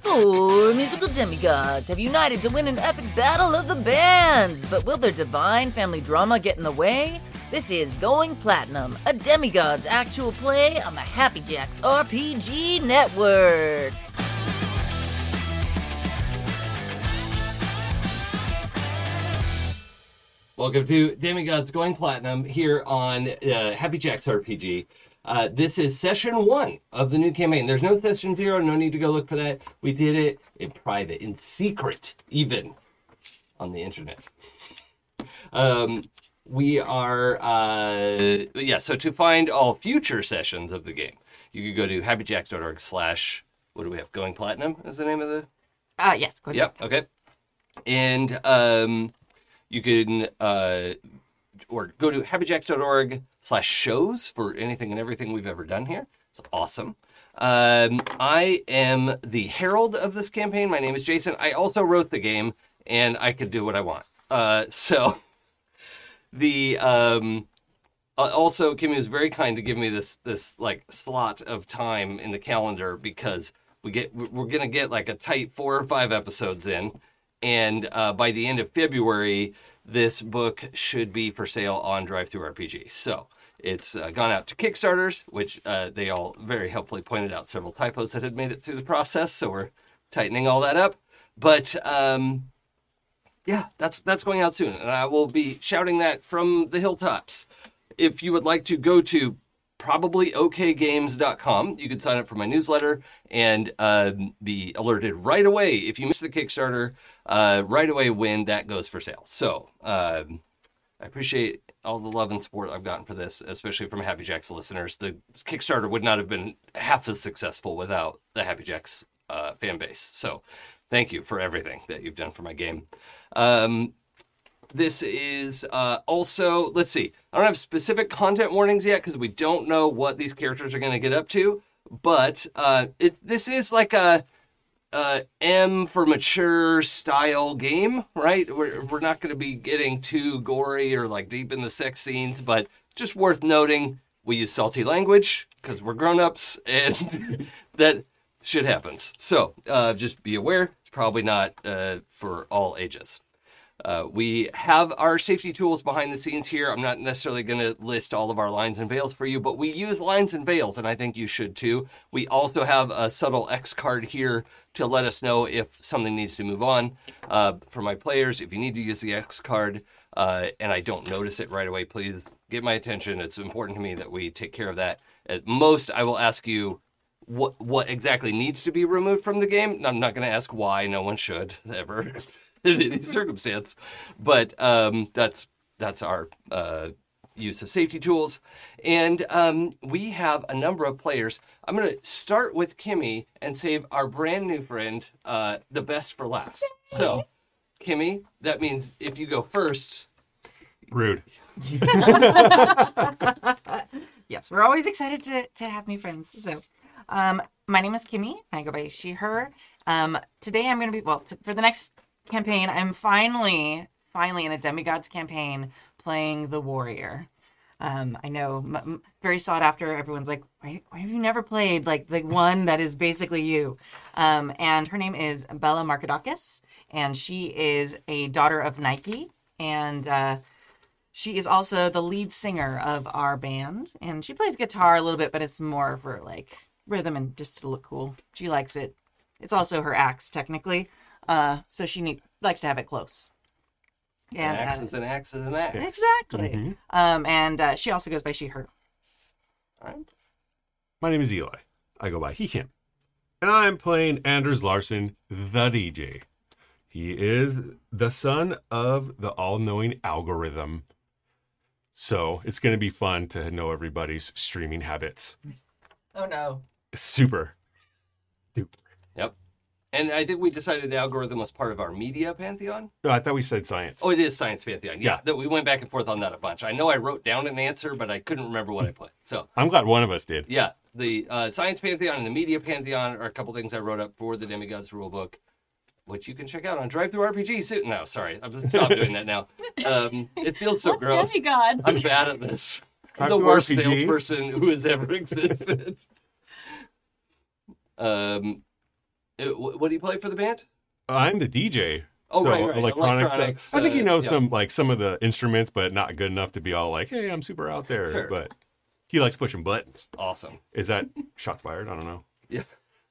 Four musical demigods have united to win an epic battle of the bands, but will their divine family drama get in the way? This is Going Platinum, a demigod's actual play on the Happy Jacks RPG Network. Welcome to Demigods Going Platinum here on uh, Happy Jacks RPG. Uh, this is session one of the new campaign. There's no session zero, no need to go look for that. We did it in private, in secret, even on the internet. Um, we are, uh, yeah, so to find all future sessions of the game, you could go to happyjacks.org slash, what do we have, Going Platinum is the name of the Uh, yes, go ahead. Yep. Okay. And um, you can uh, or go to happyjacks.org slash shows for anything and everything we've ever done here. It's awesome. Um, I am the herald of this campaign. My name is Jason. I also wrote the game, and I could do what I want. Uh, so the um, uh, also, Kimmy was very kind to give me this this like slot of time in the calendar because we get we- we're gonna get like a tight four or five episodes in, and uh, by the end of February, this book should be for sale on Drive Through RPG. So it's uh, gone out to Kickstarters, which uh, they all very helpfully pointed out several typos that had made it through the process. So we're tightening all that up, but. Um, yeah, that's that's going out soon, and I will be shouting that from the hilltops. If you would like to go to probably okgames.com, you can sign up for my newsletter and uh, be alerted right away if you miss the Kickstarter uh, right away when that goes for sale. So um, I appreciate all the love and support I've gotten for this, especially from Happy Jacks listeners. The Kickstarter would not have been half as successful without the Happy Jacks uh, fan base. So thank you for everything that you've done for my game. Um, this is uh, also, let's see, I don't have specific content warnings yet because we don't know what these characters are going to get up to, but uh, it, this is like a, uh, M for mature style game, right? We're, we're not going to be getting too gory or like deep in the sex scenes, but just worth noting we use salty language because we're grown ups and that shit happens. So uh, just be aware it's probably not uh, for all ages. Uh, we have our safety tools behind the scenes here. I'm not necessarily going to list all of our lines and veils for you, but we use lines and veils, and I think you should too. We also have a subtle X card here to let us know if something needs to move on. Uh, for my players, if you need to use the X card uh, and I don't notice it right away, please get my attention. It's important to me that we take care of that. At most, I will ask you what what exactly needs to be removed from the game. I'm not going to ask why. No one should ever in any circumstance. But um, that's that's our uh, use of safety tools, and um, we have a number of players. I'm going to start with Kimmy and save our brand new friend uh, the best for last. So, Kimmy, that means if you go first. Rude. Yes, we're always excited to, to have new friends. So, um, my name is Kimmy. I go by she, her. Um, today I'm going to be, well, t- for the next campaign, I'm finally, finally in a demigods campaign playing the warrior. Um, I know, m- m- very sought after. Everyone's like, why, why have you never played like the one that is basically you? Um, and her name is Bella Markadakis, and she is a daughter of Nike. And uh, she is also the lead singer of our band, and she plays guitar a little bit, but it's more for like rhythm and just to look cool. She likes it. It's also her axe, technically, uh, so she need, likes to have it close. An And, axe uh, is an axe is an axe. Mm-hmm. exactly. Um, and uh, she also goes by she/her. All right. My name is Eli. I go by he, him. And I'm playing Anders Larson, the DJ. He is the son of the all knowing algorithm. So it's going to be fun to know everybody's streaming habits. Oh no. Super. Duper. Yep. And I think we decided the algorithm was part of our media pantheon. No, I thought we said science. Oh, it is science pantheon. Yeah, Yeah. that we went back and forth on that a bunch. I know I wrote down an answer, but I couldn't remember what I put. So I'm glad one of us did. yeah, the uh, science pantheon and the media pantheon are a couple things I wrote up for the Demigods rulebook, which you can check out on Drive Through RPG soon. No, sorry, I'm gonna stop doing that now. Um, it feels so Oh, gross. demigod? I'm bad at this. I'm Drive the Thru worst RPG. salesperson who has ever existed. um, Uh, wh- What do you play for the band? I'm the DJ. Oh, so right, right. Electronics. Electronics, I think uh, you know yeah. some like some of the instruments, but not good enough to be all like, "Hey, I'm super out there." Sure. But he likes pushing buttons. Awesome. Is that shots fired? I don't know. Yeah.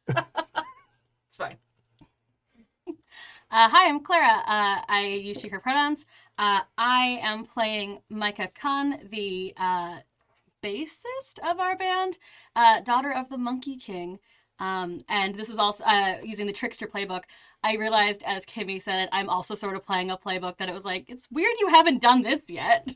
It's fine. Uh, hi, I'm Clara. Uh, I use she, her pronouns. Uh, I am playing Micah Khan, the uh, bassist of our band, uh, daughter of the Monkey King. Um, and this is also uh, using the Trickster playbook. I realized, as Kimmy said it, I'm also sort of playing a playbook that it was like, it's weird you haven't done this yet.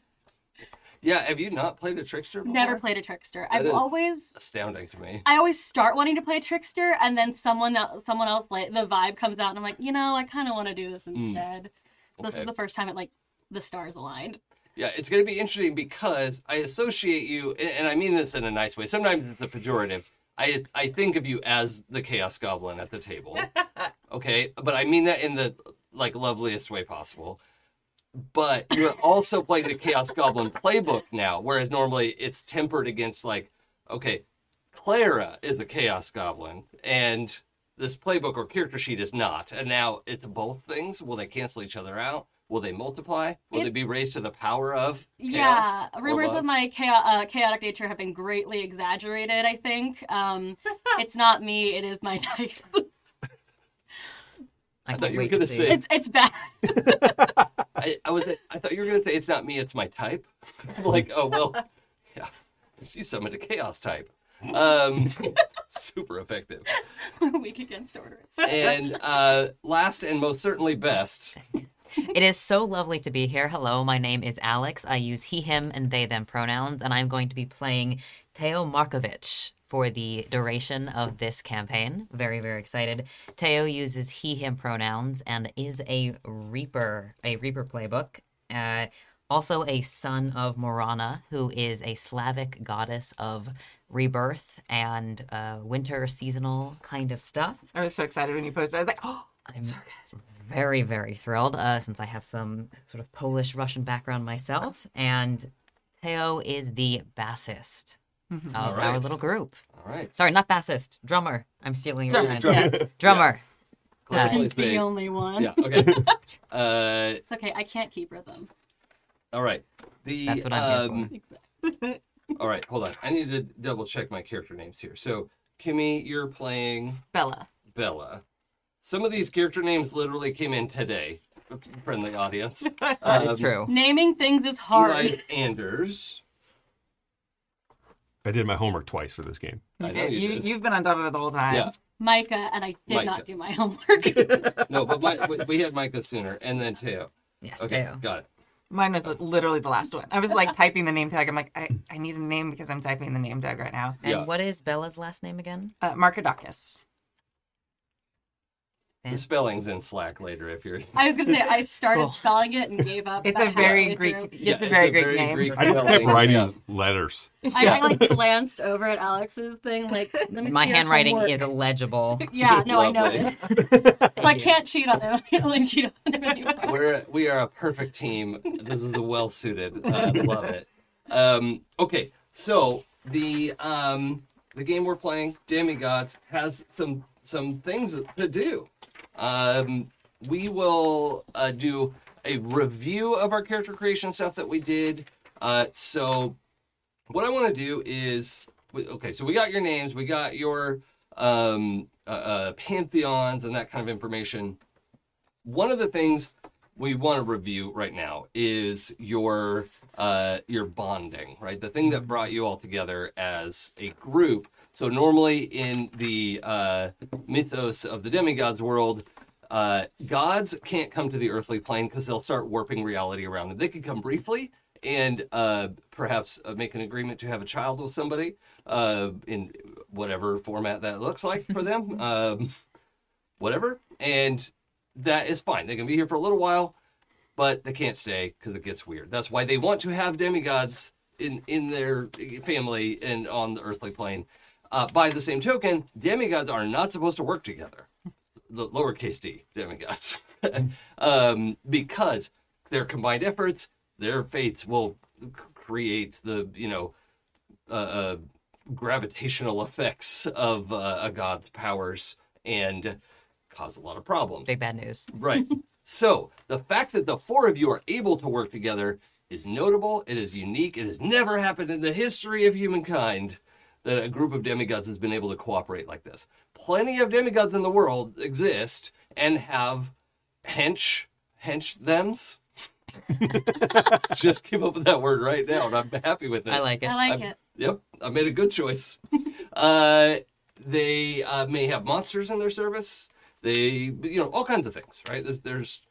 Yeah. Have you not played a trickster? Before? Never played a Trickster. I've is- always Astounding to me. I always start wanting to play trickster, and then someone else, someone else, like the vibe comes out, and I'm like, you know, I kind of want to do this instead. So This Mm. Okay. is the first time it like the stars aligned. Yeah, it's going to be interesting because I associate you, and and I mean this in a nice way. Sometimes it's a pejorative. I I think of you as the chaos goblin at the table. okay, but I mean that in the like loveliest way possible. But you're also playing the chaos goblin playbook now, whereas normally it's tempered against like, okay, Clara is the chaos goblin, and this playbook or character sheet is not. And now it's both things. Will they cancel each other out? Will they multiply? Will they It's- be raised to the power of? Chaos yeah, or rumors love? of my chao- uh, chaotic nature have been greatly exaggerated. I think um, it's not me; it is my dice. I, thought can't you were wait gonna to see. say- it. it's it's bad. I, I was. I thought you were gonna say it's not me. It's my type. like, oh well, yeah. You summoned a chaos type. Um, super effective. We're weak against orders. And uh, last and most certainly best. It is so lovely to be here. Hello, my name is Alex. I use he, him, and they, them pronouns, and I'm going to be playing Teo Markovich for the duration of this campaign. Very, very excited. Teo uses he, him pronouns and is a Reaper, a Reaper playbook. Uh, also, a son of Morana, who is a Slavic goddess of rebirth and uh, winter seasonal kind of stuff. I was so excited when you posted. I was like, oh, I'm very, very thrilled uh, since I have some sort of Polish Russian background myself. And Teo is the bassist Mm-hmm. of our Alright. little group. All right. Sorry, not bassist, drummer. I'm stealing your Drummer, line. drummer. Yes, drummer. Close Uh, place, the babe. only one. Yeah. Okay. Uh, It's okay. I can't keep rhythm. all right. The That's what I'm here um, all right. Hold on. I need to double check my character names here. So Kimmy, you're playing Bella. Bella. Some of these character names literally came in today. Friendly audience. Um, True. Naming things is hard. Eli Anders. I did my homework twice for this game. You I know did. you You, did. you have been on top of it the whole time. Yeah. Micah and I did Micah. not do my homework. No, but my, we- we had Micah sooner and then Teo. Yes, Okay, Teo. got it. Mine was literally the last one. I was like typing the name tag. I'm like, I, I need a name because I'm typing the name tag right now. And Yeah. what is Bella's last name again? Uh, Markadakis. Yeah. The spelling's in Slack later if you're. I was gonna say I started Oh. Cool. spelling it and gave up. It's about a very halfway Greek. through. Yeah, it's a very Greek name. I just kept spelling, writing yeah. letters. I, I like glanced over at Alex's thing, like let me My see your handwriting homework. is illegible. Yeah, no, I know Lovely. it. so I can't cheat on him. I can't really cheat on him anymore. We're we are a perfect team. This is a well suited. I love it. Um, okay, so the um, the game we're playing, Demigods, has some some things to do. Um, we will uh, do a review of our character creation stuff that we did. Uh, so what I want to do is we- okay. So we got your names, we got your um, uh, uh, pantheons, and that kind of information. One of the things we want to review right now is your uh, your bonding, right? The thing that brought you all together as a group. So normally in the uh, mythos of the demigods world. Uh, gods can't come to the earthly plane because they'll start warping reality around them. They can come briefly, and uh, perhaps uh, make an agreement to have a child with somebody uh, in whatever format that looks like for them, um, whatever. And that is fine. They can be here for a little while, but they can't stay because it gets weird. That's why they want to have demigods in in their family and on the earthly plane. Uh, by the same token, demigods are not supposed to work together the lowercase d demigods um, because their combined efforts their fates will c- create the you know uh, uh, gravitational effects of uh, a god's powers and cause a lot of problems. Big bad news. Right. so the fact that the four of you are able to work together is notable. It is unique. It has never happened in the history of humankind that a group of demigods has been able to cooperate like this. Plenty of demigods in the world exist and have hench hench thems. Just came up with that word right now, and I'm happy with it. I like it. I like I- it. Yep, I made a good choice. uh, they uh, may have monsters in their service. They, you know, all kinds of things, right? There's, there's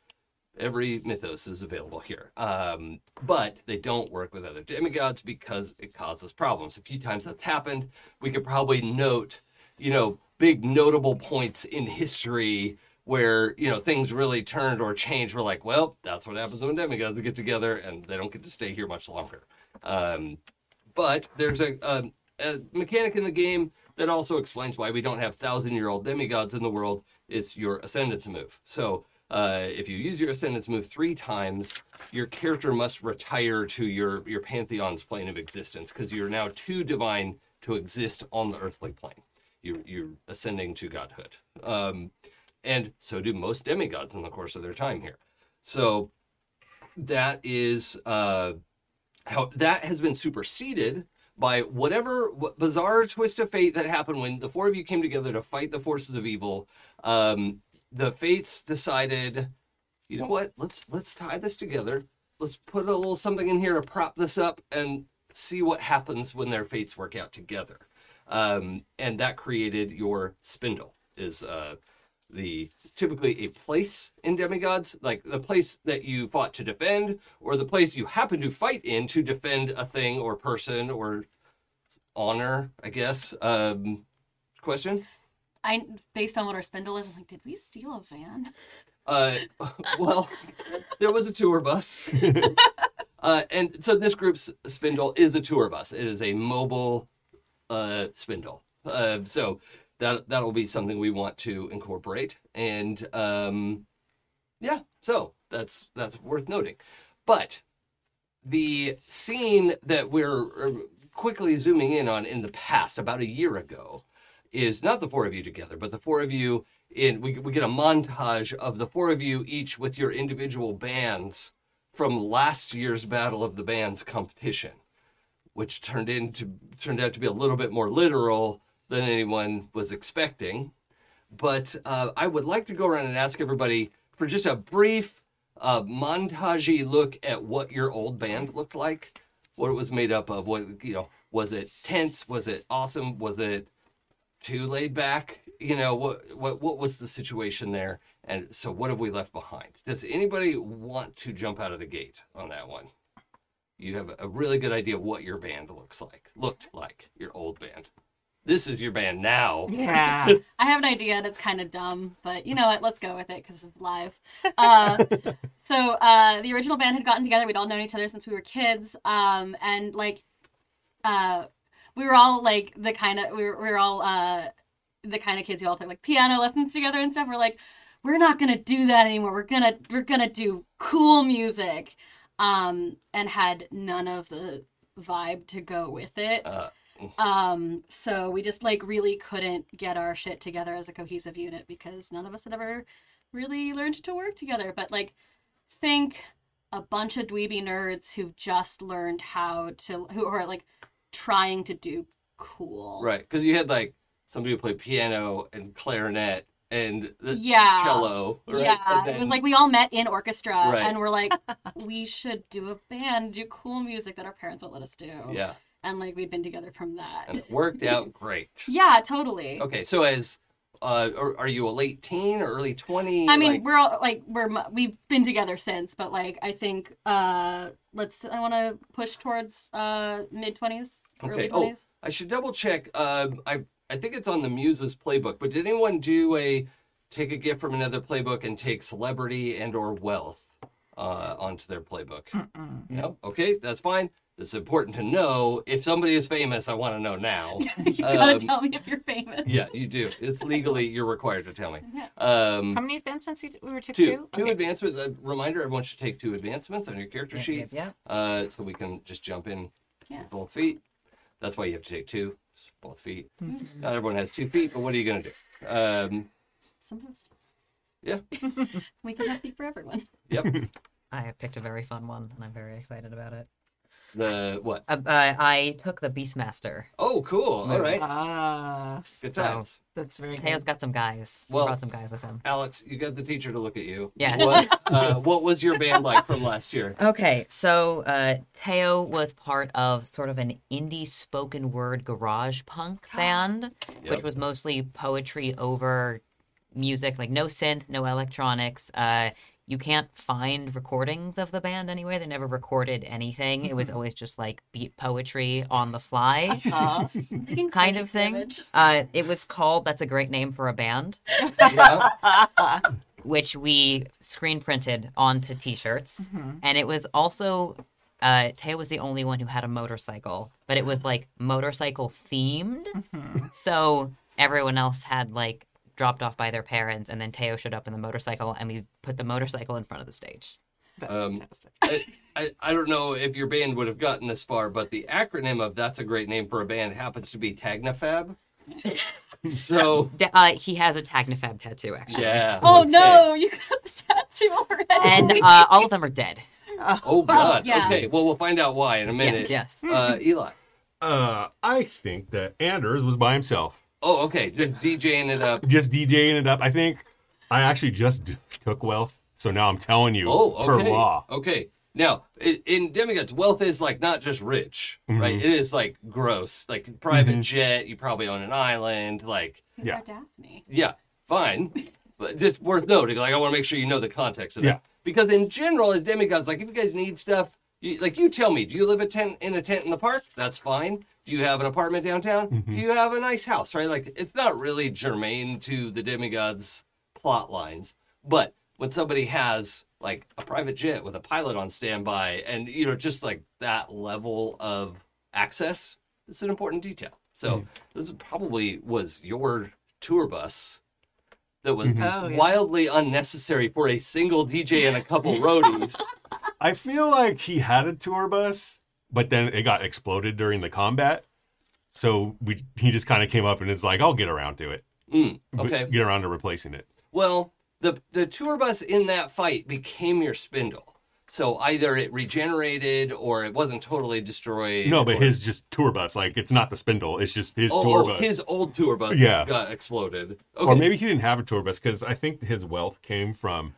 every mythos is available here. Um, but they don't work with other demigods because it causes problems. A few times that's happened. We could probably note, you know, big notable points in history where, you know, things really turned or changed. We're like, well, that's what happens when demigods get together and they don't get to stay here much longer. Um, but there's a, um a mechanic in the game that also explains why we don't have thousand year old demigods in the world. It's your ascendance move. So uh, if you use your ascendance move three times, your character must retire to your your pantheon's plane of existence because you're now too divine to exist on the earthly plane. You you're ascending to godhood, um, and so do most demigods in the course of their time here. So that is. Uh, how that has been superseded by whatever wh- bizarre twist of fate that happened when the four of you came together to fight the forces of evil. Um, the fates decided, you know what? Let's let's tie this together. Let's put a little something in here to prop this up and see what happens when their fates work out together. Um, and that created your spindle is uh, the typically a place in demigods, like the place that you fought to defend, or the place you happen to fight in to defend a thing or person or honor, I guess. Um, question? I based on what our spindle is, I'm like, did we steal a van? Uh, well, there was a tour bus. uh, and so this group's spindle is a tour bus. It is a mobile uh, spindle. Uh, so that that'll be something we want to incorporate. And um, yeah, so that's that's worth noting. But the scene that we're uh, quickly zooming in on in the past, about a year ago, is not the four of you together, but the four of you in. We, we get a montage of the four of you each with your individual bands from last year's Battle of the Bands competition, which turned into turned out to be a little bit more literal than anyone was expecting. But uh, I would like to go around and ask everybody for just a brief uh, montage look at what your old band looked like, what it was made up of, what you know, was it tense, was it awesome, was it too laid back? You know, what what what was the situation there? And so what have we left behind? Does anybody want to jump out of the gate on that one? You have a really good idea of what your band looks like. Looked like your old band. This is your band now. Yeah. I have an idea that's kind of dumb, but you know what? Let's go with it because it's live. Uh, so uh, the original band had gotten together. We'd all known each other since we were kids, um, and like uh, we were all like the kind of we were, we were all uh, the kind of kids who all took like piano lessons together and stuff. We're like, we're not gonna do that anymore. We're gonna we're gonna do cool music, um, and had none of the vibe to go with it. Uh, Um, so we just like really couldn't get our shit together as a cohesive unit because none of us had ever really learned to work together. But like, think a bunch of dweeby nerds who've just learned how to, who are like trying to do cool. Right, because you had like somebody who played piano and clarinet and the Yeah. cello. Right? Yeah, And it was then- like we all met in orchestra Right. and we're like, we should do a band, do cool music that our parents won't let us do. yeah, And like, we've been together from that. and it worked out great. yeah, totally. Okay, so as uh, are, are you a late teen or early twenty? I mean, like, we're all like we're mu- we've been together since, but like I think uh let's I want to push towards uh mid twenties, early Okay. Oh. twenties. I should double check. Um, I I think it's on the Muses playbook. But did anyone do a take a gift from another playbook and take celebrity and or wealth uh, onto their playbook? Mm-mm. No. Okay, that's fine. It's important to know if somebody is famous. I want to know now. you gotta Um, tell me if you're famous. yeah, you do. It's legally you're required to tell me. Yeah. Um, How many advancements we, we were took? two, two Okay. advancements. A reminder: everyone should take two advancements on your character Yep, sheet, yep, yep. uh, so we can just jump in Yeah. with both feet. That's why you have to take two, it's both feet. Not everyone has two feet, but what are you going to do? Um, Sometimes Yeah. We can have tea for everyone. Yep. I have picked a very fun one, and I'm very excited about it. the what? Uh, uh, I took the Beastmaster. Oh, cool. All right. Ah, Good times. that's very Teo's good. got some guys. He Mm. Well- brought some guys with him. Alex, you got the teacher to look at you. Yeah. What, uh, what was your band like from last year? Okay, so uh, Teo was part of sort of an indie spoken word garage punk band, which Yep. was mostly poetry over music, like no synth, no electronics. Uh, you can't find recordings of the band anywhere. They never recorded anything. It was always just like beat poetry on the fly Ah, Taking kind psychic of thing. damage. Uh, it was called That's a Great Name for a Band Yeah. which we screen printed onto t-shirts and it was also uh tay was the only one who had a motorcycle but it was like motorcycle themed so everyone else had like dropped off by their parents and then teo showed up in the motorcycle and we put the motorcycle in front of the stage that's Um, fantastic. I, I, I don't know if your band would have gotten this far, but the acronym of that's a great name for a band happens to be Tagnafab. So, D- uh, he has a tagnifab tattoo actually yeah. Oh okay. no, you got the tattoo already. and uh, all of them are dead Oh, God. yeah. Okay. Well, we'll find out why in a Yeah, minute. yes Uh, Eli. Uh, I think that Anders was by himself, Oh, okay. Just DJing it up. just DJing it up. I think I actually just d- took wealth, so now I'm telling you Oh, okay. per law. Okay. Now, i- in demigods, wealth is like not just rich, right? Mm-hmm. It is like gross, like private jet. You probably own an island. Like, He's Yeah. our Daphne. yeah, fine, but just worth noting. Like, I want to make sure you know the context of Yeah. that because in general, as demigods, like if you guys need stuff, you, like you tell me, do you live a tent in a tent in the park? That's fine. Do you have an apartment downtown? Do you have a nice house? Right? Like, it's not really germane to the demigods plot lines. But when somebody has like a private jet with a pilot on standby and you know just like that level of access, it's an important detail. So Mm-hmm. this probably was your tour bus that was Mm-hmm. Oh, yeah. wildly unnecessary for a single DJ and a couple roadies. I feel like he had a tour bus, but then it got exploded during the combat. So we he just kind of came up and is like, I'll get around to it. Mm, But okay. Get around to replacing it. Well, the the tour bus in that fight became your spindle. So either it regenerated or it wasn't totally destroyed. No, but or- his just tour bus. Like it's not the spindle. It's just his oh, tour oh, bus. his old tour bus Yeah. got exploded. Or Okay. maybe he didn't have a tour bus because I think his wealth came from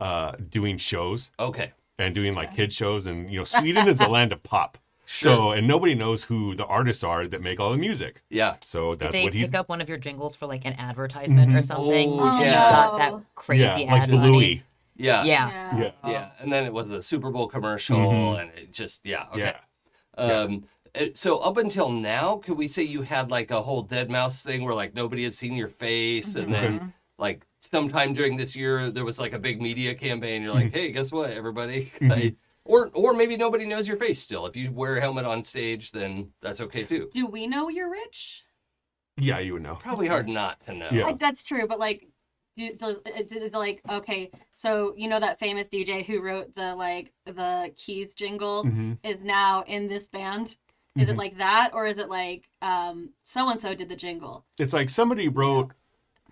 uh, doing shows Okay. and doing like kid shows, and you know, Sweden is a land of pop. So and nobody knows who the artists are that make all the music. Yeah. So that's they what he's Mm-hmm. pick up one of your jingles for like an advertisement or something Oh, and you yeah. got that crazy yeah, ad like money. Bluey. Yeah. yeah. Yeah. Yeah, Yeah. And then it was a Super Bowl commercial and it just yeah. Okay. Mm-hmm. yeah. Um uh, so up until now, could we say you had like a whole dead mouse thing where like nobody had seen your face and then like sometime during this year there was like a big media campaign you're like, "Hey, guess what, everybody?" Like, or or maybe nobody knows your face still. If you wear a helmet on stage, then that's okay too. Do we know you're rich? Yeah, you would know. Probably hard not to know. Yeah. I, that's true, but like, do, does, it- it's like okay, so you know that famous DJ who wrote the like the keys jingle Mhm. is now in this band. Is it like that, or is it like um so and so did the jingle? It's like somebody wrote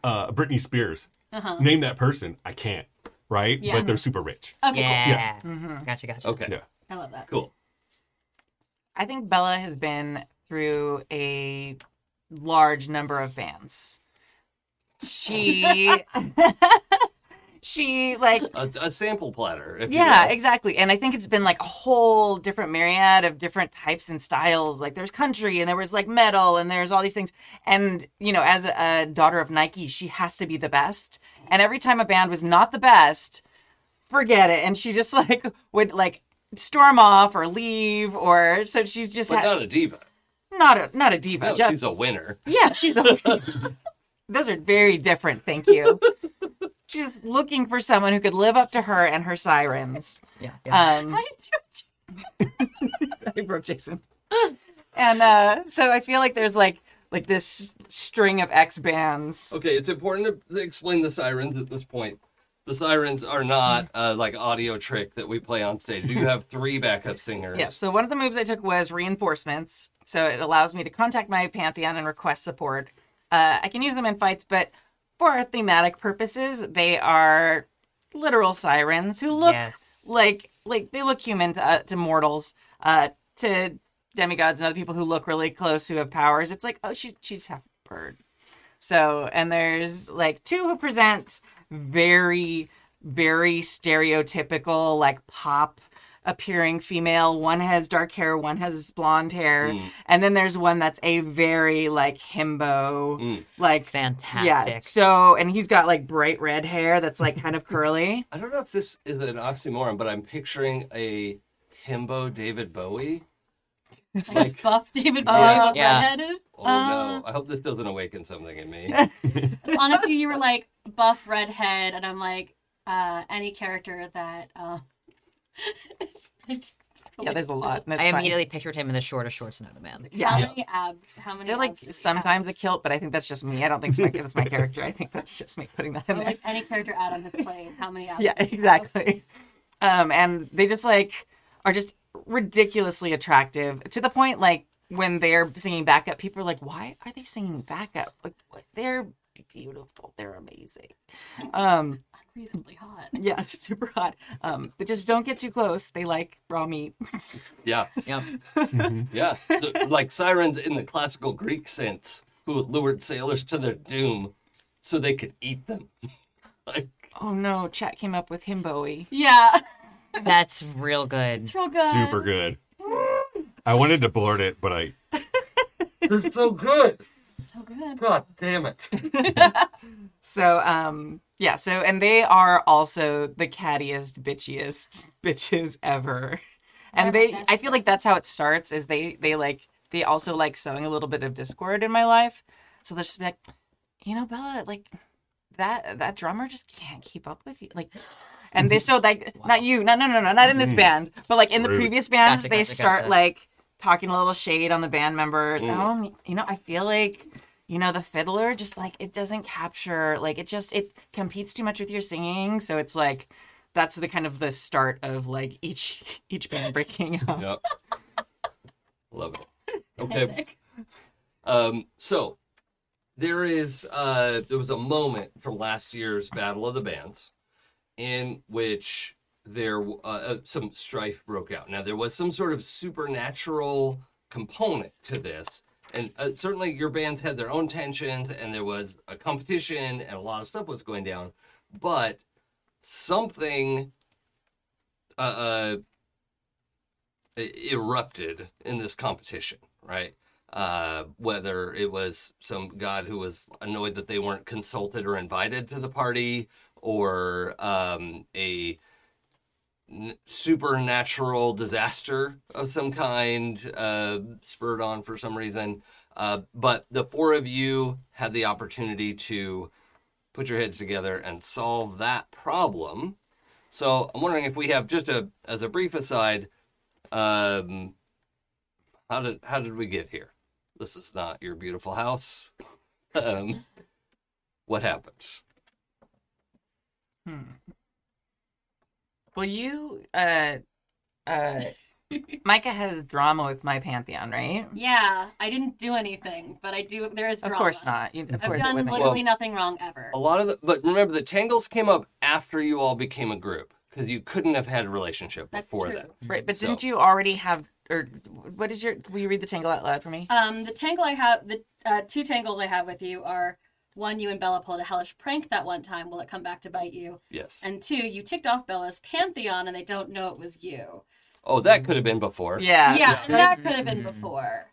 uh, Britney Spears. Uh-huh. Name that person. I can't. Right, Yeah. but they're super rich. Okay, Mm, yeah. cool. Mhm. Gotcha, gotcha. Okay. Yeah. I love that. Cool. I think Bella has been through a large number of bands. She she like A, a sample platter. If yeah, You will. exactly. And I think it's been like a whole different myriad of different types and styles. Like there's country and there was like metal and there's all these things. And, you know, as a daughter of Nike, she has to be the best. And every time a band was not the best, forget it. And she just like would like storm off or leave or so she's just But ha- not a diva. not a not a diva. No, just she's a winner. yeah, she's always. Those are very different. Thank you. she's looking for someone who could live up to her and her sirens. Yeah. Uh, yeah. Um, I broke Jason. And uh, so I feel like there's like like this string of X bands. Okay, it's important to explain the sirens at this point. The sirens are not uh, like audio trick that we play on stage. You have three backup singers. Yes. So one of the moves I took was reinforcements. So it allows me to contact my pantheon and request support. Uh, I can use them in fights, but for thematic purposes, they are literal sirens who look Yes. like like they look human to, uh, to mortals, uh, to demigods and other people who look really close who have powers. It's like oh, she she's half bird. So and there's like two who present very very stereotypical like pop appearing female one has dark hair one has blonde hair and then there's one that's a very like himbo like yeah Fantastic. so and he's got like bright red hair that's like kind of curly I don't know if this is an oxymoron, but I'm picturing a himbo David Bowie. Like, Like- buff David Bowie Yeah. with Yeah. redheaded. Oh no! I hope this doesn't awaken something in me. Honestly, you were like buff redhead, and I'm like uh, any character that. Um, I just- yeah there's a lot and it's I fine. immediately pictured him in the shortest shorts known to man. yeah How many abs? How many? They're like abs did you have? sometimes a kilt, but I think that's just me. I don't think it's my, that's my character. I think that's just me putting Oh that in Or, there. like any character out on his plane. How many abs? Yeah, did you have? exactly. Um, and they just like are just ridiculously attractive to the point like when they're singing backup, people are like, "Why are they singing backup? Like what? they're beautiful. They're amazing." Um, Reasonably hot. yeah, super hot. Um, but just don't get too close. They like raw meat. Yeah, Yep. yeah. like sirens in the classical Greek sense, who lured sailors to their doom, so they could eat them. like Oh no! Chat came up with himboey. Yeah, That's real good. it's real good. Super good. I wanted to blurt it, but I this is so good. So good. God damn it. So um yeah, so and they are also the cattiest, bitchiest bitches ever. And they I feel like that's how it starts is they they like they also like sowing a little bit of discord in my life. So they're just like, you know, Bella, like that that drummer just can't keep up with you. Like and they so like not you, no no no no, not in this band. But like in the Rude. previous bands, Gotcha, they gotcha, start gotcha. like talking a little shade on the band members. Oh you know, I feel like you know the fiddler just like it doesn't capture like it just it competes too much with your singing so it's like that's the kind of the start of like each each band breaking up Yep. Love it. Okay. Um, so there is uh there was a moment from last year's Battle of the Bands in which there uh, uh, some strife broke out. Now there was some sort of supernatural component to this. And uh, certainly your bands had their own tensions and there was a competition and a lot of stuff was going down, but something uh, uh i- e-, erupted in this competition, right? Uh, whether it was some god who was annoyed that they weren't consulted or invited to the party, or um, a n- supernatural disaster of some kind uh, spurred on for some reason. Uh, but the four of you had the opportunity to put your heads together and solve that problem. So I'm wondering if we have just a as a brief aside, um, how did how did we get here? This is not your beautiful house. Um, what happens? well you uh uh micah has drama with my pantheon right Yeah, I didn't do anything, but I do. There is drama. of course not You- of I've course it done wasn't literally nothing wrong ever. A lot of the but remember the tangles came up after you all became a group because you couldn't have had a relationship That's before true. that. right but So- didn't you already have or what is your will you read the tangle out loud for me Um, the tangle I have, the uh, two tangles I have with you are one, you and Bella pulled a hellish prank that one time. Will it come back to bite you? Yes. And two, you ticked off Bella's pantheon, and they don't know it was you. oh, that could have been before. yeah Yeah, so and that could have been Mm-hmm. before.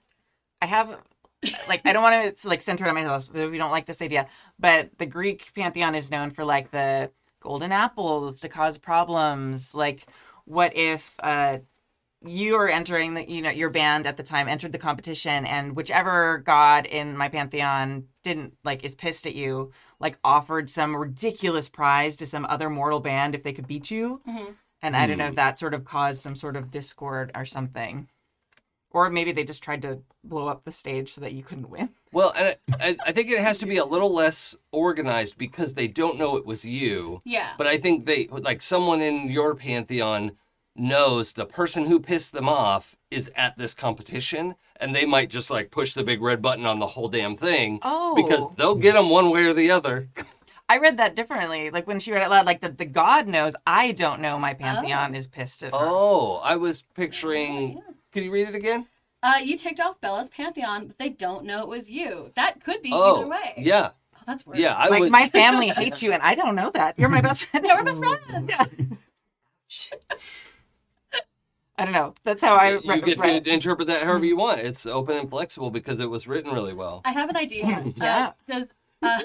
I have like I don't want to it's like center it on myself. So we don't like this idea, but the Greek pantheon is known for like the golden apples to cause problems. Like, what if uh, you are entering the you know your band at the time entered the competition, and whichever god in my pantheon didn't like is pissed at you, like offered some ridiculous prize to some other mortal band if they could beat you. And I don't know if that sort of caused some sort of discord or something. Or maybe they just tried to blow up the stage so that you couldn't win. Well, and I, I- I think it has to be a little less organized because they don't know it was you. Yeah. But I think they like someone in your pantheon knows the person who pissed them off is at this competition, and they might just like push the big red button on the whole damn thing. Oh. because they'll get them one way or the other. I read that differently. Like when she read it loud, like that the god knows I don't know my pantheon is pissed at her. Oh, I was picturing. Can you read it again? Uh, you ticked off Bella's pantheon, but they don't know it was you. That could be Oh, either way. yeah, Oh, that's worse. yeah. I like was. my family hates you, and I don't know that. You're my best friend. Yeah, we're best friends. Yeah. I don't know. That's how I Mm-hmm. re- you get read to it. interpret that however you want. It's open and flexible because it was written really well. I have an idea. here. Yeah. Uh, does uh,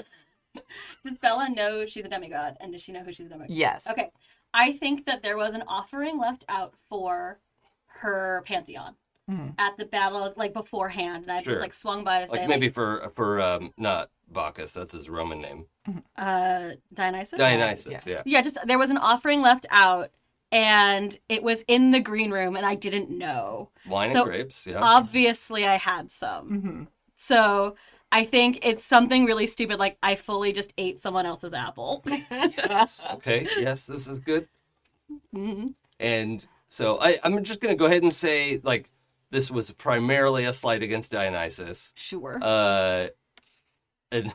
does Bella know she's a demigod, and does she know who she's a demigod? Yes. Okay. I think that there was an offering left out for her pantheon Mhm. at the battle, like beforehand, and I Sure. just like swung by to say, Like like, maybe for for um not Bacchus, that's his Roman name. uh, Dionysus. Dionysus, yeah. Yeah, just there was an offering left out, and it was in the green room, and I didn't know. Wine So, and grapes, yeah. Obviously, I had some. Mm-hmm. hmm So I think it's something really stupid, like I fully just ate someone else's apple. yes. Okay. Yes, this is good. Mhm. And so I, I'm just gonna go ahead and say like this was primarily a slight against Dionysus. Sure. Uh, and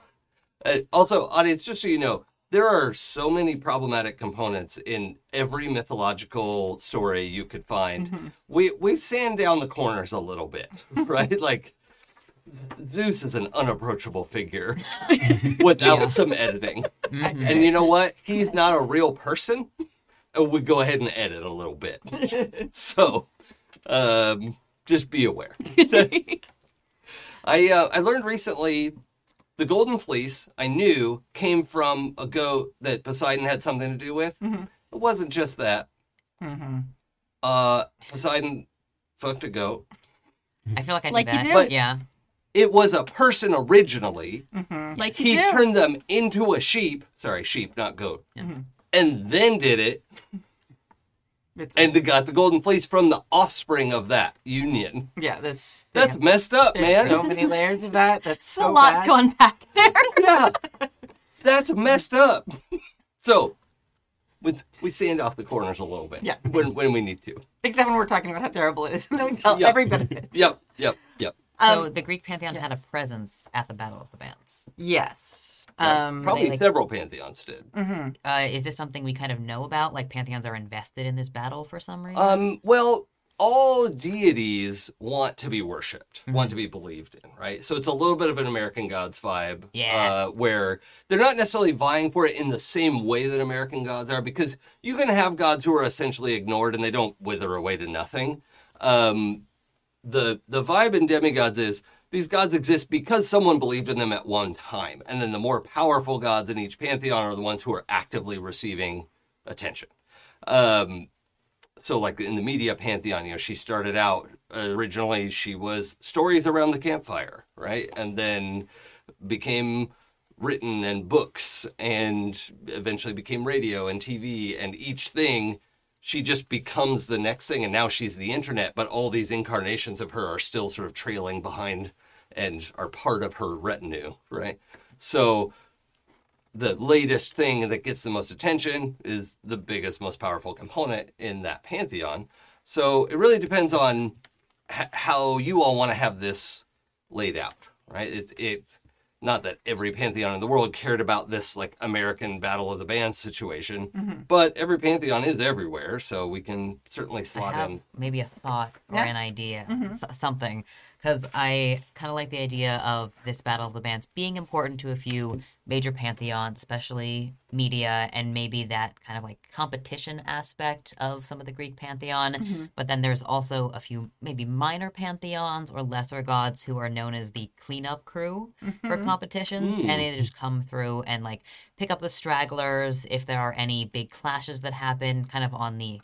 uh, also, audience, just so you know, there are so many problematic components in every mythological story you could find. We we sand down the corners a little bit, right? like Zeus is an unapproachable figure without some editing. And you know what? He's not a real person. And we go ahead and edit a little bit. so um, just be aware. I uh, I learned recently the golden fleece I knew came from a goat that Poseidon had something to do with. Mm-hmm. It wasn't just that. hmm Uh, Poseidon fucked a goat. I feel like I knew Like you that. do. But- yeah. It was a person originally. Mm-hmm. like He you do. turned them into a sheep. Sorry, sheep, not goat. Mm-hmm. And then did it It's, and got the golden fleece from the offspring of that union. yeah, that's That's messed up, there's man. so many layers of that. That's so a lot bad. to unpack there. yeah, that's messed up. So, with we sand off the corners a little bit. Yeah. when when we need to. Except when we're talking about how terrible it is, and then we tell Yeah. every benefit. Yep, yep, yep. So Um, the Greek pantheon had a presence at the Battle of the Bands. Yes. Um, Mm-hmm. Probably like- several pantheons did. Uh, is this something we kind of know about? Like pantheons are invested in this battle for some reason. Um, well, all deities want to be worshipped, Mm-hmm. want to be believed in, right? So it's a little bit of an American Gods vibe, Yeah. uh, where they're not necessarily vying for it in the same way that American Gods are, because you can have gods who are essentially ignored and they don't wither away to nothing. Um, the the vibe in demigods is these gods exist because someone believed in them at one time, and then the more powerful gods in each pantheon are the ones who are actively receiving attention. Um, so like in the media pantheon you know she started out originally she was stories around the campfire right and then became written and books and eventually became radio and tv and each thing she just becomes the next thing and now she's the internet but all these incarnations of her are still sort of trailing behind and are part of her retinue right so the latest thing that gets the most attention is the biggest, most powerful component in that pantheon. So it really depends on h- how you all want to have this laid out, right? It's it's not that every pantheon in the world cared about this like American Battle of the Bands situation, Mm-hmm. but every pantheon is everywhere, so we can certainly I slot have in. maybe a thought or Yeah. an idea, s- something, because I kind of like the idea of this battle of the bands being important to a few major pantheons, especially media, and maybe that kind of like competition aspect of some of the Greek pantheon. But then there's also a few maybe minor pantheons or lesser gods who are known as the cleanup crew for competitions, and Hmm. they just come through and like pick up the stragglers if there are any big clashes that happen, kind of on the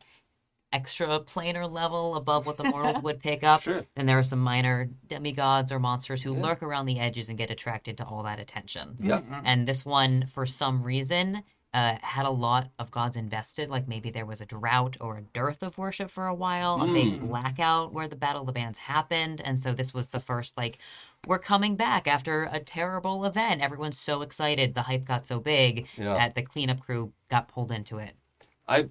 extra planar level above what the mortals would pick up. Sure. And there are some minor demigods or monsters who lurk around the edges and get attracted to all that attention. Yeah. And this one, for some reason, uh, had a lot of gods invested. Like maybe there was a drought or a dearth of worship for a while, a big Hmm. blackout where the Battle of the Bands happened. And so this was the first, like, we're coming back after a terrible event. Everyone's so excited. The hype got so big Yeah. that the cleanup crew got pulled into it. I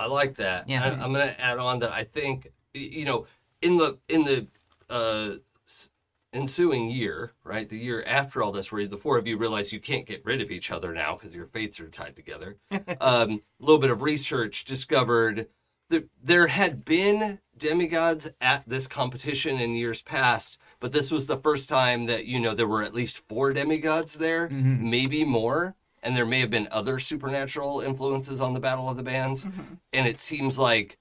I like that. Yeah. I, I'm going to add on that I think y- you know in the in the uh, s- ensuing year, right, the year after all this, where the four of you realize you can't get rid of each other now because your fates are tied together, um, a little bit of research discovered that there had been demigods at this competition in years past, but this was the first time that, you know, there were at least four demigods there, maybe more. And there may have been other supernatural influences on the Battle of the Bands. And it seems like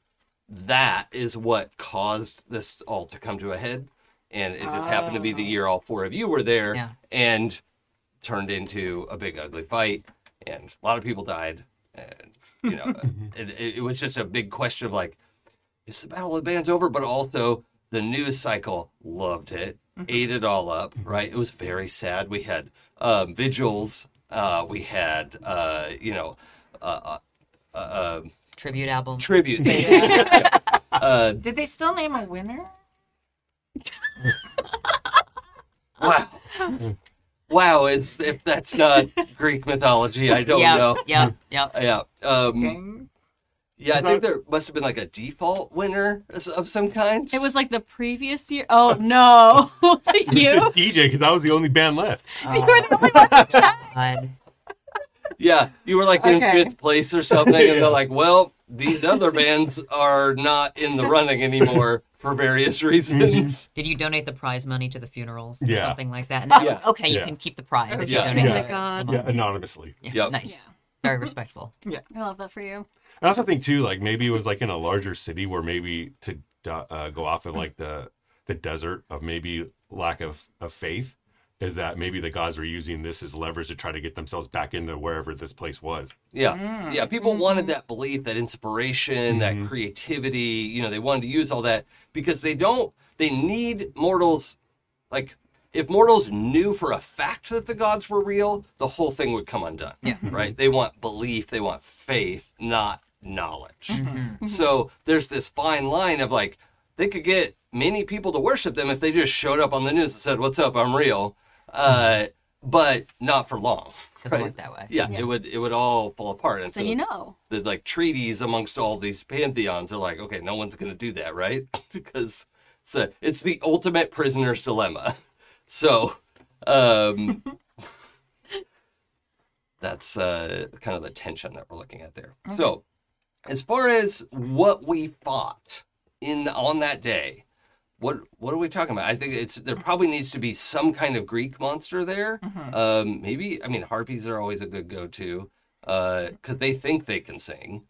that is what caused this all to come to a head. And it just happened to be the year all four of you were there Yeah. and turned into a big, ugly fight. And a lot of people died. And, you know, it, it it was just a big question of like, is the Battle of the Bands over? But also, the news cycle loved it, ate it all up, right? It was very sad. We had um, vigils, uh, we had, uh, you know, uh, uh, uh, um, Tribute album. tribute. Yeah. Uh, Did they still name a winner? wow. Wow, it's if that's not Greek mythology, I don't yep, know. Yep. Yep. Yeah. Um, Dang. yeah, I Is think that- there must have been like a default winner of some kind. It was like the previous year. Oh no, was it you? DJ, because I was the only band left. you were the only one that checked. God. Yeah, you were like in Okay. fifth place or something, and they're like, "Well, these other bands are not in the running anymore for various reasons." Did you donate the prize money to the funerals? Or Yeah. something like that. And then, Yeah. Okay, you Yeah. can keep the prize if Yeah. you donate. Oh my the- God. the Yeah, money. anonymously. Yeah, Yep. Nice. Very respectful. I love that for you. I also think too, like maybe it was like in a larger city where maybe to uh, go off of like the the desert of maybe lack of of faith is that maybe the gods were using this as levers to try to get themselves back into wherever this place was. Mm, yeah, yeah. People mm-hmm. wanted that belief, that inspiration, that creativity. You know, they wanted to use all that because they don't. They need mortals. Like, if mortals knew for a fact that the gods were real, the whole thing would come undone. Yeah. Mm-hmm. Right? They want belief. They want faith, not knowledge. Mm-hmm. So there's this fine line of like, they could get many people to worship them if they just showed up on the news and said, "What's up? I'm real," uh, but not for long. Mm-hmm. Doesn't right? work that way. Yeah, it would it would all fall apart. And so, So you know. the like treaties amongst all these pantheons are like, okay, no one's going to do that, right? because it's a, it's the ultimate prisoner's dilemma. So, um, that's uh, kind of the tension that we're looking at there. So, as far as what we fought in on that day, what what are we talking about? I think it's there probably needs to be some kind of Greek monster there. Um, maybe I mean harpies are always a good go-to because uh, they think they can sing.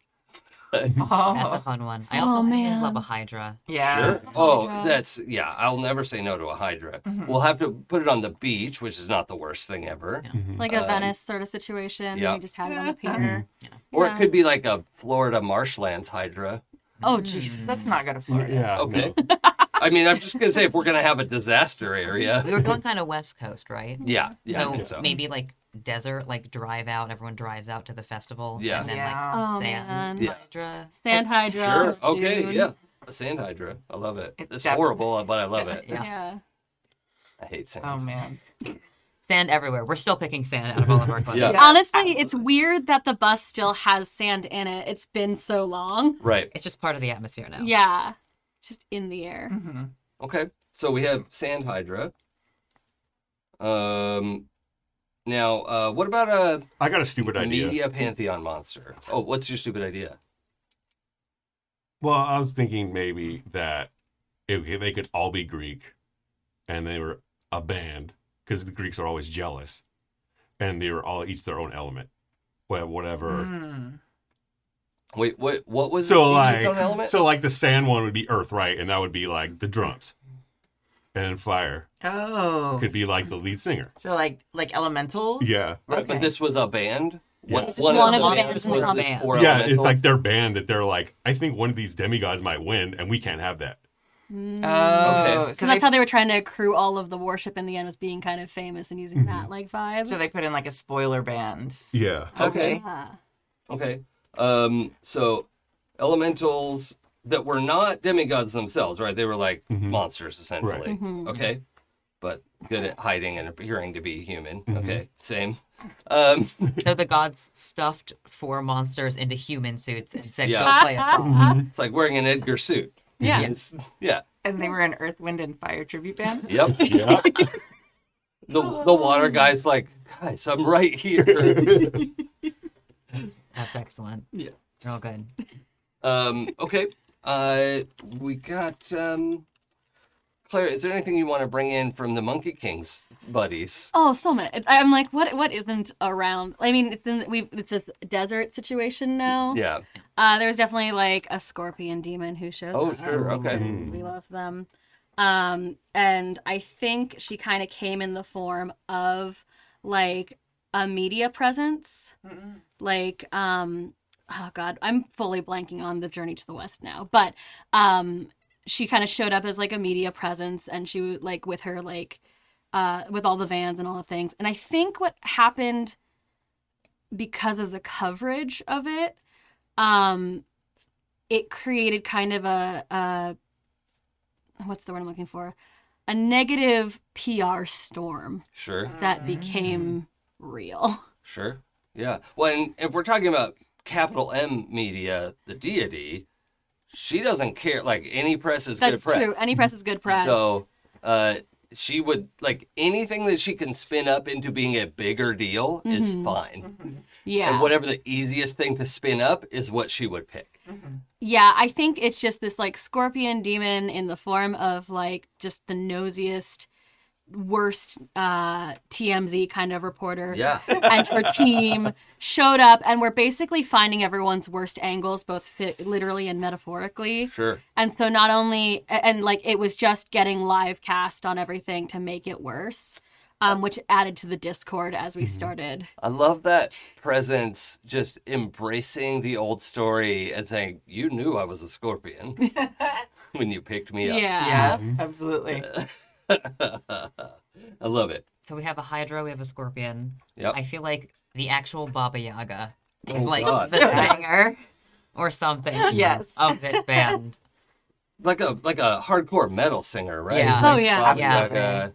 That's a Oh, fun one. I also Oh, I do man. love a Hydra. yeah. Oh, Hydra. that's yeah. I'll never say no to a hydra. We'll have to put it on the beach, which is not the worst thing ever. like a Venice sort of situation. uh, yeah. Mm-hmm. You just have it on the pier. Or it Yeah. could be like a Florida marshlands hydra. Oh, jeez. That's not good to Florida. Okay. I mean, I'm just gonna say if we're gonna have a disaster area, We were going kind of West Coast, right? yeah, yeah, so, I think so. maybe like desert, like drive out. Everyone drives out to the festival. Yeah. And then Yeah. like Oh, sand man. Yeah. Hydra. Sand Sure. hydra. Okay. dude. Yeah. A sand hydra. I love it. It's It's def- horrible, but I love it. Yeah. Yeah. I hate sand. Oh man. Sand everywhere. We're still picking sand out of all of our clothes. Yeah. Honestly, it's weird that the bus still has sand in it. It's been so long. Right. It's just part of the atmosphere now. Yeah. Just in the air. hmm Okay. So we have sand hydra. Um. Now, uh, what about a I got a stupid idea. media pantheon monster? Oh, what's your stupid idea? Well, I was thinking maybe that it, they could all be Greek, and they were a band because the Greeks are always jealous, and they were all each their own element, wha- whatever. Mm. Wait, what? What was So it? Each its own like, element? so like the sand one would be earth, right? And that would be like the drums, and fire Oh. could be like the lead singer. So like like elementals. Yeah, But- But okay. this was a band. What, It's just one of the bands in the was drum this band. four yeah. It's like elementals? their band that they're like, I think one of these demigods might win, and we can't have that. Mm. Oh. Okay. So Because they, that's how they were trying to accrue all of the worship in the end was being kind of famous and using that like vibe. Mm-hmm. so they put in like a spoiler band. Yeah, Okay. Yeah. Okay. Um. So, elementals that were not demigods themselves, right? They were like Mm-hmm. monsters essentially. Mm-hmm. Okay. But good at hiding and appearing to be human. Mm-hmm. Okay. Same. Um. So the gods stuffed four monsters into human suits and said, Yeah. "Go play a song." It's like wearing an Edgar suit. Yeah. It's- yeah. And they were an Earth, Wind, and Fire tribute band. Yep. Yeah. The the water guy's like, guys, I'm right here. That's excellent. Yeah. Real good. um, okay. Uh, we got um, Claire. Is there anything you want to bring in from the Monkey Kings buddies? Oh, so much. I- I'm like, what? What isn't around? I mean, it's in, we it's this desert situation now. Yeah. Uh, there was definitely like a scorpion demon who shows Oh, up. sure. Okay. We love them. Um, and I think she kind of came in the form of like a media presence. Like, um, oh God, I'm fully blanking on the journey to the West now, but um, she kind of showed up as like a media presence and she w- like with her like uh, with all the vans and all the things. And I think what happened because of the coverage of it, um, it created kind of a, a what's the word I'm looking for? A negative PR storm Sure. that became real. Sure. Yeah. Well, and if we're talking about capital M media, the deity, she doesn't care. Like any press is That's good press. true. Any press is good press. So uh, she would like anything that she can spin up into being a bigger deal is Mm-hmm. fine. yeah. And whatever the easiest thing to spin up is what she would pick. Yeah, I think it's just this like scorpion demon in the form of like just the nosiest, worst uh, TMZ kind of reporter. Yeah. And her team showed up, and we're basically finding everyone's worst angles, both fi- literally and metaphorically. Sure. And so, not only, a- and like it was just getting live cast on everything to make it worse, um, which added to the discord as we started. I love that presence just embracing the old story and saying, You knew I was a scorpion when you picked me up. yeah. Yeah, absolutely. I love it. So we have a Hydra, we have a Scorpion. Yep. I feel like the actual Baba Yaga is Oh, like God. the singer or something Yes. of this band. like a like a hardcore metal singer, right? Yeah. Like Oh, yeah, Bob absolutely. Yaga.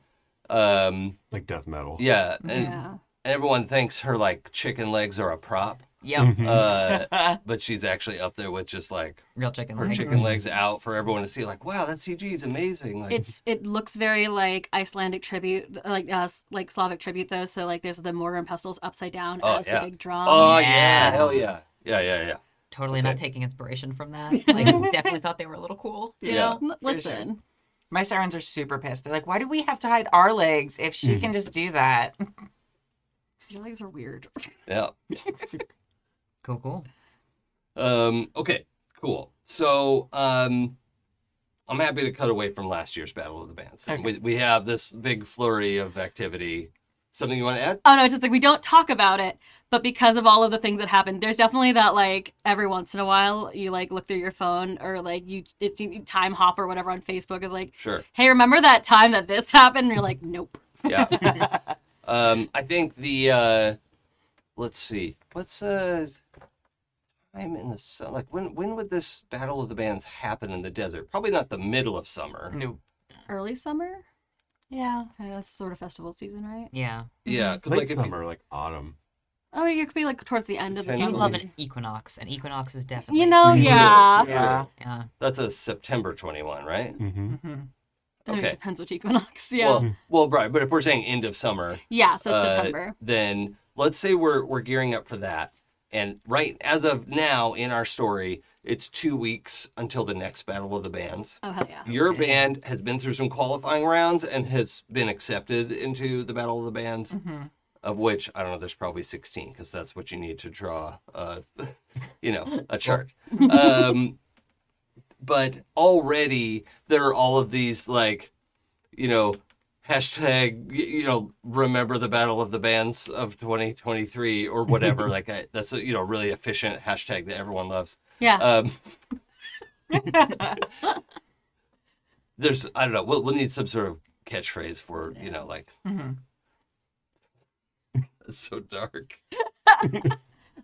um, like death metal. yeah, and Yeah. everyone thinks her like chicken legs are a prop, Mm-hmm. Yep. uh, but she's actually up there with just like Real chicken her legs. chicken legs out for everyone to see. Like, wow, that CG is amazing. Like, It's it looks very like Icelandic tribute, like uh, s- like Slavic tribute though. So like there's the mortar and pestles upside down Oh, as yeah. the big drum. oh yeah. yeah. hell yeah, yeah, yeah, yeah. Totally not taking inspiration from that. Like definitely thought they were a little cool. You Yeah. know? M- sure. Um, Listen, My sirens are super pissed. They're like, why do we have to hide our legs if she Mm-hmm. can just do that? your legs are weird. yeah. Cool, cool. Um, okay, cool. So um, I'm happy to cut away from last year's Battle of the Bands. We, we have this big flurry of activity. Something you want to add? Oh no, it's just like we don't talk about it, but because of all of the things that happened, there's definitely that like every once in a while you like look through your phone or like you it's you- time hop or whatever on Facebook is like, Sure. hey, remember that time that this happened? And you're like, nope. Yeah. um, I think the uh, let's see, what's uh time in the sun? Like when when would this battle of the bands happen in the desert? Probably not the middle of summer. Mm-hmm. no. Early summer? Yeah. Okay, that's sort of festival season, right? Yeah. Yeah, 'cause, Late like if you- summer, like autumn. Oh, it could be like towards the end of the You Potentially. summer. love an equinox, and equinox is definitely You know, yeah. Yeah. Yeah. that's a September twenty one, right? Mm-hmm. I mean, Okay. It depends which equinox. Yeah. Well, well, right. But if we're saying end of summer, yeah, so it's uh, September. then let's say we're we're gearing up for that. And right as of now in our story, it's two weeks until the next Battle of the Bands. Oh, hell yeah. Your band has been through some qualifying rounds and has been accepted into the Battle of the Bands, of which I don't know. There's probably 16 because that's what you need to draw, uh, you know, a chart. um, but already there are all of these like, you know, hashtag y- you know remember the Battle of the Bands of 2023 or whatever. like I, that's a, you know really efficient hashtag that everyone loves. Yeah. Um, there's, I don't know. We'll, we'll need some sort of catchphrase for, you know, like. It's so dark.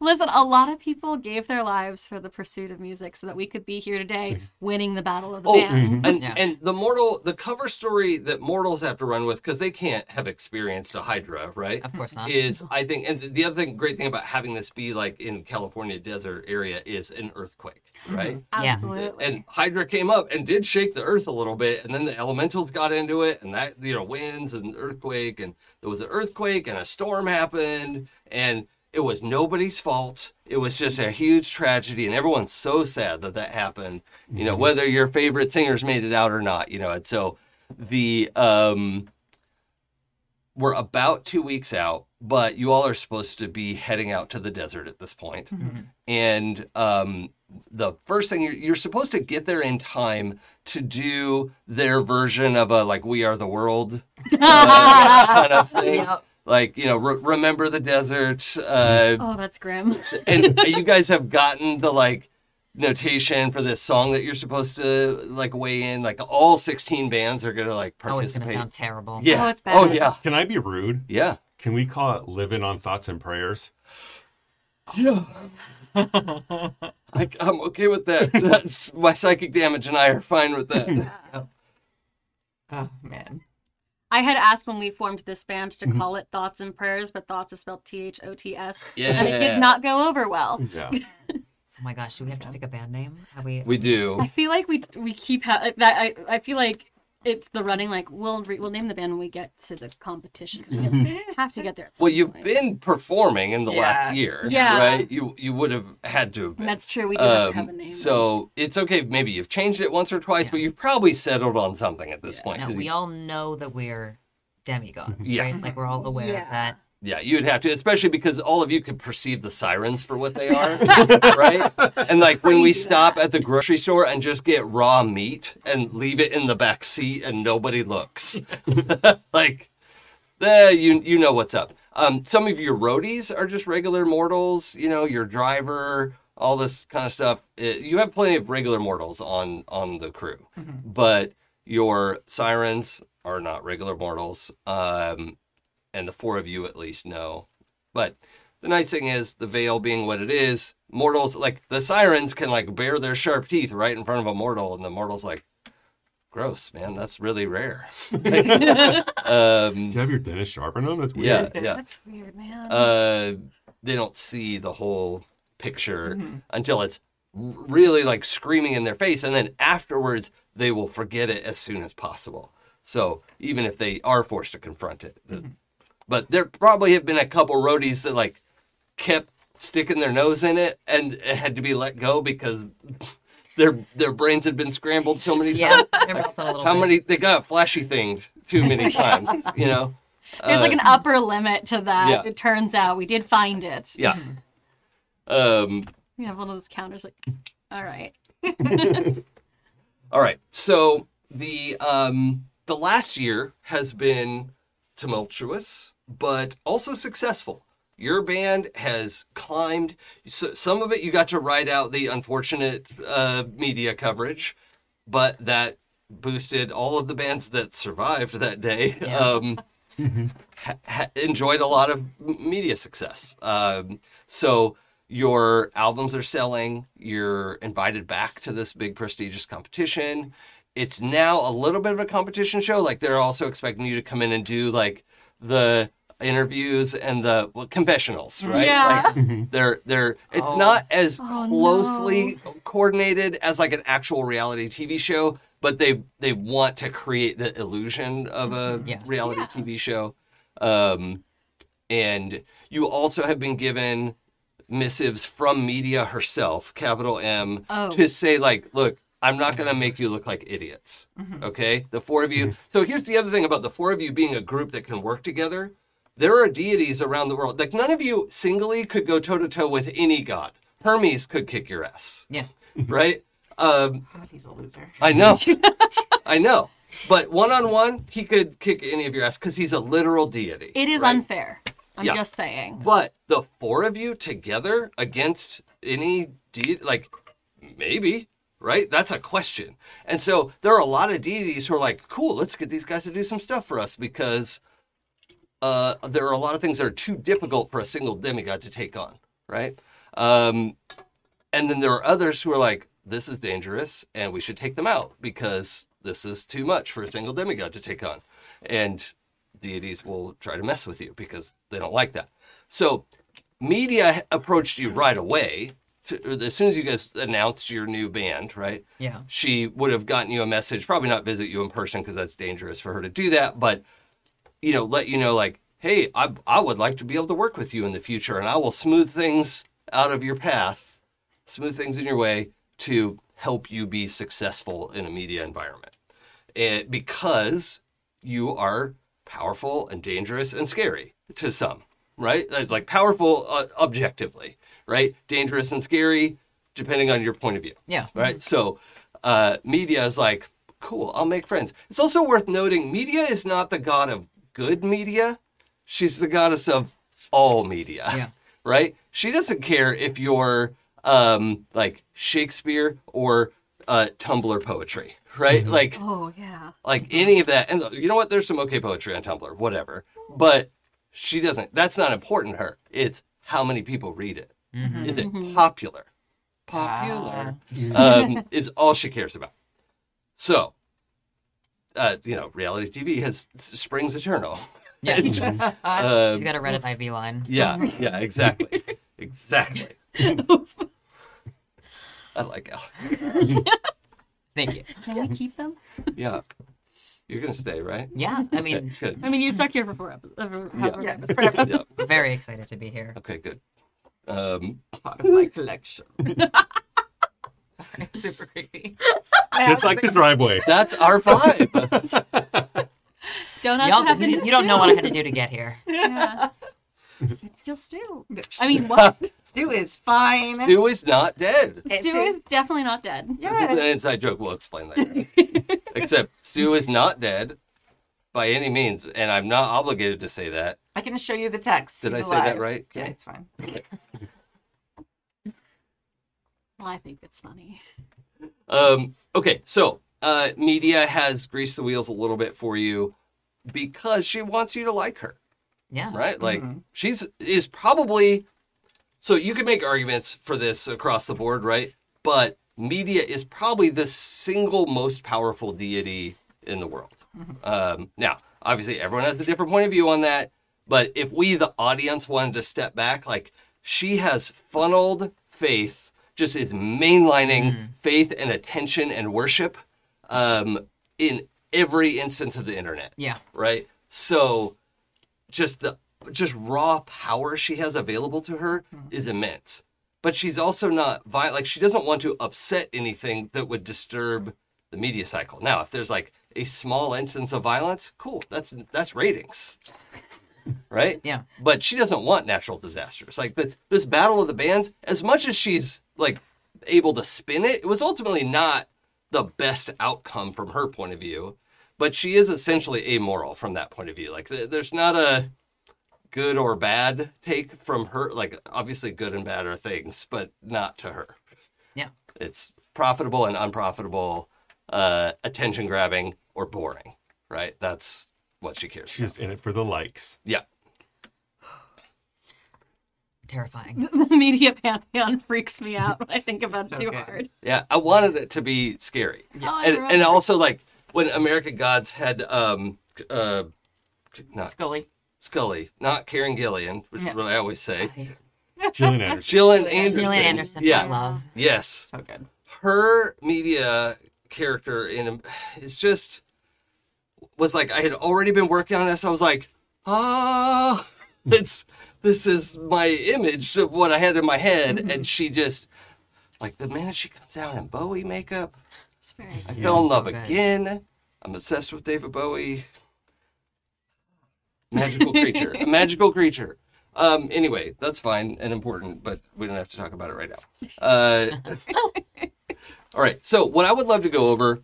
Listen, a lot of people gave their lives for the pursuit of music so that we could be here today winning the battle of the Oh, band. and Mm-hmm. Yeah. and the mortal the cover story that mortals have to run with because they can't have experienced a hydra, right? Of course not. Is I think, and the other thing, great thing about having this be like in California desert area is an earthquake, right? Yeah. Absolutely. mm-hmm. And Hydra came up and did shake the earth a little bit, and then the elementals got into it, and that you know winds and earthquake, and there was an earthquake and a storm happened, and it was nobody's fault. It was just a huge tragedy, and everyone's so sad that that happened. You know, whether your favorite singers made it out or not, you know, and so the um we're about two weeks out, but you all are supposed to be heading out to the desert at this point. Mm-hmm. Mm-hmm. And um, the first thing you're, you're supposed to get there in time to do their version of a like "We Are the World" uh, kind of thing, Yep. like you know, re- remember the desert. Uh, oh, that's grim. and Mm-hmm. you guys have gotten the like notation for this song that you're supposed to like weigh in. Like all 16 bands are gonna like Oh, it's gonna participate. sound terrible. yeah. Oh, it's Oh bad. yeah. Can I be rude? Yeah. Can we call it living on thoughts and prayers? Yeah. I, I'm okay with that. That's my psychic damage, and I are fine with that. Oh man. I had asked when we formed this band to Mm-hmm. call it Thoughts and Prayers, but Thoughts is spelled T H O T S. And it Yeah. did not go over well. Yeah. Oh my gosh, do we have to pick a band name? Have we? We do. I feel like we we keep ha- that. I, I feel like it's the running. Like we'll re- we'll name the band when we get to the competition 'cause we have to get there. At some Well, you've point. been performing in the last Yeah. year, Yeah. right? You you would have had to have been. That's true. We do have to have a Um, name. So it's okay. if Maybe you've changed it once or twice, but you've probably settled on something at this point. Now, 'cause we you- all know that we're demigods, Yeah. right? Like we're all aware Yeah. of that. yeah, you'd have to, especially because all of you could perceive the sirens for what they are, right? And like when we stop at the grocery store and just get raw meat and leave it in the back seat and nobody looks, like, eh, you you know what's up. Um, some of your roadies are just regular mortals, you know, your driver, all this kind of stuff. Eh, you have plenty of regular mortals on on the crew, but your sirens are not regular mortals. Um, and the four of you at least know. But the nice thing is, the veil being what it is, mortals like the sirens can like bare their sharp teeth right in front of a mortal, and the mortal's like, "Gross, man, that's really rare." Do um, you have your dentist sharpen them? That's yeah, weird. yeah. that's weird, man. Uh, they don't see the whole picture until it's r- really like screaming in their face, and then afterwards they will forget it as soon as possible. So even if they are forced to confront it, the- but there probably have been a couple roadies that like kept sticking their nose in it and it had to be let go because their their brains had been scrambled so many Yeah, times. they're both a little How bit- many they got flashy thinged too many times, you know? There's like an upper limit to that. uh, yeah. It turns out we did find it. Yeah. Um, We have one of those counters. Like, all right. All right. So the um the last year has been tumultuous, but also successful. Your band has climbed. So some of it you got to ride out the unfortunate uh, media coverage, but that boosted all of the bands that survived that day. Yeah. Um, ha- ha- enjoyed a lot of m- media success. Um, so your albums are selling. You're invited back to this big prestigious competition. It's now a little bit of a competition show. Like they're also expecting you to come in and do like the interviews and the well, confessionals, right? Yeah. Like they're they're it's Oh. not as Oh, closely coordinated as like an actual reality TV show, but they they want to create the illusion of a Yeah. reality TV show. Um, and you also have been given missives from media herself, capital M, Oh. to say like, look, I'm not going to make you look like idiots. Okay? The four of you. So here's the other thing about the four of you being a group that can work together. There are deities around the world. Like none of you singly could go toe to toe with any god. Hermes could kick your ass, Yeah. right? Um, God, he's a loser. I know. I know. But one on one, he could kick any of your ass because he's a literal deity. It is right? unfair. I'm Yeah. just saying. But the four of you together against any deity, like maybe, right? That's a question. And so there are a lot of deities who are like, cool, let's get these guys to do some stuff for us because uh, there are a lot of things that are too difficult for a single demigod to take on, right? Um, and then there are others who are like, this is dangerous and we should take them out because this is too much for a single demigod to take on. And deities will try to mess with you because they don't like that. So media approached you right away. to- as soon as you guys announced your new band, right? Yeah. She would have gotten you a message, probably not visit you in person because that's dangerous for her to do that, but you know, let you know like, hey, I I would like to be able to work with you in the future, and I will smooth things out of your path, smooth things in your way to help you be successful in a media environment, and because you are powerful and dangerous and scary to some, right? Like- Like powerful uh, objectively, right? Dangerous and scary, depending on your point of view Yeah. right? So uh, media is like, cool, I'll make friends. It's also worth noting media is not the god of good media. She's the goddess of all media, Yeah. right? She doesn't care if you're um, like Shakespeare or uh, Tumblr poetry, right? Like, Oh yeah. like any of that. And you know what? There's some okay poetry on Tumblr, whatever. But she doesn't. That's not important to her. It's how many people read it. Is Mm-hmm. it popular? Ah. Popular um, is all she cares about. So, uh, you know, reality TV has springs eternal. Yeah. And, uh, He's got a Reddit IV line. yeah, yeah, exactly. exactly. I like Alex. Thank you. Can we keep them? Yeah. You're going to stay, right? Yeah. I mean, Good. I mean, you're stuck here for four episodes. however Yeah. Yeah. very excited to be here. Okay, good. Um, Part of my collection. Sorry, super creepy. My house Just is like the driveway. that's our vibe. Donuts Y'all, have happened. you don't know what I had to do to get here. Yeah. You'll stew. No, I mean, what? Stu is fine. Stu is not dead. It's Stu is definitely not dead. This is yeah. an inside joke we'll explain later. Except Stu is not dead by any means, and I'm not obligated to say that. I can show you the text. Did He's I say that alive. right? Yeah, it's fine. Well, I think it's funny. Um, okay, so uh, media has greased the wheels a little bit for you because she wants you to like her, Yeah. right? Like she's is probably so you can make arguments for this across the board, right? But media is probably the single most powerful deity in the world. Um, now, obviously, everyone has a different point of view on that. But if we, the audience, wanted to step back, like she has funneled faith, just is mainlining Mm-hmm. faith and attention and worship um, in every instance of the internet Yeah. right? So just the just raw power she has available to her is immense. But she's also not violent. Like she doesn't want to upset anything that would disturb the media cycle. Now, if there's like a small instance of violence, cool. That's that's ratings, right? Yeah. But she doesn't want natural disasters. Like this this battle of the bands. As much as she's like able to spin it, it was ultimately not the best outcome from her point of view. But she is essentially amoral from that point of view. Like th- there's not a good or bad take from her. Like obviously good and bad are things, but not to her. Yeah. It's profitable and unprofitable, uh, attention grabbing or boring. Right. That's what she cares. She's just in it for the likes. Yeah. Terrifying. The media pantheon freaks me out when I think about It's too okay. hard. Yeah, I wanted it to be scary, Oh, I and, remember. and also like when American Gods had um uh not Scully. Scully, not Karen Gillian, which Yeah. is what I always say. Gillian Anderson. Gillian Anderson. Gillian Anderson. Yeah. I love. Yes, So good. her media character in is just was like I had already been working on this. I was like, ah, it's this is my image of what I had in my head, and she just like the minute she comes out in Bowie makeup. It's very I fell in love Okay. again. I'm obsessed with David Bowie. Magical creature. a magical creature. Um, anyway, that's fine and important, but we don't have to talk about it right now. Uh, all right. So, what I would love to go over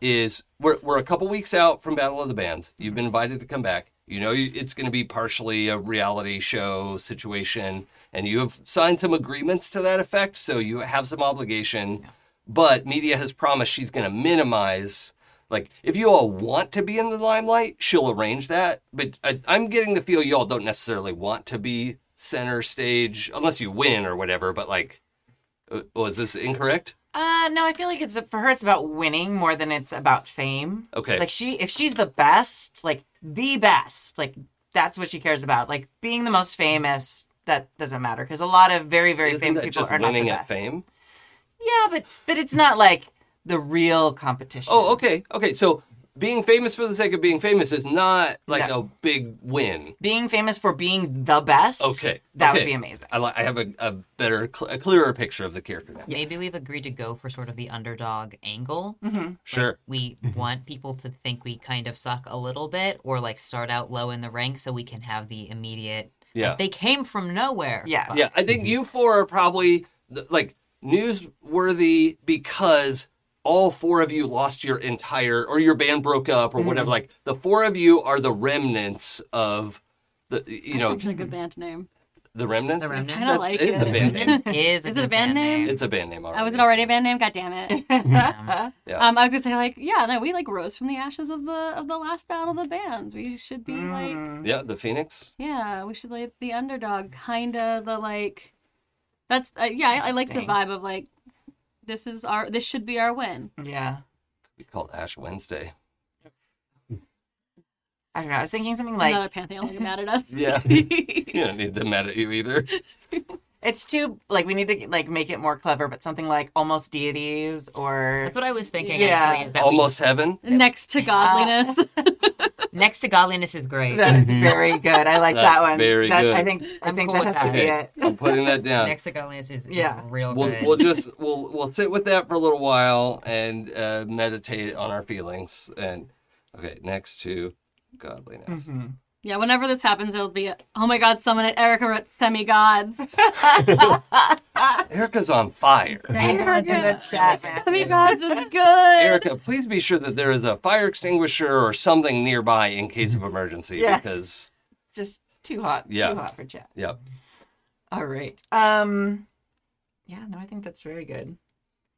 is we're, we're a couple weeks out from Battle of the Bands. You've been invited to come back. You know you- it's going to be partially a reality show situation, and you have signed some agreements to that effect, so you have some obligation. But media has promised she's going to minimize. Like, if you all want to be in the limelight, she'll arrange that. But I, I'm getting the feel you all don't necessarily want to be center stage unless you win or whatever. But like, uh, was this incorrect? Uh, no, I feel like it's for her. It's about winning more than it's about fame. Okay. Like she, if she's the best, like the best, like that's what she cares about. Like being the most famous, that doesn't matter because a lot of very, very Isn't famous that people just are not winning the at best. fame? Yeah, but but it's not like the real competition. Oh, okay, okay. So being famous for the sake of being famous is not like No. a big win. Being famous for being the best. Okay, That okay. would be amazing. I, li- I have a, a better, cl- a clearer picture of the character now. Maybe we've agreed to go for sort of the underdog angle. Sure. We want people to think we kind of suck a little bit or like start out low in the rank so we can have the immediate. like, Yeah. they came from nowhere. Yeah. but- Uh, Yeah, I Mm-hmm. think you four are probably th- like newsworthy because all four of you lost your entire or your band broke up or Mm-hmm. whatever. Like the four of you are the remnants of the you know Actually, a good band name. the remnants. The remnant. I don't like it is the it. band name. Remnant is, a Is it a good band name? It's a band name already. Oh, was it already a band name? God damn it. Yeah. Um, I was gonna say like, yeah, no, we like rose from the ashes of the of the last battle of the bands. We should be like, Yeah, the Phoenix. yeah, we should like the underdog, kind of the like. That's uh, yeah, I, I like the Interesting. vibe of like, this is our this should be our win. Yeah. We call it Ash Wednesday. I don't know. I was thinking something Another like pantheon looking mad at us. Yeah. yeah, You don't need them mad at you either. it's too like we need to like make it more clever, but something like almost deities or That's what I was thinking. Yeah. Actually, is that we- Almost heaven. next Uh, to godliness. next to godliness is great. That is very good. I like Mm-hmm. That's that one. very That- good. I think I I'm think cool that with has to that. be Okay. it. I'm putting that down. next to godliness is Yeah. real we'll, good. we'll just we'll we'll sit with that for a little while and uh, meditate on our feelings and okay next to godliness yeah, whenever this happens, it'll be oh my god, someone at Erica wrote semi gods. erica's on fire Everyone's in the chat. man. semi gods is good. erica please be sure that there is a fire extinguisher or something nearby in case of emergency Yeah. because Just too hot. Yeah. Too hot for chat. yeah All right. Um Yeah, no, I think that's very good.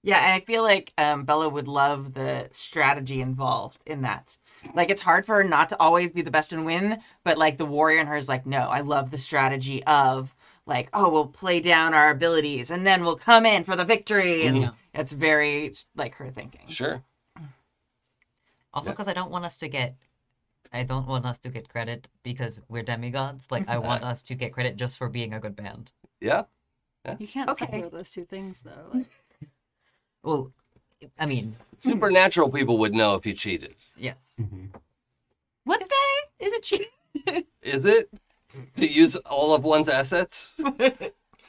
Yeah, and I feel like um, Bella would love the strategy involved in that. Like, it's hard for her not to always be the best and win, but like the warrior in her is like, no, I love the strategy of like, oh, we'll play down our abilities and then we'll come in for the victory. And it's very like her thinking. sure Also, because I don't want us to get, I don't want us to get credit because we're demigods. Like, I want us to get credit just for being a good band. yeah You can't Okay. separate those two things though. Like, Well, I mean, supernatural people would know if you cheated yes. Mm-hmm. what day? Is it cheating? is it to use all of one's assets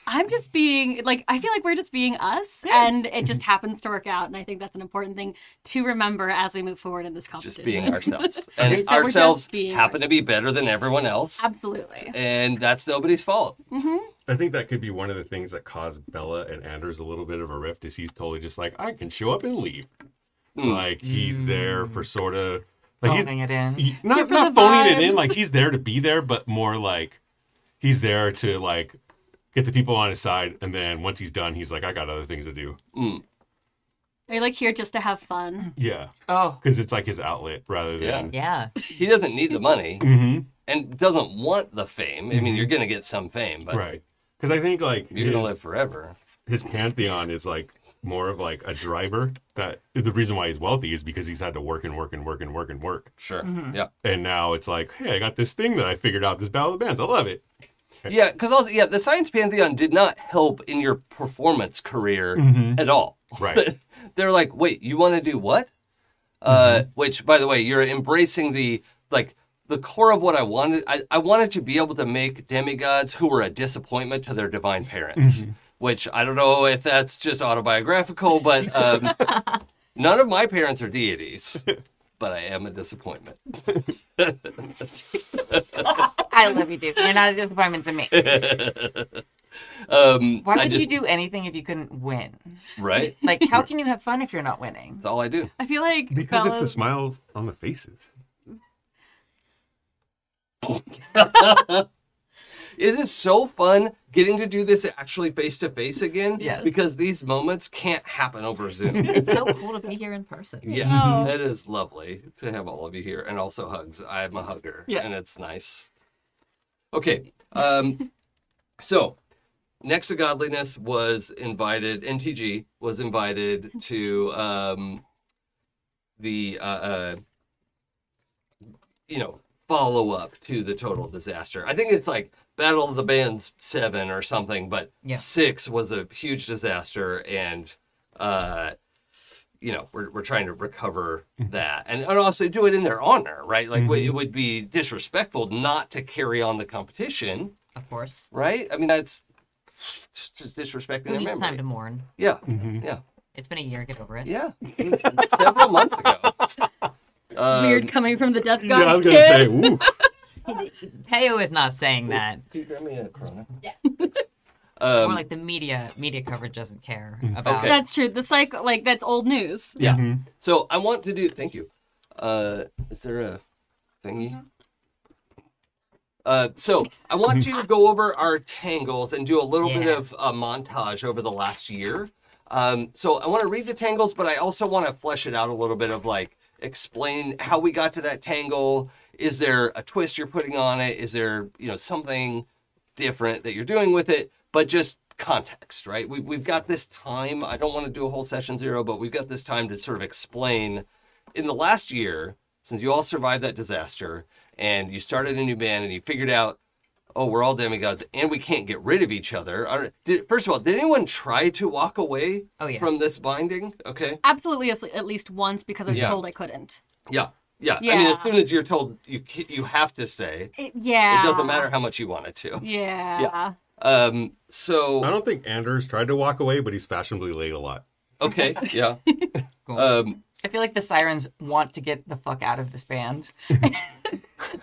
I'm just being like I feel like we're just being us, and it just happens to work out. And I think that's an important thing to remember as we move forward in this competition. just being ourselves and So we're just ourselves being happen to be better than everyone else Absolutely. and that's nobody's fault I think that could be one of the things that caused Bella and Anders a little bit of a rift. Is he's totally just like I can show up and leave, like he's there for Mm. sort of like Holding it in. he's, he's not for not the phoning it vibe. in. Like he's there to be there, but more like he's there to like get the people on his side. And then once he's done, he's like, I got other things to do. Are you like here just to have Mm. fun? Yeah, Oh, because it's like his outlet rather than Yeah. he doesn't need the money Mhm. and doesn't want the fame. I mean, you're going to get some fame, but right. Because I think like you're going his- to live forever. his pantheon is like more of like a driver that the reason why he's wealthy is because he's had to work and work and work and work and work Sure. Mm-hmm. Yeah. and now it's like hey i got this thing that i figured out this battle of the bands i love it Yeah. Because also, yeah, the science pantheon did not help in your performance career at all. Right. They're like, wait, you want to do what? Uh, which, by the way, you're embracing the like the core of what I wanted. I, I wanted to be able to make demigods who were a disappointment to their divine parents. Which I don't know if that's just autobiographical, but um, none of my parents are deities, but I am a disappointment. I love you, dude. You're not a disappointment to me. Um, Why I would just- you do anything if you couldn't win? right? Like, how can you have fun if you're not winning? That's all I do. I feel like because it's Bella, the smiles on the faces It is so fun getting to do this actually face to face again. Yes. Because these moments can't happen over Zoom. It's so cool to be here in person. yeah. It is lovely to have all of you here and also hugs. I'm a hugger Yeah. and it's nice. Okay. Um, So, next to godliness was invited. NTG was invited to um, the uh, uh, you know follow up to the total disaster. I think it's like Battle of the Bands seven or something, but Yeah. six was a huge disaster, and uh, you know we're we're trying to recover that, and and also do it in their honor, right? Like it would be disrespectful not to carry on the competition Of course. right? I mean, that's it's just disrespecting Who their needs memory. time to mourn? Yeah, yeah, It's been a year. Get over it. yeah. Several months ago. Um, Weird coming from the Death yeah, I was God's gonna say, kid. ooh, Teo is not saying that. Can you grab me a Corona? Yeah. More Um, like the media media coverage doesn't care about. Mm-hmm. Okay. That's true. The cycle, like that's old news. yeah. So I want to do. Thank you. Uh, is there a thingy? Uh, so I want to go over our tangles and do a little bit Yeah. of a montage over the last year. Um, so I want to read the tangles, but I also want to flesh it out a little bit of like explain how we got to that tangle. Is there a twist you're putting on it? Is there you know something different that you're doing with it? But just context, right? We, we've got this time. I don't want to do a whole session zero, but we've got this time to sort of explain in the last year, since you all survived that disaster and you started a new band and you figured out, oh, we're all demigods and we can't get rid of each other. I don't- Did, first of all, did anyone try to walk away Oh, yeah. from this binding? Okay. Absolutely, as- at least once because I was Yeah. told I couldn't. Yeah. Yeah. I mean, Yeah. as soon as you're told you ca- you have to stay, It- yeah. it doesn't matter how much you wanted to. Yeah. Um, I so, don't think Anders tried to walk away, but he's fashionably late a lot. okay. Yeah. Cool. Um, I feel like the sirens want to get the fuck out of this band.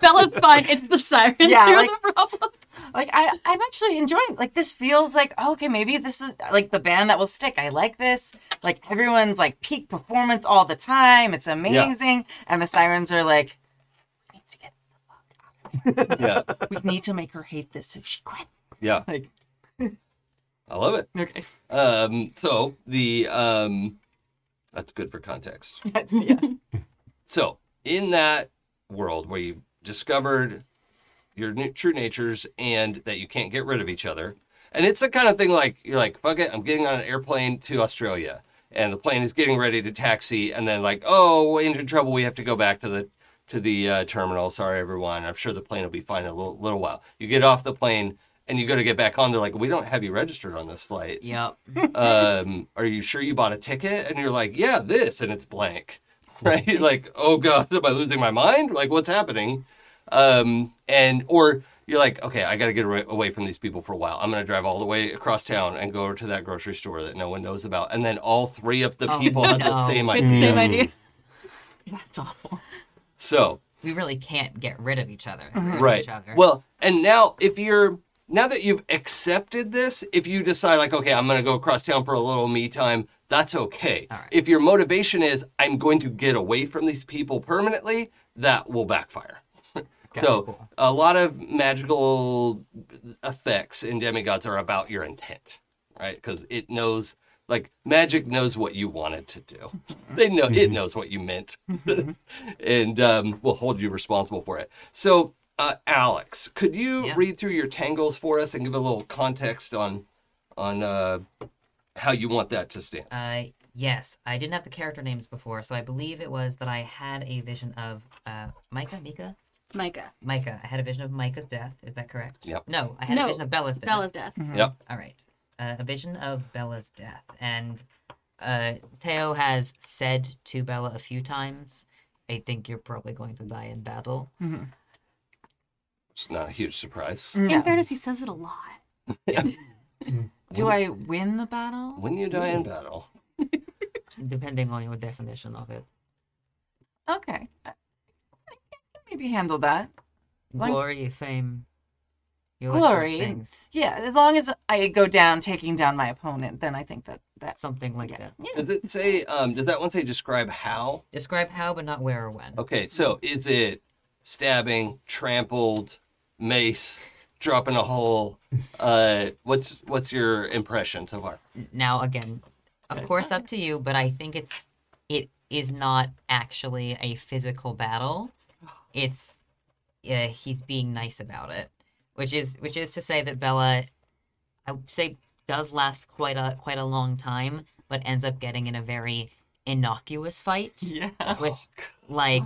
Bella's fine. It's the sirens. Yeah, Yeah, like- the problem. Like I, I'm actually enjoying. Like this feels like oh, okay, maybe this is like the band that will stick. I like this. Like everyone's like peak performance all the time. It's amazing. And the sirens are like, we need to get. yeah. We need to make her hate this so she quits. Yeah. Like I love it. okay, Um, so the um, that's good for context. yeah. So in that world where you discovered your new, true natures and that you can't get rid of each other, and it's the kind of thing like you're like, fuck it, I'm getting on an airplane to Australia, and the plane is getting ready to taxi, and then like, oh, we're in trouble, we have to go back to the to the uh, terminal. Sorry, everyone. I'm sure the plane will be fine in a little, little while. You get off the plane and you go to get back on. They're like, we don't have you registered on this flight Yep. um, are you sure you bought a ticket? And you're like, yeah, this, and it's blank, right? like, oh god, am I losing my mind? Like, what's happening? Um, and or you're like, okay, I got to get away- away from these people for a while. I'm gonna drive all the way across town and go to that grocery store that no one knows about. And then all three of the Oh, people had the no. same It's the idea. same idea. That's awful. So We really can't get rid of each other. Rid of right. Each other. Well, and now if you're now that you've accepted this, if you decide like, okay, I'm going to go across town for a little me time, that's okay. All right. If your motivation is I'm going to get away from these people permanently, that will backfire. so cool. a lot of magical effects in demigods are about your intent, right? Because it knows. Like magic knows what you wanted to do, they know it Mm-hmm. knows what you meant, and um, will hold you responsible for it. So, uh, Alex, could you Yeah. read through your tangles for us and give a little context on on uh, how you want that to stand? Uh, yes, I didn't have the character names before, so I believe it was that I had a vision of uh, Micah, Mika, Micah. Micah. I had a vision of Micah's death. Is that correct? Yep. No, I had No, a vision of Bella's death. Bella's death. Yep. All right. Uh, a vision of Bella's death. And uh, Theo has said to Bella a few times, I think you're probably going to die in battle. It's not a huge surprise. In Yeah. fairness, he says it a lot. Do I win the battle? When you die in battle, Depending on your definition of it. Okay. I can maybe handle that. Like- Glory, fame. You like those Glory. things. Yeah, as long as I go down taking down my opponent, then I think that that Something like that. does it say? Um, does that one say describe how? Describe how, but not where or when. Okay, so is it stabbing, trampled, mace, dropping a hole? Uh, what's what's your impression so far? now again of course up to you but i think it's it is not actually a physical battle it's uh, he's being nice about it which is which is to say that bella I would say does last quite a quite a long time, but ends up getting in a very innocuous fight Yeah. with like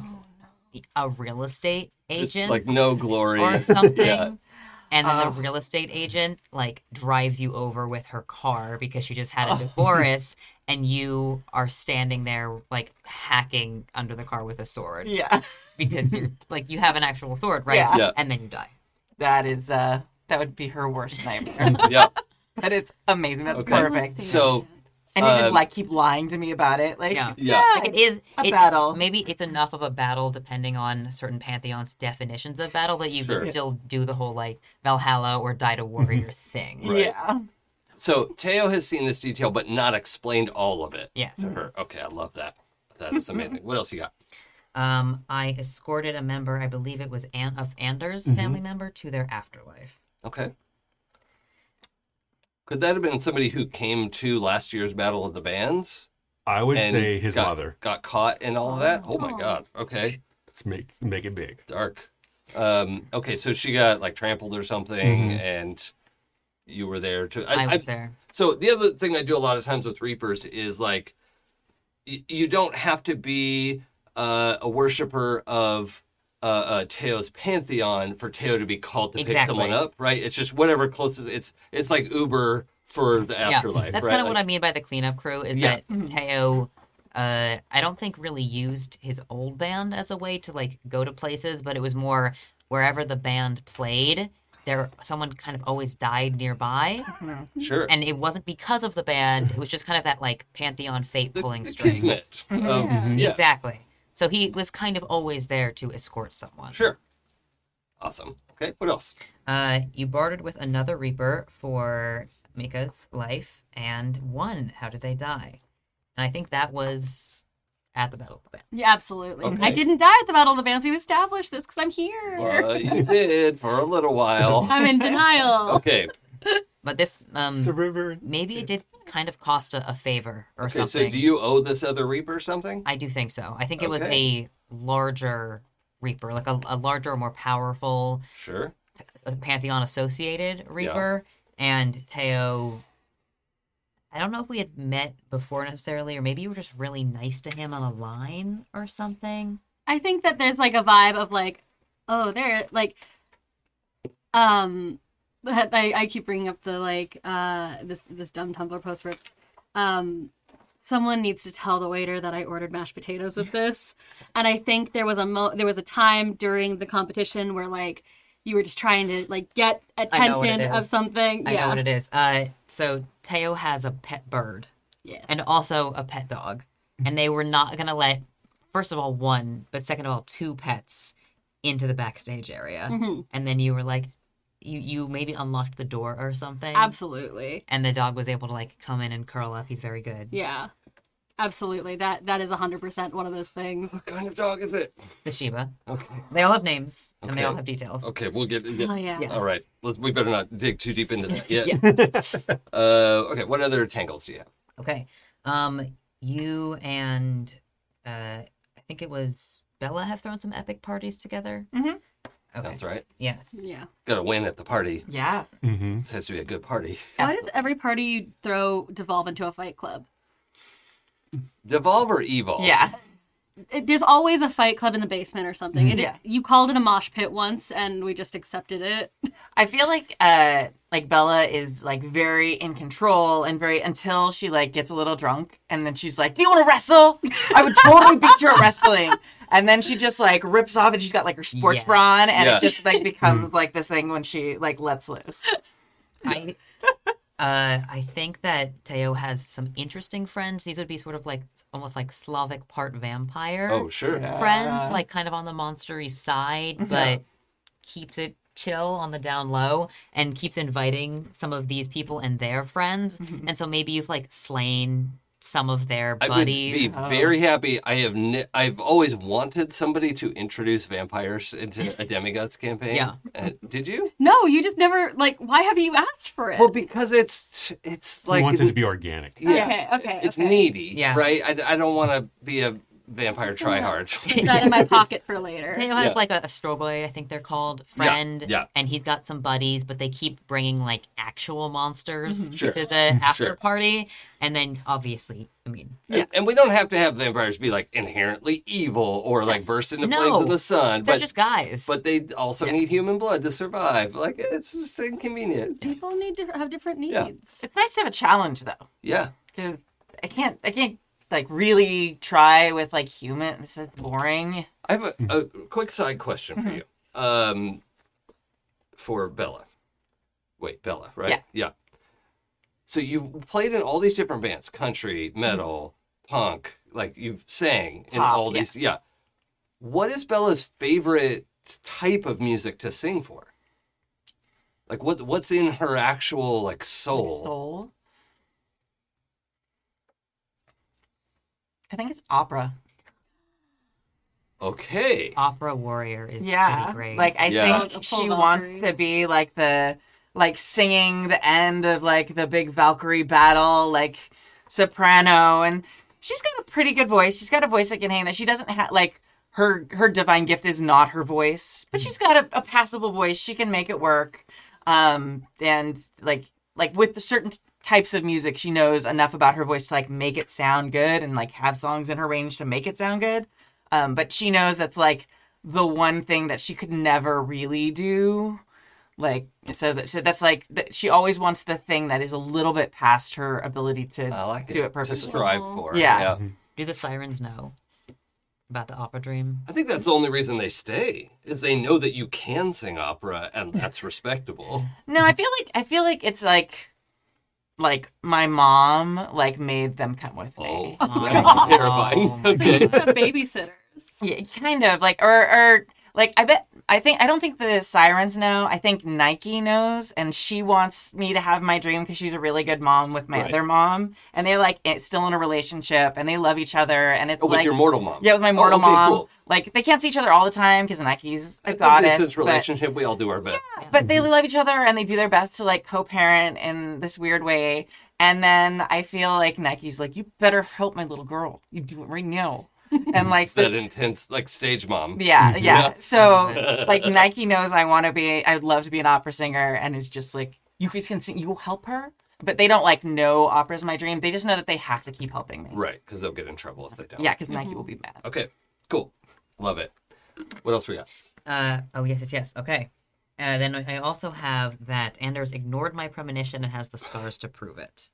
a real estate Just agent like no glory or something. Yeah. And then Oh. the real estate agent like drives you over with her car because she just Oh. had a divorce, and you are standing there like hacking under the car with a sword Yeah. because you're like you have an actual sword, right? Yeah. Yeah. And then you die. That is uh that would be her worst nightmare. yeah. but it's amazing. That's Okay. perfect. So And you Um, just like keep lying to me about it. Like Yeah. Yeah. Like it is a it- battle. Maybe it's enough of a battle, depending on certain pantheon's definitions of battle, that you Sure. can still do the whole like Valhalla or die to warrior thing. Right. Yeah. so Teo has seen this detail but not explained all of it Yes. to her. Okay, I love that. That is amazing. What else you got? Um, I escorted a member, I believe it was An- of Anders' family member, to their afterlife. Okay. Could that have been somebody who came to last year's Battle of the Bands? I would and say his got- mother. got caught in all of that. Oh my Oh. god. Okay, Let's make make it big. dark. Um, okay, so she got like trampled or something, Mhm. and you were there to. I, was there. So the other thing I do a lot of times with reapers is like, y- you don't have to be uh, a worshiper of uh, uh, Teo's pantheon for Teo to be called to pick Exactly. someone up, right? It's just whatever closest. It's it's like Uber for the afterlife, yeah, that's right? kind of what I Like, mean by the cleanup crew is Yeah. that Teo, uh, I don't think really used his old band as a way to like go to places, but it was more wherever the band played. There, someone kind of always died nearby, sure. and it wasn't because of the band. It was just kind of that like pantheon fate the, pulling the strings. kismet. of- Yeah. yeah. Exactly. So he was kind of always there to escort someone. Sure. Awesome. Okay. What else? Uh, you bartered with another Reaper for Mika's life and won. How did they die? And I think that was at the Battle of the Band. Yeah, absolutely. I Okay. didn't die at the Battle of the Bands. We've established this because I'm here. Uh, you did for a little while. I'm in denial. Okay. But this, um, It's a river. maybe it did kind of cost a, a favor or Okay. something. So do you owe this other reaper something? I do think so. I think it was Okay. a larger Reaper, like a, a larger, more powerful Sure. a Pantheon associated Reaper, and Teo. I don't know if we had met before necessarily, or maybe you were just really nice to him on a line or something. I think that there's like a vibe of like, oh, there, like, um, I, I keep bringing up the like, uh, this this dumb Tumblr post where it's, um, someone needs to tell the waiter that I ordered mashed potatoes with this, and I think there was a mo there was a time during the competition where like you were just trying to like get what it attention is. of something. I yeah. know what it is. Uh, so Teo has a pet bird Yes. and also a pet dog, and they were not gonna let, first of all, one, but second of all, two pets into the backstage area, Mhm. and then you were like, you you maybe unlocked the door or something, Absolutely. and the dog was able to like come in and curl up. He's very good. Yeah. Absolutely. That that is 100% one of those things. What kind of dog is it? The Shiba. Okay. They all have names and they all Okay. have details. Okay, we'll get. get Oh yeah. Yeah. All right, Let- we better not dig too deep into that yet. uh, okay, what other tangles do you have? Okay. Um, you and uh, I think it was Bella have thrown some epic parties together. Mhm. Okay. Sounds right. Yes. Yeah. Got to win at the party. Yeah. Mm-hmm. This has to be a good party. Why does every party you throw devolve into a fight club? Devolve or evolve? Yeah. It, there's always a fight club in the basement or something. It- Yeah. you called it a mosh pit once, and we just accepted it. I feel like uh like Bella is like very in control and very until she like gets a little drunk and then she's like, Do you wanna wrestle? I would totally beat you at wrestling. And then she just like rips off and she's got like her sports Yeah. bra on and Yeah. it just like becomes like this thing when she like lets loose. I uh, I think that Teo has some interesting friends. These would be sort of like almost like Slavic part vampire Oh, sure. friends, Yeah. like kind of on the monstery side, but keeps it chill on the down low and keeps inviting some of these people and their friends. And so maybe you've like slain some of their Mm-hmm. I would be buddies. very happy. I have. Ni- I've always wanted somebody to introduce vampires into a demigods campaign. Yeah. Uh, did you? No, you just never like. Why haven't you asked for it? Well, because it's it's Like, like he wants it to be organic. yeah, Okay, okay, it's okay. needy. Yeah. Right. I, I don't want to be a vampire tryhard. Put that in my pocket for later. Teo has Yeah. like a, a Strogoi, I think they're called, friend, yeah. and he's got some buddies, but they keep bringing like actual monsters Mm-hmm. Sure, to the after sure. party, and then obviously, I mean, And- And we don't have to have vampires be like inherently evil or like burst into No. flames in the sun, they're but just guys. but they also need human blood to survive. Like it's just inconvenient. People need to have different needs. Yeah. It's nice to have a challenge though. Yeah. Cause I can't I can't like really try with like human this is boring. I have a, a quick side question Mm-hmm. for you. Um, for Bella. Wait, Bella, right? Yeah. So you've played in all these different bands country, metal, punk, like you've sang in Mm-hmm. Pop, all yeah. these. Yeah. What is Bella's favorite type of music to sing for? Like what what's in her actual like soul? Soul. I think it's opera. Okay. Uh, Opera Warrior is yeah pretty great. like i Yeah. think Like a full she wants Valkyrie. to be like the like singing the end of like the big valkyrie battle like soprano and she's got a pretty good voice she's got a voice that can hang that she doesn't have like her her divine gift is not her voice Mm. but she's got a, a passable voice she can make it work um and like like with certain types of music she knows enough about her voice to like make it sound good and like have songs in her range to make it sound good um but she knows that's like the one thing that she could never really do like so that so that's like that she always wants the thing that is a little bit past her ability to I like it. do it perfectly Mm-hmm. To strive for. Yeah. do the sirens know about the opera dream? I think that's the only reason they stay is they know that you can sing opera and that's respectable. No, I feel like I feel like it's like like my mom like made them come with Oh, me. that's terrifying. Oh. Okay. So babysitters. Yeah, kind of like or or like I bet I think I don't think the sirens know. I think Nike knows, and she wants me to have my dream because she's a really good mom with my Right. other mom, and they're like it's still in a relationship, and they love each other, and it's Oh, with like your mortal mom. yeah, with my Oh, mortal okay, mom. cool. Like they can't see each other all the time because Nike's a It's a goddess. distance but- relationship. We all do our best. but they mm-hmm. love each other and they do their best to like co-parent in this weird way and then i feel like nike's like you better help my little girl you do it right now and like It's that intense, like stage mom. yeah, yeah Yeah. so like nike knows i want to be i'd love to be an opera singer and is just like you guys can sing you will help her but they don't like know opera's my dream they just know that they have to keep helping me Right, because they'll get in trouble if they don't. yeah because nike will be mad Okay, cool. Love it. What else we got? Uh, oh yes, yes, yes. Okay. Uh, then I also have that Anders ignored my premonition and has the scars to prove it.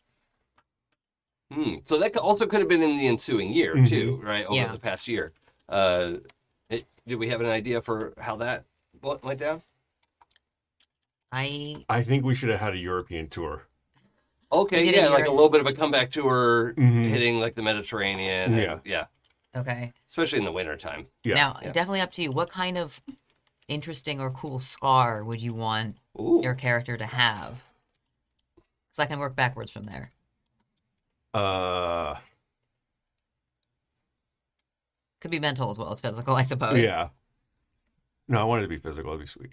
Hmm. So that could- also could have been in the ensuing year, too, right? Over Yeah. the past year. Uh, it, did we have an idea for how that what went down? I I think we should have had a European tour. Okay, We did a yeah, like a year- little bit of a comeback tour Mhm. hitting like the Mediterranean. and- Yeah. Yeah. okay. Especially in the wintertime. Yeah. now, yeah. definitely up to you. What kind of interesting or cool scar would you want Ooh. your character to have? Because I can work backwards from there. Uh, Could be mental as well as physical, I suppose. yeah. No, I wanted to be physical. That'd be sweet.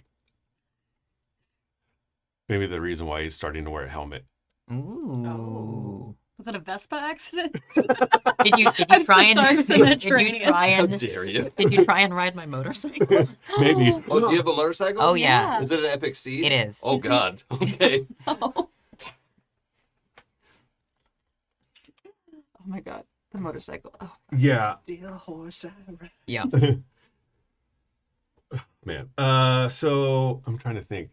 Maybe the reason why he's starting to wear a helmet. Ooh. Was that a Vespa accident? Did you did you Oh. I'm so try sorry and for the did you Mediterranean. try How Oh, and dare you? did you try and ride my motorcycle? Maybe. Oh, do you have a motorcycle? oh yeah, Is it an epic steed? it is. Mm-hmm. Oh God. Okay. Oh. oh my god the motorcycle oh Yeah. Yeah. Man. Uh, so I'm trying to think.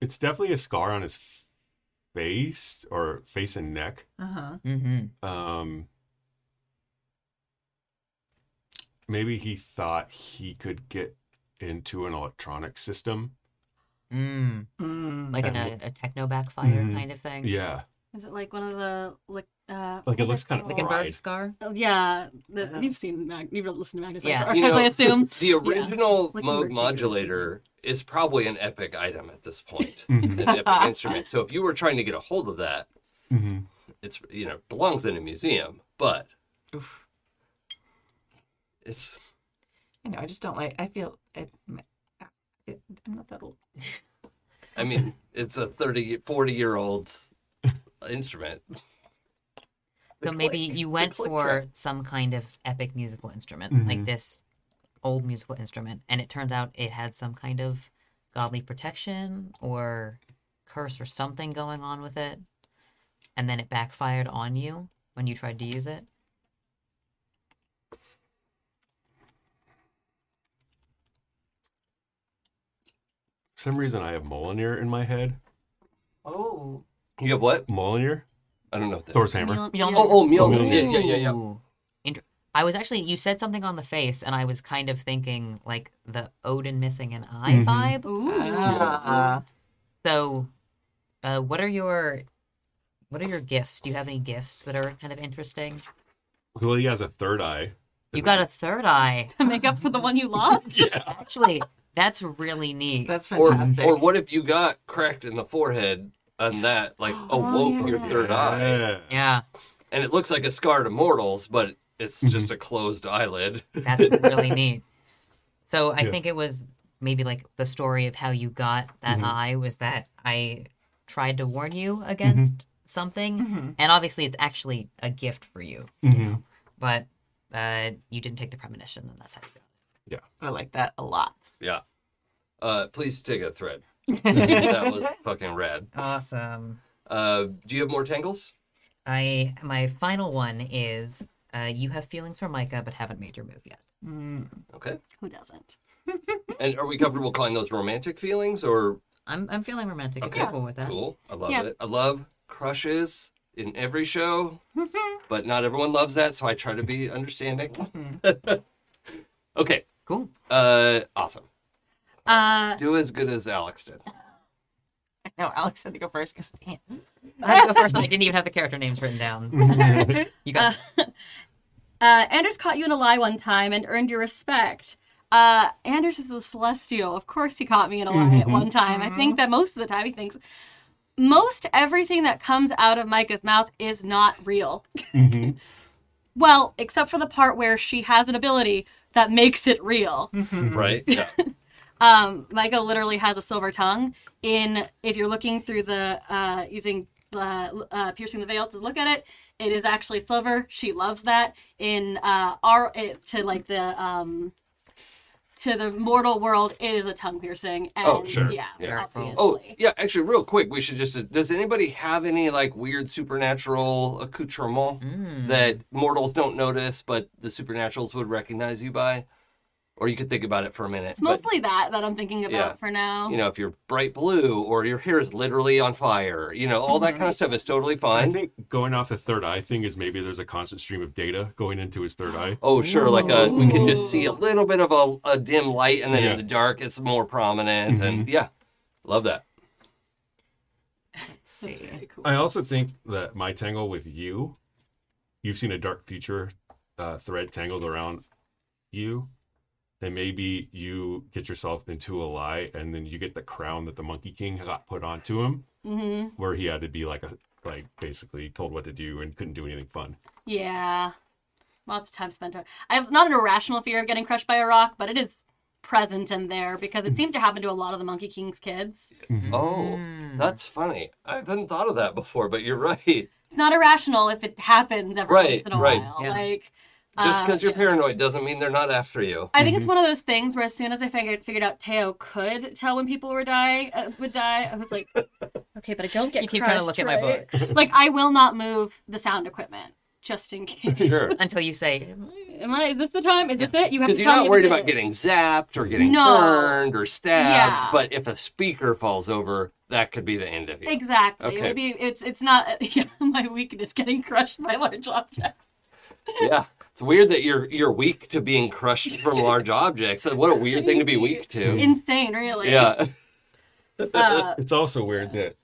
It's definitely a scar on his face or face and neck. uh-huh Mm-hmm. Um, maybe he thought he could get into an electronic system. Mm. Mm. Like in a, And- a techno backfire Mhm. kind of thing. Yeah, Is it like one of the like? Uh, Like, it what are looks they kind of Like called? a Right. bird scar. Oh, Yeah, the, Yeah. you've seen Mag- you've listened to Magnus. Yeah. Opera, You know- I assume. The original Like Moog Mercury. modulator is probably an epic item at this point, Mhm. an epic instrument. So if you were trying to get a hold of that, Mm-hmm. it's you know belongs in a museum, but it's i know i just don't like i feel it, it, i'm not that old I mean it's a 30, 40 year old instrument. So maybe you went for some kind of epic musical instrument, like this old musical instrument, and it turns out it had some kind of godly protection or curse or something going on with it, and then it backfired on you when you tried to use it. For some reason, I have Molineer in my head. Oh. You have what? Molineer? I don't know what that Thor's hammer. Mjolnir- Mjolnir. Oh, oh, Mjolnir. Mjolnir. Yeah, yeah, yeah, yeah. Ooh. Inter- I was actually you said something on the face, and I was kind of thinking like the Odin missing an eye Mhm. vibe. Ooh. Ah. So, uh, what are your what are your gifts? Do you have any gifts that are kind of interesting? Well, he has a third eye. You got a third eye. to make up for the one you lost. Actually, that's really neat. That's Or, fantastic. or what if you got cracked in the forehead and that like awoke your third eye? Yeah. Yeah, And it looks like a scar to mortals, but it's just a closed eyelid. that's really neat. So I Yeah. think it was maybe like the story of how you got that eye was that I tried to warn you against something, Mhm. and obviously it's actually a gift for you, Mhm. but uh, you didn't take the premonition, and that's how. You I like that a lot. Yeah. Uh, please take a thread. that was fucking rad. got it. Awesome. Uh, do you have more tangles? I my final one is uh, you have feelings for Micah, but haven't made your move yet. Okay. Who doesn't? And are we comfortable calling those romantic feelings or I'm I'm feeling romantic. if Okay, you're cool with that. cool? I love Yeah. it. I love crushes in every show, but not everyone loves that, so I try to be understanding. Mm-hmm. okay. Cool. Uh, awesome. Uh, Do as good as Alex did. No, Alex had to go first because I had to go first. I didn't even have the character names written down. you got uh, Anders caught you in a lie one time and earned your respect. Uh, Anders is a celestial. Of course, he caught me in a lie at one time. I think that most of the time he thinks most everything that comes out of Micah's mouth is not real. well, except for the part where she has an ability that makes it real. Right? Yeah. Um, Micah literally has a silver tongue. In if you're looking through the uh, using uh, uh, piercing the veil to look at it, it is actually silver. She loves that. In uh, our it, to like the um, to the mortal world, it is a tongue piercing. And, Oh, sure. Yeah, Yeah. obviously. Oh, yeah. Actually, real quick, we should just. Does anybody have any like weird supernatural accoutrement Mm. that mortals don't notice, but the supernaturals would recognize you by? Or you could think about it for a minute. It's Oh, but, mostly that that I'm thinking about Yeah. for now. you know, if you're bright blue or your hair is literally on fire, you know, all that kind Mm-hmm. of stuff is totally I fine. think going off the third eye thing is maybe there's a constant stream of data going into his third eye. Oh, sure. Like a, we can Ooh. just see a little bit of a, a dim light, and then Yeah. in the dark, it's more prominent. And yeah, love that. That's really cool. I also think that my tangle with you, you've seen a dark future uh, thread tangled around you, and maybe you get yourself into a lie, and then you get the crown that the Monkey King got put onto him, hmm where he had to be like a like basically told what to do and couldn't do anything fun. Yeah. Lots of time spent. on- I have not an irrational fear of getting crushed by a rock, but it is present in there because Hmm. it seems to happen to a lot of the Monkey King's kids. Oh, that's funny. I hadn't thought of that before, but you're right. It's not irrational if it happens every Right, once in a right. while. Yeah. Like Just uh, because you're yeah. paranoid doesn't mean they're not after you. I Mm-hmm. think it's one of those things where as soon as I figured figured out Teo could tell when people were dying uh, would die, I was like, okay, but I don't get. You keep trying to Uh, crushed, look at my right? like I will not move the sound equipment just in case. Sure. until you say Am I? Is this the time? Is this it? You have to Because you're tell me not if worried it's about it. getting zapped or getting No. burned or stabbed, Yeah. but if a speaker falls over, that could be the end of you. Exactly. It Okay. would be, it's it's not yeah, my weakness getting crushed by large objects. Yeah. It's weird that you're you're weak to being crushed from large objects. What a weird thing to be weak to. Insane, really. Yeah. Uh, It's also weird that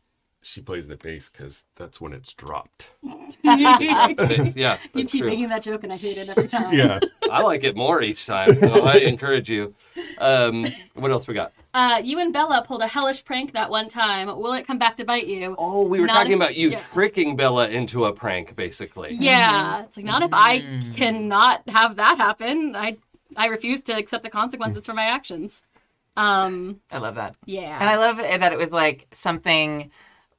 she plays the bass because that's when it's dropped. you Yeah. That's keep true. making that joke, and I hate it every time. I like it more each time, so I encourage you. Um, what else we got? Uh, you and Bella pulled a hellish prank that one time. Will it come back to bite you? Oh, we were Not talking if- about you yeah. tricking Bella into a prank, basically. Yeah, it's like not if I Mm. cannot have that happen. I I refuse to accept the consequences for my actions. Um, I love that. yeah. And I love that it was like something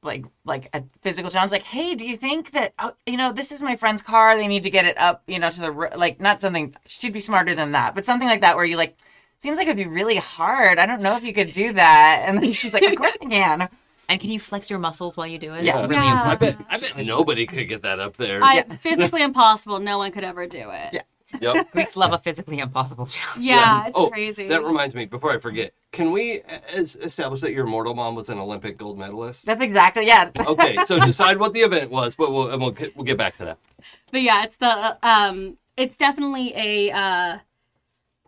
like like a physical challenge like hey do you think that oh, you know this is my friend's car they need to get it up you know to the ro- like not something she'd be smarter than that but something like that where you like seems like it'd be really hard i don't know if you could do that and then she's like of course i can And can you flex your muscles while you do it? Yeah. Really Yeah. I important. bet I bet nobody could get that up there. I, Physically impossible. No one could ever do it. Yeah. Yep. Greeks love a physically impossible challenge. Yeah, it's oh, crazy. That reminds me. Before I forget, can we as establish that your mortal mom was an Olympic gold medalist? that's exactly yeah okay, so decide what the event was, but we'll and we'll get, we'll get back to that. but yeah, it's the um, it's definitely a. Uh,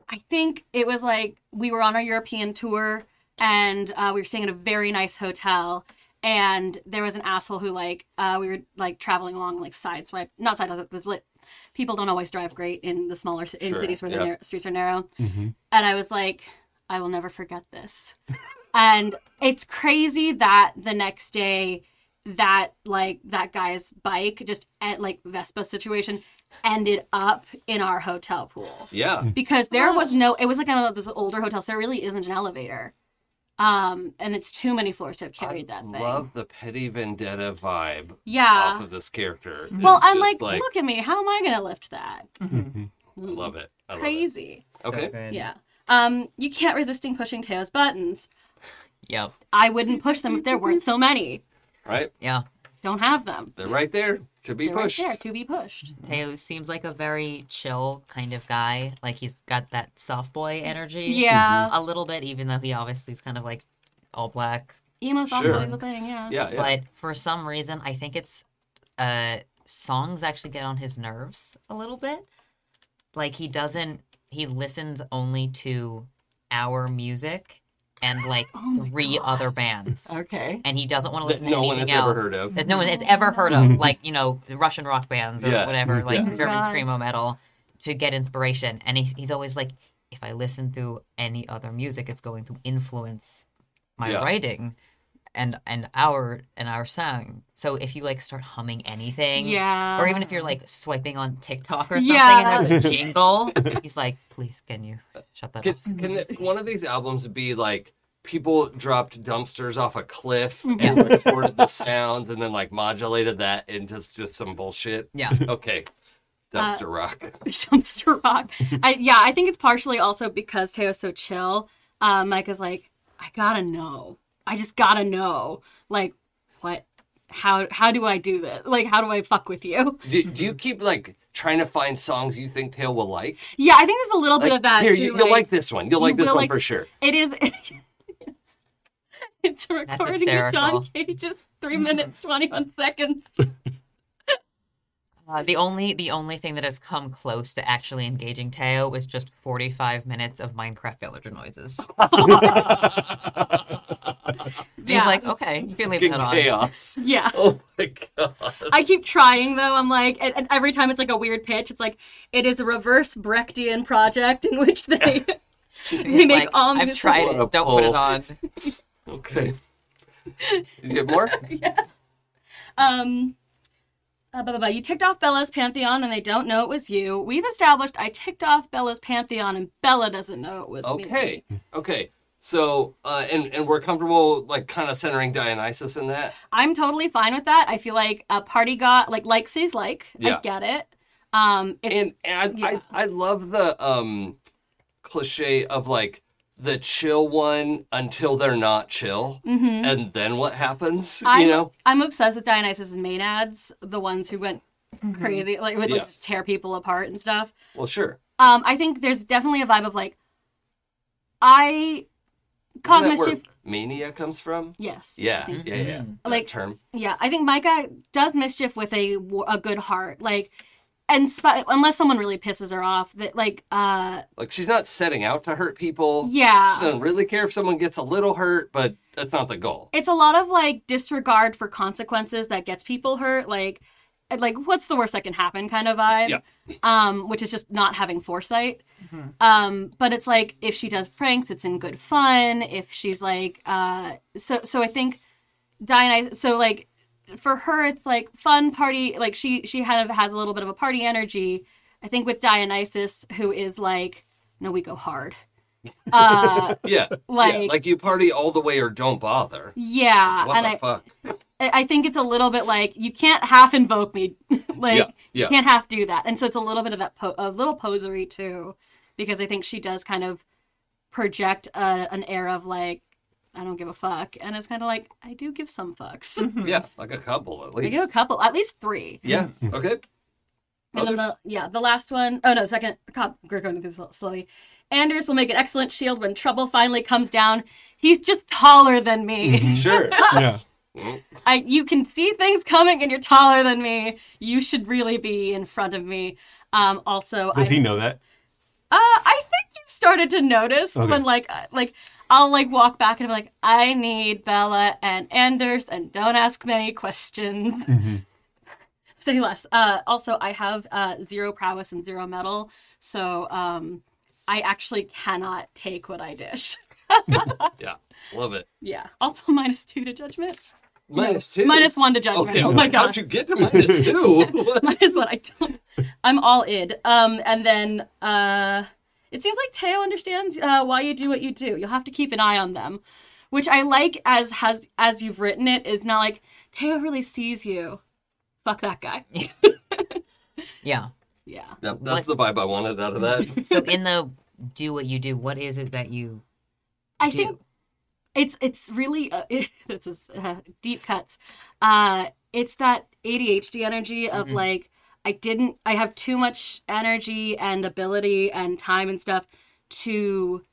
I think it was like we were on our European tour and uh, we were staying at a very nice hotel, and there was an asshole who like uh, we were like traveling along like sideswipe, not sideswipe, was like people don't always drive great in the smaller ci- in Sure, cities where yeah. the nar- streets are narrow, Mm-hmm. and I was like, I will never forget this. and it's crazy that the next day, that like that guy's bike just at like Vespa situation ended up in our hotel pool Yeah. because there was no. It was like one of those older hotels. So there really isn't an elevator, um, and it's too many floors to have carried that thing. Love the petty vendetta vibe yeah. off of this character. well, It's I'm just like, look at me. How am I gonna lift that? I love it. I love Crazy. So Okay. good. Yeah. Um, you can't resisting pushing Teo's buttons. Yep. I wouldn't push them if there weren't so many. it. Right? Yeah. Don't have them. They're right there to be They're pushed. Right there, to be pushed. Teo seems like a very chill kind of guy. Like he's got that soft boy energy. Yeah. A little bit, even though he obviously is kind of like all black. Emo song Mm-hmm. Sure. is a thing, yeah. Yeah. yeah. But for some reason, I think it's uh songs actually get on his nerves a little bit. Like he doesn't he listens only to our music and like three other bands. okay and he doesn't want to That listen to no one anything has ever else heard of. that no one has ever heard of, like you know Russian rock bands or Yeah. Mm-hmm. whatever, like Yeah. German Right. screamo metal, to get inspiration. And he's, he's always like, if I listen to any other music, it's going to influence my Yeah. writing and and our and our sound. So if you like start humming anything, Yeah. or even if you're like swiping on TikTok or something Yeah. and there's a jingle, he's like, please can you shut that Can, off? can it- one of these albums be like people dropped dumpsters off a cliff Yeah. and recorded the sounds and then like modulated that into s- just some bullshit? Yeah. Okay. Uh, Dumpster rock. Dumpster rock. I yeah, I think it's partially also because Teo's so chill. Uh, Micah's like, I gotta know. I just gotta know. Like, what how how do I do this? Like how do I fuck with you? Do, do you keep like trying to find songs you think Tail will like? Yeah, I think there's a little bit Like, of that. Here, too, you, right? will like this one. You'll You like this will one like- for sure. It is. It's a recording of hysterical. John Cage's three minutes twenty one seconds. Uh, the only the only thing that has come close to actually engaging Teo was just 45 minutes of Minecraft villager noises. Yeah. He's like, okay, you can leave Fucking that on. chaos. Yeah. Oh my god. I keep trying though. I'm like, and, and every time it's like a weird pitch. It's like it is a reverse Brechtian project in which they they He's make like, all I've music- tried What a it. Don't put it pull. on. Okay. Did you have more? Um, uh, blah, blah, blah. You ticked off Bella's Pantheon and they don't know it was you. We've established I ticked off Bella's Pantheon and Bella doesn't know it was me. Okay. Okay. So, uh, and and we're comfortable like kind of centering Dionysus in that. I'm totally fine with that. I feel like a party got like like says like. Yeah. I get it. Um, it's, And, and I, Yeah. I I love the um cliche of like the chill one until they're not chill, and then what happens? I'm, you know. mm-hmm. I'm obsessed with Dionysus' main ads, the ones who went crazy, like would Yeah. like just tear people apart and stuff. Well, sure. Um, I think there's definitely a vibe of like, I Isn't cause that where mischief. mania comes from. Yes. I Yeah, think so. yeah, yeah. That Like- term. Yeah, I think Micah does mischief with a wa- a good heart, like, and sp- unless someone really pisses her off, that like, uh, Like she's not setting out to hurt people. yeah, She doesn't really care if someone gets a little hurt, but that's not the goal. it's a lot of like disregard for consequences that gets people hurt, like, and, like what's the worst that can happen kind of vibe. Yeah. Mm-hmm. Um, which is just not having foresight. Um, but it's like if she does pranks, it's in good fun. If she's like, uh, so so I think Dionysus. So like for her, it's like fun party. Like she she kind of has a little bit of a party energy. I think with Dionysus, who is like, no, we go hard. Uh, Yeah. yeah, Like- like you party all the way or don't bother. yeah, What and the I fuck? I I think it's a little bit like you can't half invoke me, like Yeah, yeah. you can't half do that, and so it's a little bit of that po- a little posery too, because I think she does kind of project a, an air of like I don't give a fuck, and it's kind of like I do give some fucks. Yeah, like a couple at I do a least. couple, at least three. Yeah. Okay. And then Others? the, yeah, the last one oh no, second. God, we're going through this slowly. Anders will make an excellent shield when trouble finally comes down. He's just taller than me. Sure. Yeah. I you can see things coming and you're taller than me. You should really be in front of me. Um, also, Does I, he know that? Uh, I think you started to notice Okay. when like uh, like I'll like walk back and I'm like, I need Bella and Anders and don't ask many questions. Mm-hmm. Say less. Uh, also, I have uh, zero prowess and zero metal, so um, I actually cannot take what I dish. Yeah. Love it. Yeah. Also, minus two to judgment. Minus two. Minus one to judgment. Okay. oh my god. How'd you get to minus two? is what I don't. I'm all id. Um, and then uh, it seems like Teo understands uh, why you do what you do. You'll have to keep an eye on them, which I like as has as you've written it is not like Teo really sees you. Fuck that guy. Yeah. Yeah. Yep, that's the vibe I wanted out of that. So in the do what you do, what is it that you I do? think it's it's really uh, this is uh, deep cuts. Uh, it's that ADHD energy of like I didn't I have too much energy and ability and time and stuff to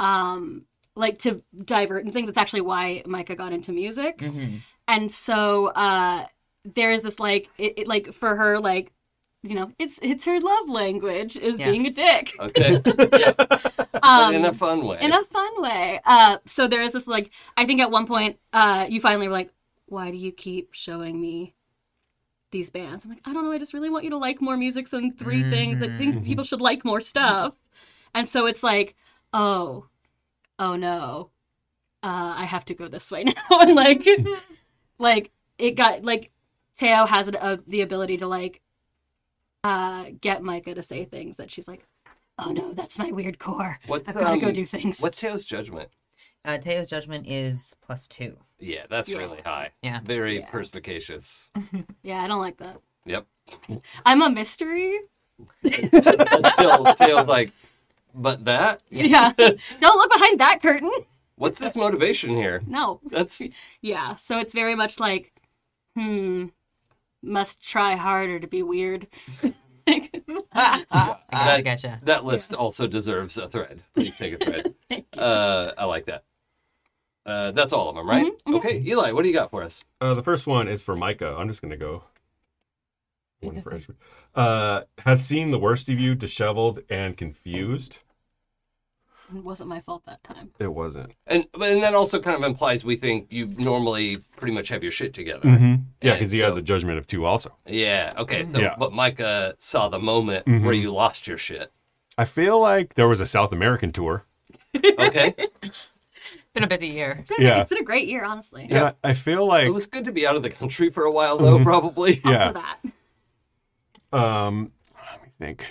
um like to divert and things. It's actually why Micah got into music, and so uh, there is this like it, it like for her like you know it's it's her love language is Yeah. being a dick Okay. um, in a fun way. in a fun way. Uh, so there is this like I think at one point uh, you finally were like, "Why do you keep showing me these bands?" I'm like, "I don't know. I just really want you to like more music than 3 things that think people should like more stuff." And so it's like, "Oh, oh no, uh, I have to go this way now," and like, like it got like Teo has an, uh, the ability to like uh, get Micah to say things that she's like. Oh no, that's my weird core. What's I've gotta go um, do things. What's Teo's judgment? Uh, Teo's judgment is plus two. Yeah, that's Yeah. really high. Yeah. Very perspicacious. Yeah, I don't like that. Yep. I'm a mystery. Until Teo's like, but that? Yeah. don't look behind that curtain. What's this motivation here? No. That's Yeah. So it's very much like, hmm, must try harder to be weird. I gotcha, that, gotcha. that list also deserves a thread. Please take a thread. Uh, I like that. Uh, that's all of them, right? Okay, Eli, what do you got for us? Uh, the first one is for Micah. I'm just gonna go. One for each. Uh, had seen the worst of you, disheveled and confused. It wasn't my fault that time. It wasn't. And and that also kind of implies we think you normally pretty much have your shit together. Yeah, And because he so- had the judgment of two. Also, Yeah. Okay. So, Yeah. Mm-hmm. but Micah saw the moment where you lost your shit. I feel like there was a South American tour. Okay. It's been a busy year. It's been, Yeah. it's been a great year, honestly. Yeah, I I feel like it was good to be out of the country for a while, though. Mm-hmm. Probably. Yeah. Also that. Um, let me think.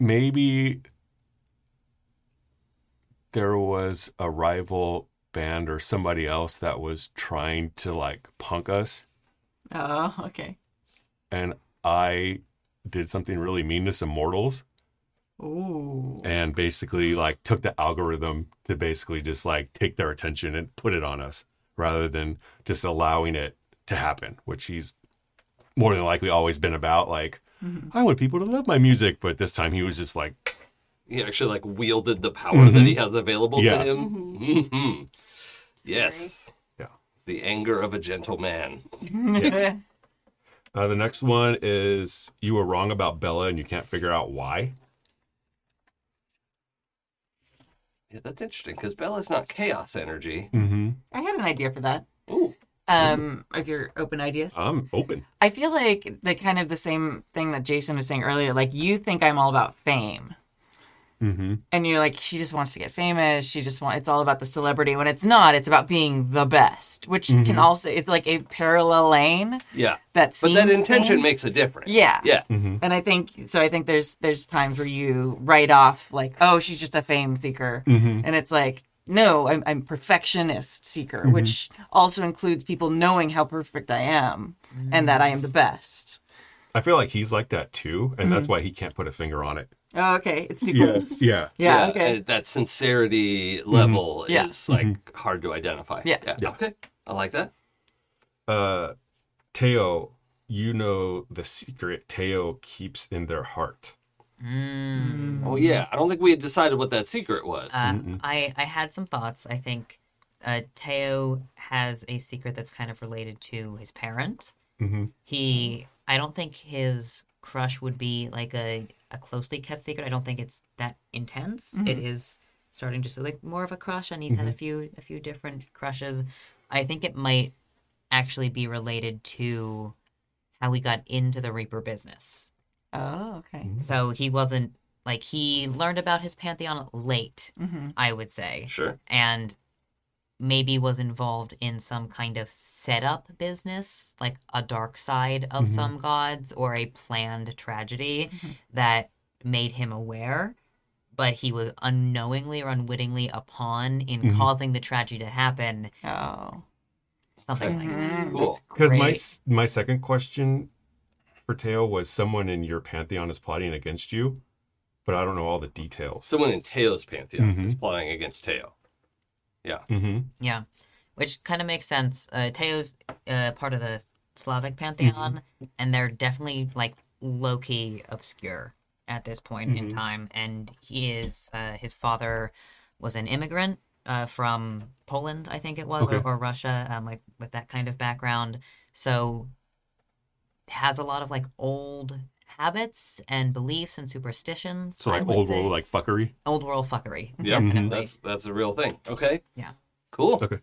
Maybe there was a rival band or somebody else that was trying to like punk us, Oh, okay. and I did something really mean to some mortals Ooh. and basically like took the algorithm to basically just like take their attention and put it on us rather than just allowing it to happen, which he's more than likely always been about. Like, I want people to love my music, but this time he was just like, He actually like wielded the power that he has available Mm-hmm. to Yeah. him. hmm Yes. Yeah. The anger of a gentleman. uh, the next one is you were wrong about Bella and you can't figure out why. Yeah, that's interesting because Bella's not chaos energy. Mm-hmm. I had an idea for that. Ooh. Um, of your open ideas. I'm open. I feel like the kind of the same thing that Jason was saying earlier. Like you think I'm all about fame, Mm-hmm. and you're like, she just wants to get famous. She just want. It's all about the celebrity. When it's not, it's about being the best, which can also it's like a parallel lane. Yeah. Mm-hmm. That But seems that intention thing. makes a difference. Yeah. Yeah. and I think so. I think Mm-hmm. there's there's times where you write off like, oh, she's just a fame seeker, and it's like no, I'm, I'm perfectionist seeker, Mm-hmm. which also includes people knowing how perfect I am and that I am the best. I feel like he's like that too, and that's why he can't put a finger on it. Oh, okay, it's Nicholas. Mm-hmm. Yeah. Yeah, okay. Mm-hmm. uh, That sincerity level Yeah. is like hard to identify. Yeah. Yeah. Okay. I like that. Uh, Teo, you know the secret Teo keeps in their heart. Mm-hmm. Oh yeah. I don't think we had decided what that secret was. Uh, I, I had some thoughts. I think uh, Teo has a secret that's kind of related to his parent. Mhm. He, I don't think his crush would be like a, a closely kept secret. I don't think it's that intense. It is starting just like more of a crush, and he's had a few a few different crushes. I think it might actually be related to how he got into the Reaper business. Oh, okay. So he wasn't like he learned about his pantheon late, Mm-hmm. I would say sure. and maybe was involved in some kind of setup business, like a dark side of some gods or a planned tragedy that made him aware. But he was unknowingly or unwittingly a pawn in Mhm. causing the tragedy to happen. Oh, Something like that. Mhm. Cool. That's Because my great. s- my second question for Teo was someone in your pantheon is plotting against you, but I don't know all the details. Someone in Teo's pantheon Mhm. is plotting against Teo. Mm-hmm. Yeah, which kind of makes sense. Uh, Teo's uh, part of the Slavic pantheon, Mm-hmm. and they're definitely like low key obscure at this point in Mm-hmm. time. And he is uh, his father was an immigrant uh, from Poland, I think it was, Okay. or, or Russia, um, like with that kind of background. So has a lot of like old habits and beliefs and superstitions. So I like would old say. world like Mm-hmm. fuckery. old world fuckery. Yeah, Mm-hmm. Definitely. that's that's a real thing. Okay. Yeah. Cool. Okay.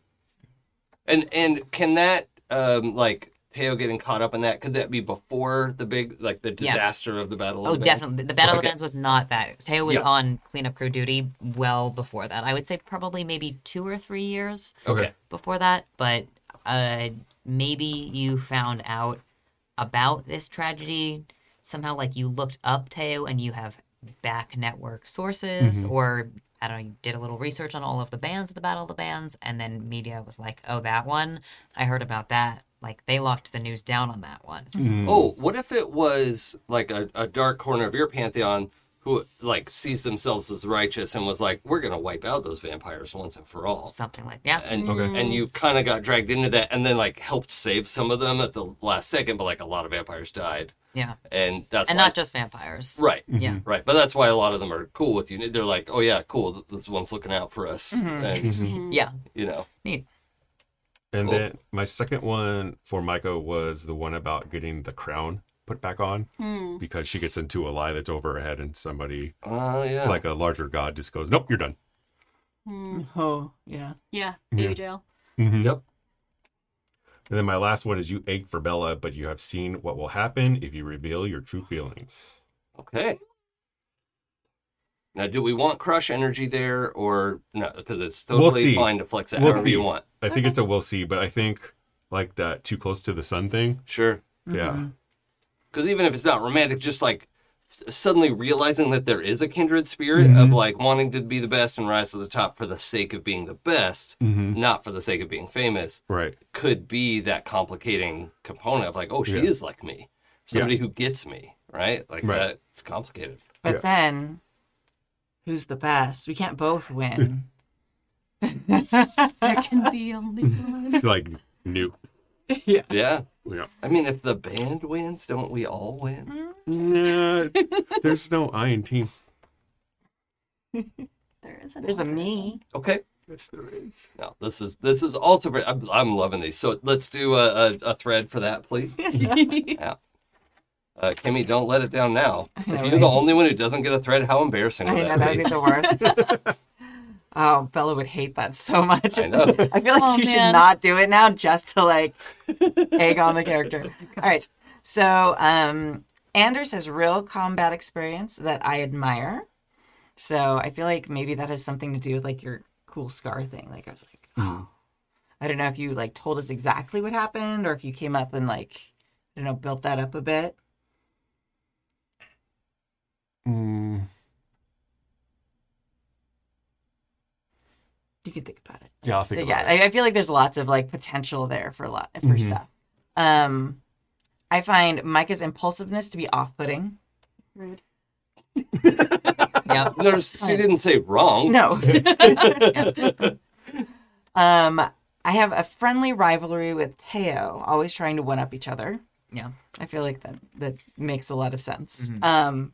And and can that um like Teo getting caught up in that? Could that be before the big like the Yeah. disaster of the battle? Oh, of the Bands? definitely. The Battle Okay. of the Bands was not that. Teo was Yeah. on cleanup crew duty well before that. I would say probably maybe two or three years Okay. before that, but uh, maybe you found out about this tragedy somehow. Like you looked up Teo and you have back network sources, Mm-hmm. or I don't know, you did a little research on all of the bands at the Battle of the Bands, and then media was like, oh, that one. I heard about that. Like they locked the news down on that one. Mm. Oh, what if it was like a, a dark corner of your pantheon who like sees themselves as righteous and was like, We're gonna wipe out those vampires once and for all. Something like yeah. And Okay. and you kinda got dragged into that and then like helped save some of them at the last second, but like a lot of vampires died. Yeah. And that's And why- Mm-hmm. not just vampires. Right. Yeah. Right, but that's why a lot of them are cool with you. They're like, "Oh yeah, cool. th- This one's looking out for us," Mm-hmm. and Yeah. you know, Neat. And Cool. then my second one for Micah was the one about getting the crown put back on Hmm. because she gets into a lie that's over her head and somebody oh yeah, like a larger god just goes, Nope, you're done. oh, yeah. Hmm. Yeah, baby Yeah. jail. yep, And then my last one is you ache for Bella, but you have seen what will happen if you reveal your true feelings. okay. Now, do we want crush energy there or no? Because it's We'll totally see. fine to flex it We'll however see. you want. I think it's a we'll see, but I think like that too close to the sun thing. Sure, Mm-hmm. Yeah. because even if it's not romantic, just like s- suddenly realizing that there is a kindred spirit Mm-hmm. of like wanting to be the best and rise to the top for the sake of being the best, Mm-hmm. not for the sake of being famous. Right. could be that complicating component of like, oh, she Yeah. is like me, somebody who gets me, right? Like Right. that, it's complicated. But Yeah. then, who's the best? We can't both win. There can be only one. It's like nuke. Yeah, Yeah. I mean, if the band wins, don't we all win? Nah, there's no I in team. There is There's a me. Okay, Yes, there is. no, this is this is also. very- I'm, I'm loving these. So let's do a, a, a thread for that, please. yeah. Uh, Kimmy, don't let it down now. If know, you're right? the only one who doesn't get a thread, how embarrassing I would know that that'd be? be the worst. oh, Bella would hate that so much. I know. I feel like Oh, you should man. not do it now just to like egg on the Oh, character. All right. So um Anders has real combat experience that I admire. So I feel like maybe that has something to do with like your cool scar thing. Like I was like, oh. I don't know if you like told us exactly what happened or if you came up and like I don't know, built that up a bit. Mm, You could think about it. Yeah, I'll think about yeah, it. I, I feel like there's lots of like potential there for a lot for Mhm. stuff. Um, I find Micah's impulsiveness to be off-putting. Rude. Yep. Notice she didn't say wrong. No. um, I have a friendly rivalry with Teo, always trying to one up each other. Yeah. Mm-hmm. I feel like that that makes a lot of sense. Um,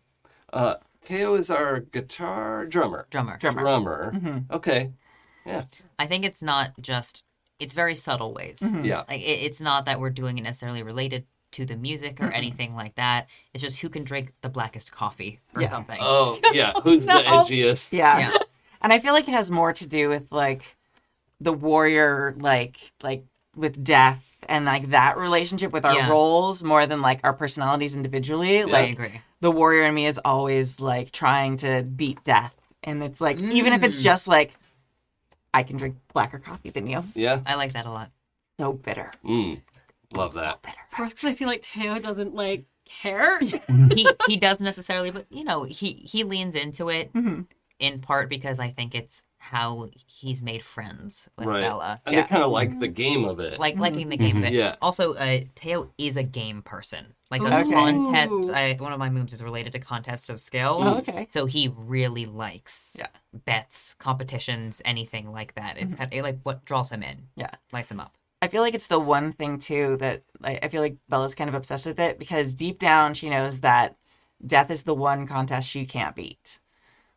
Uh, Teo is our guitar drummer. Drummer. Drummer. Okay. Yeah. I think it's not just it's very subtle ways. Yeah. Like it, it's not that we're doing it necessarily related to the music or anything like that. It's just who can drink the blackest coffee or Yeah. something. Oh, yeah. Who's the edgiest? yeah. Yeah. And I feel like it has more to do with like the warrior, like like with death and like that relationship with our Yeah. roles more than like our personalities individually. I Like agree. the warrior in me is always like trying to beat death, and it's like even if Mm. it's just like I can drink blacker coffee than you, Yeah. I like that a lot. so bitter, Mm. Love that. It's worse because I feel like Teo doesn't like care. He he doesn't necessarily, but you know, he he leans into it in part because I think it's how he's made friends with Right. Bella. And they kind of like the game of it. Like liking the game of it. Yeah. Also, uh, Teo is a game person. Like a Okay. contest. Ooh. I, one of my moves is related to contests of skill. Oh, okay. So he really likes Yeah. Mm-hmm. bets, competitions, anything like that. It's kind of it, like what draws him in, yeah. lights him up. I feel like it's the one thing too that like, I feel like Bella's kind of obsessed with it because deep down she knows that death is the one contest she can't beat.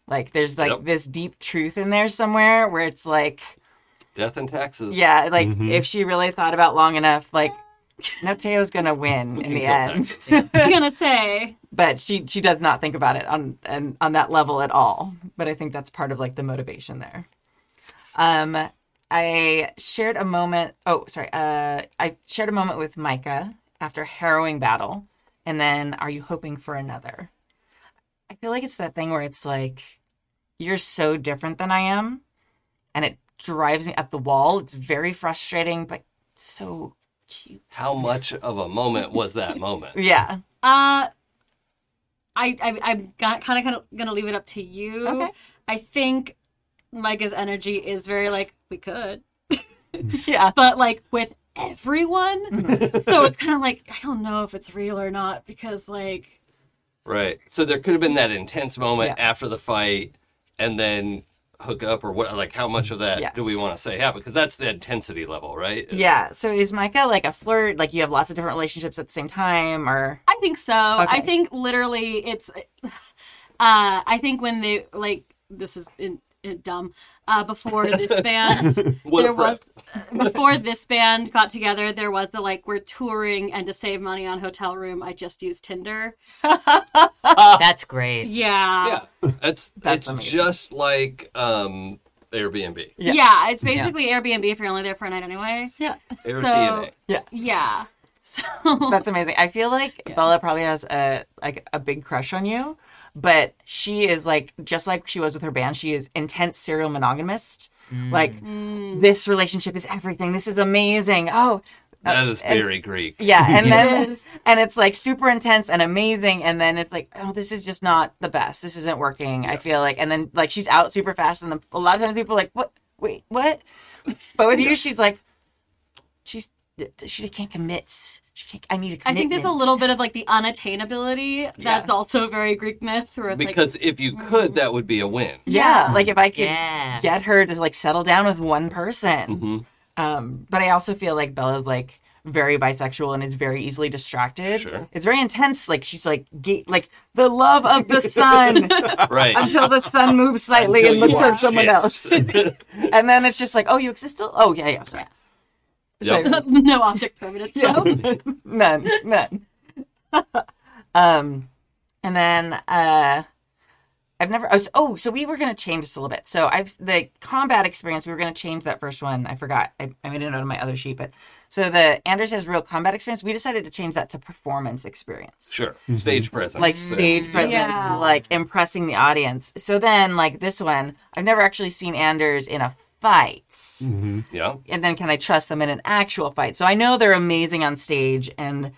Like there's like Yep. this deep truth in there somewhere where it's like Death and taxes. yeah, like Mm-hmm. if she really thought about long enough, like no Teo's gonna win in can the kill end. I'm gonna say But she she does not think about it on and on that level at all. But I think that's part of like the motivation there. Um, I shared a moment. Oh, sorry. Uh, I shared a moment with Micah after a harrowing battle, and then are you hoping for another? I feel like it's that thing where it's like you're so different than I am, and it drives me up the wall. It's very frustrating, but so cute. How much of a moment was that moment? Yeah. Uh, I, I I'm got, kind of kind of gonna leave it up to you. Okay. I think Micah's energy is very like we could, Yeah. but like with everyone, so it's kind of like I don't know if it's real or not because like Right. So there could have been that intense moment Yeah. after the fight and then hook up or what like how much of that Yeah. do we want to say happened? Because that's the intensity level, right? It's- Yeah. So is Micah like a flirt? Like you have lots of different relationships at the same time, or I think so. I Okay. think literally it's. Uh, I think when they like this is in, in- dumb. Uh, before this band, What a there prep. was before this band got together. There was the like we're touring and to save money on hotel room, I just used Tinder. Oh. That's great. Yeah, Yeah. That's, uh, That's it's amazing. just like um Airbnb. Yeah. Yeah, it's basically Airbnb if you're only there for a night anyway. yeah, Airbnb. Yeah, so that's amazing. I feel like Bella probably has a like a big crush on you, but she is like just like she was with her band. She is intense serial monogamist. Like this relationship is everything. This is amazing. Oh, That is very Greek. Yeah, and It then is. and it's like super intense and amazing, and then it's like, oh, this is just not the best. This isn't working. I feel like, and then like she's out super fast, and the, a lot of times people are like, what? Wait, what? But with you, she's like, she's she can't commit. She can't. I need a I commitment. think there's a little bit of like the unattainability that's also very Greek myth, where it's like Because if mm-hmm. you could, that would be a win. Yeah, like if I could Yeah. get her to like settle down with one person. Mm-hmm. Um, but I also feel like Bella's like very bisexual and is very easily distracted. Sure. It's very intense. Like she's like ga- like the love of the sun Right. until the sun moves slightly Until you and looks are at someone shit. else, and then it's just like, oh, you exist still? Oh yeah, yeah, sorry. Yep. So, no object permanence though. none, none. um, and then uh, I've never. Oh so, oh, so we were gonna change this a little bit. So I've the combat experience. We were gonna change that first one. I forgot. I, I made a note on my other sheet, but so the Anders has real combat experience. We decided to change that to performance experience Sure. Stage presence. like So- stage presence, Yeah. like impressing the audience. So then, like this one, I've never actually seen Anders in a fight. Yeah. And then, can I trust them in an actual fight? So I know they're amazing on stage, and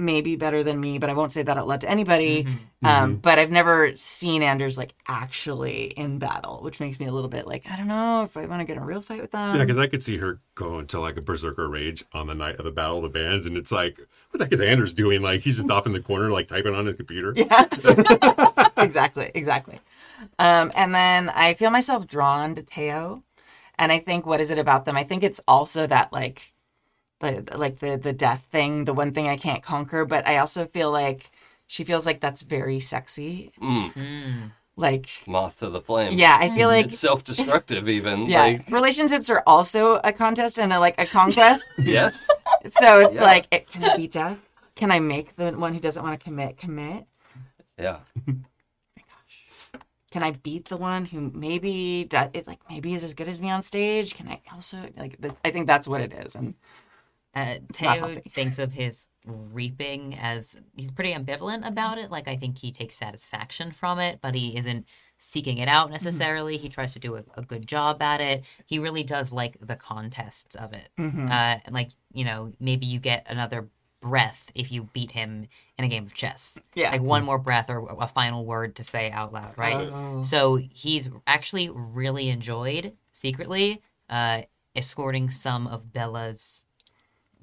maybe better than me, but I won't say that out loud to anybody. Um, But I've never seen Anders like actually in battle, which makes me a little bit like I don't know if I want to get in a real fight with them. Yeah, because I could see her go into like a berserker rage on the night of the Battle of the Bands, and it's like, what the heck is Anders doing? Like, he's just off in the corner, like typing on his computer. Yeah. exactly, exactly. Um, and then I feel myself drawn to Teo, and I think what is it about them? I think it's also that like, the like the the death thing, the one thing I can't conquer. But I also feel like she feels like that's very sexy. Mm. Like, Moth to the flame. yeah, I feel like. It's self destructive, even. Yeah, Like, relationships are also a contest and a, like a conquest. yes. so it's like, it, can it be death? Can I make the one who doesn't want to commit commit? Yeah. can I beat the one who maybe do- it like maybe is as good as me on stage? Can I also like that's I think that's what it is. And Uh, not Teo healthy. thinks of his reaping as he's pretty ambivalent about it. Like I think he takes satisfaction from it, but he isn't seeking it Mm-hmm. out necessarily. He tries to do a, a good job at it. He really does like the contests of it. Mm-hmm. Uh, and like you know, maybe you get another breath if you beat him in a game of chess. Yeah. Uh-huh. like one more breath or a final word to say out loud, right? So he's actually really enjoyed secretly uh, escorting some of Bella's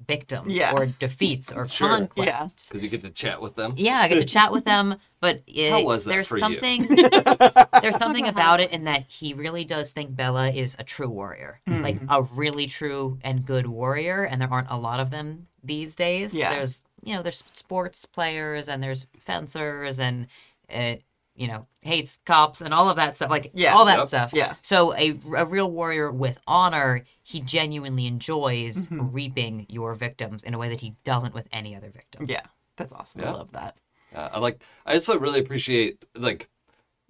victims Yeah. or defeats or Sure. conquests. Because you get to chat with them. Yeah. I get to chat with them, but it, How was that there's for you? something there's something about it in that he really does think Bella is a true warrior, Hmm. like a really true and good warrior, and there aren't a lot of them these days. Yeah. There's you know there's sports players and there's fencers and uh, you know hates cops and all of that stuff like Yeah. all that Yep. stuff. Yeah. So a, a real warrior with honor, he genuinely enjoys Mm-hmm. reaping your victims in a way that he doesn't with any other victim. yeah, that's awesome. I Yeah. love that. Uh, I like. I also really appreciate like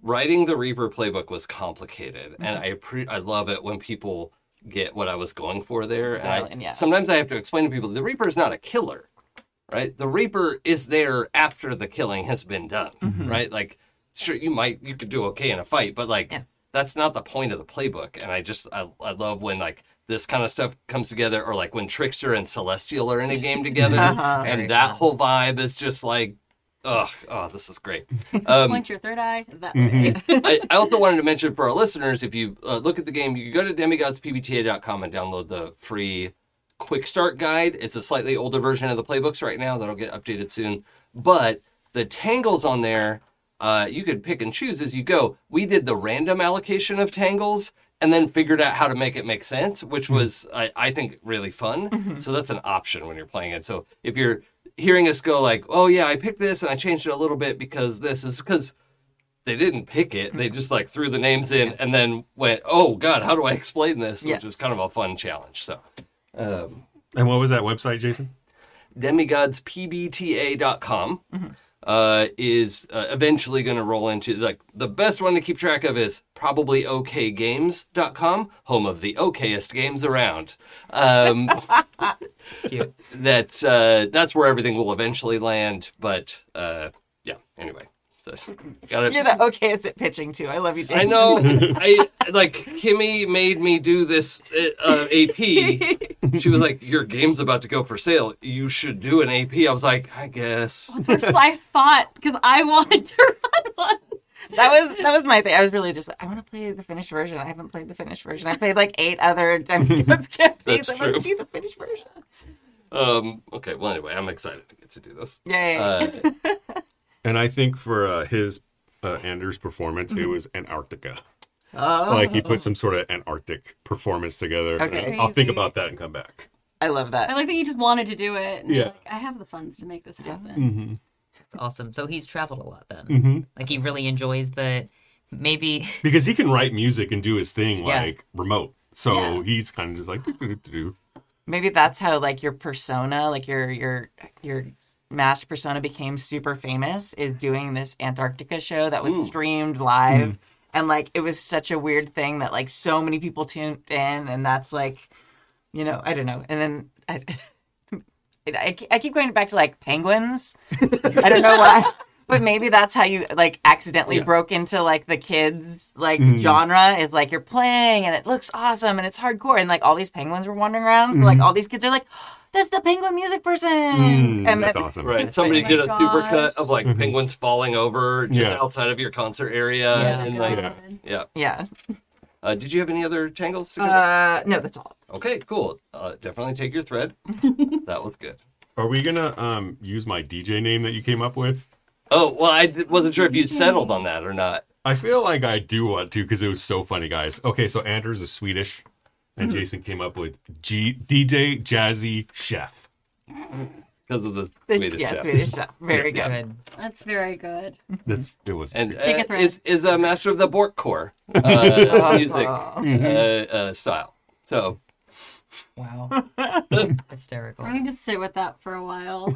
writing the Reaper playbook was complicated, Mm-hmm. and I appre- I love it when people get what I was going for there. And I, Dial in, yeah. sometimes I have to explain to people the Reaper is not a killer, right? The Reaper is there after the killing has been done, Mm-hmm. right? Like, sure, you might you could do okay in a fight, but like that's not the point of the playbook. And I just I, I love when like. This kind of stuff comes together, or like when Trickster and Celestial are in a game together, and that whole vibe is just like Oh, oh, this is great. Um, Point your third eye that Mm-hmm. way. I, I also wanted to mention for our listeners, if you uh, look at the game, you can go to demigodspbta.com and download the free quick start guide. It's a slightly older version of the playbooks right now that'll get updated soon. But the tangles on there, uh, you could pick and choose as you go. We did the random allocation of tangles and then figured out how to make it make sense, which was, I, I think, really fun. So that's an option when you're playing it. So if you're hearing us go like, oh yeah, I picked this and I changed it a little bit because this is because they didn't pick it. They just like threw the names in and then went, "Oh God, how do I explain this?" Yes. Which is kind of a fun challenge. So, um, And what was that website, Jason? demigodspbta.com uh, is uh, eventually going to roll into like the best one to keep track of is probably okgames.com, home of the okayest games around. Um, Cute. that's uh, that's where everything will eventually land. But uh, yeah, anyway, so got it. You're the okayest at pitching too. I love you, Jason. I know. I like Kimmy made me do this uh, AP. She was like, "Your game's about to go for sale. You should do an AP." I was like, "I guess." Which is why I fought because I wanted to run one. That was that was my thing. I was really just like, I want to play the finished version. I haven't played the finished version. I played like eight other demigods campaigns. That's I want to true. do the finished version. Um. Okay. Well, anyway, I'm excited to get to do this. Yay. Uh, And I think for uh, his uh, Anders performance, it was Antarctica. Mm-hmm. oh, Like he put some sort of Antarctic performance together. Okay. I'll think Crazy. about that and come back. I love I that. like that you just wanted to do it. And you're Yeah. Like, I have the funds to make this happen. Mm-hmm. It's awesome. So he's traveled a lot then. Like he really enjoys the maybe Because he can write music and do his thing Yeah. like remote. So Yeah. he's kind of just like, do-do-do-do-do. Maybe that's how like your persona, like your your your master persona became super famous is doing this Antarctica show that was streamed live. And like it was such a weird thing that like so many people tuned in and that's like, you know, I don't know. And then I, I, I keep going back to like penguins. I don't know why. But maybe that's how you like accidentally Yeah. broke into like the kids like Mhm. genre is like you're playing and it looks awesome and it's hardcore and like all these penguins were wandering around so Mm-hmm. like all these kids are like that's the penguin music person Mm, and that's then- awesome. Right. Mm-hmm. Somebody Oh my did a gosh. supercut of like penguins falling over just Yeah. outside of your concert area. Yeah. And like, yeah. Yeah. yeah Uh, did you have any other tangles to go? uh, no that's all okay, cool. Uh, definitely take your thread. that was good. Are we gonna um use my DJ name that you came up with? Oh, well, I d- wasn't sure if you settled on that or not. I feel like I do want to because it was so funny, guys. Okay, so Anders is Swedish, and Jason came up with G- DJ Jazzy Chef. Because of the There's- Swedish yeah chef. Swedish chef very good Good. That's very good. That's it was. And weird. Take a uh, thread. is is a master of the Borkcore uh, music uh, uh, style. So Wow. I Hysterical. need to sit with that for a while.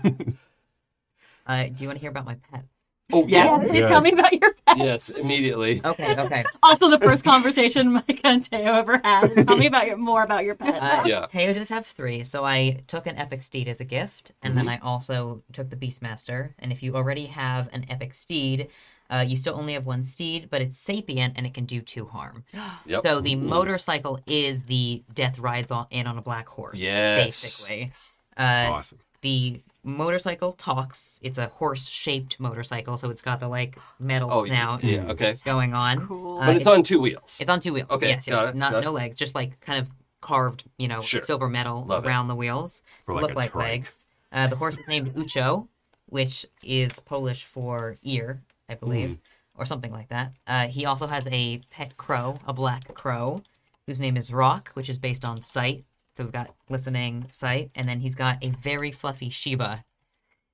Uh, do you want to hear about my pets? oh Yeah. Can you Yeah. tell me about your pet? yes, immediately. Okay, okay. Also, the first conversation Micah and Teo ever had. Tell me about your more about your pet. Uh, Yeah. Teo does have three, so I took an epic steed as a gift, and then I Mm-hmm. also took the beastmaster. And if you already have an epic steed, uh, you still only have one steed, but it's sapient and it can do two harm. Yep. So the motorcycle is the death rides on in on a black horse. Yes. basically. Uh, awesome. the motorcycle talks. It's a horse-shaped motorcycle, so it's got the like metal Oh, snout yeah. Okay. going on. Cool. mm. Uh, But it's on two wheels. It's on two wheels. Okay, yes, yes. got it, not got it. no legs, just like kind of carved, you know, Sure. silver metal Love it. around the wheels. For like look a like trike. legs. Uh, the horse is named Ucho, which is Polish for ear, I believe, Hmm. or something like that. Uh, he also has a pet crow, a black crow, whose name is Rock, which is based on sight. So we've got listening sight, and then he's got a very fluffy Shiba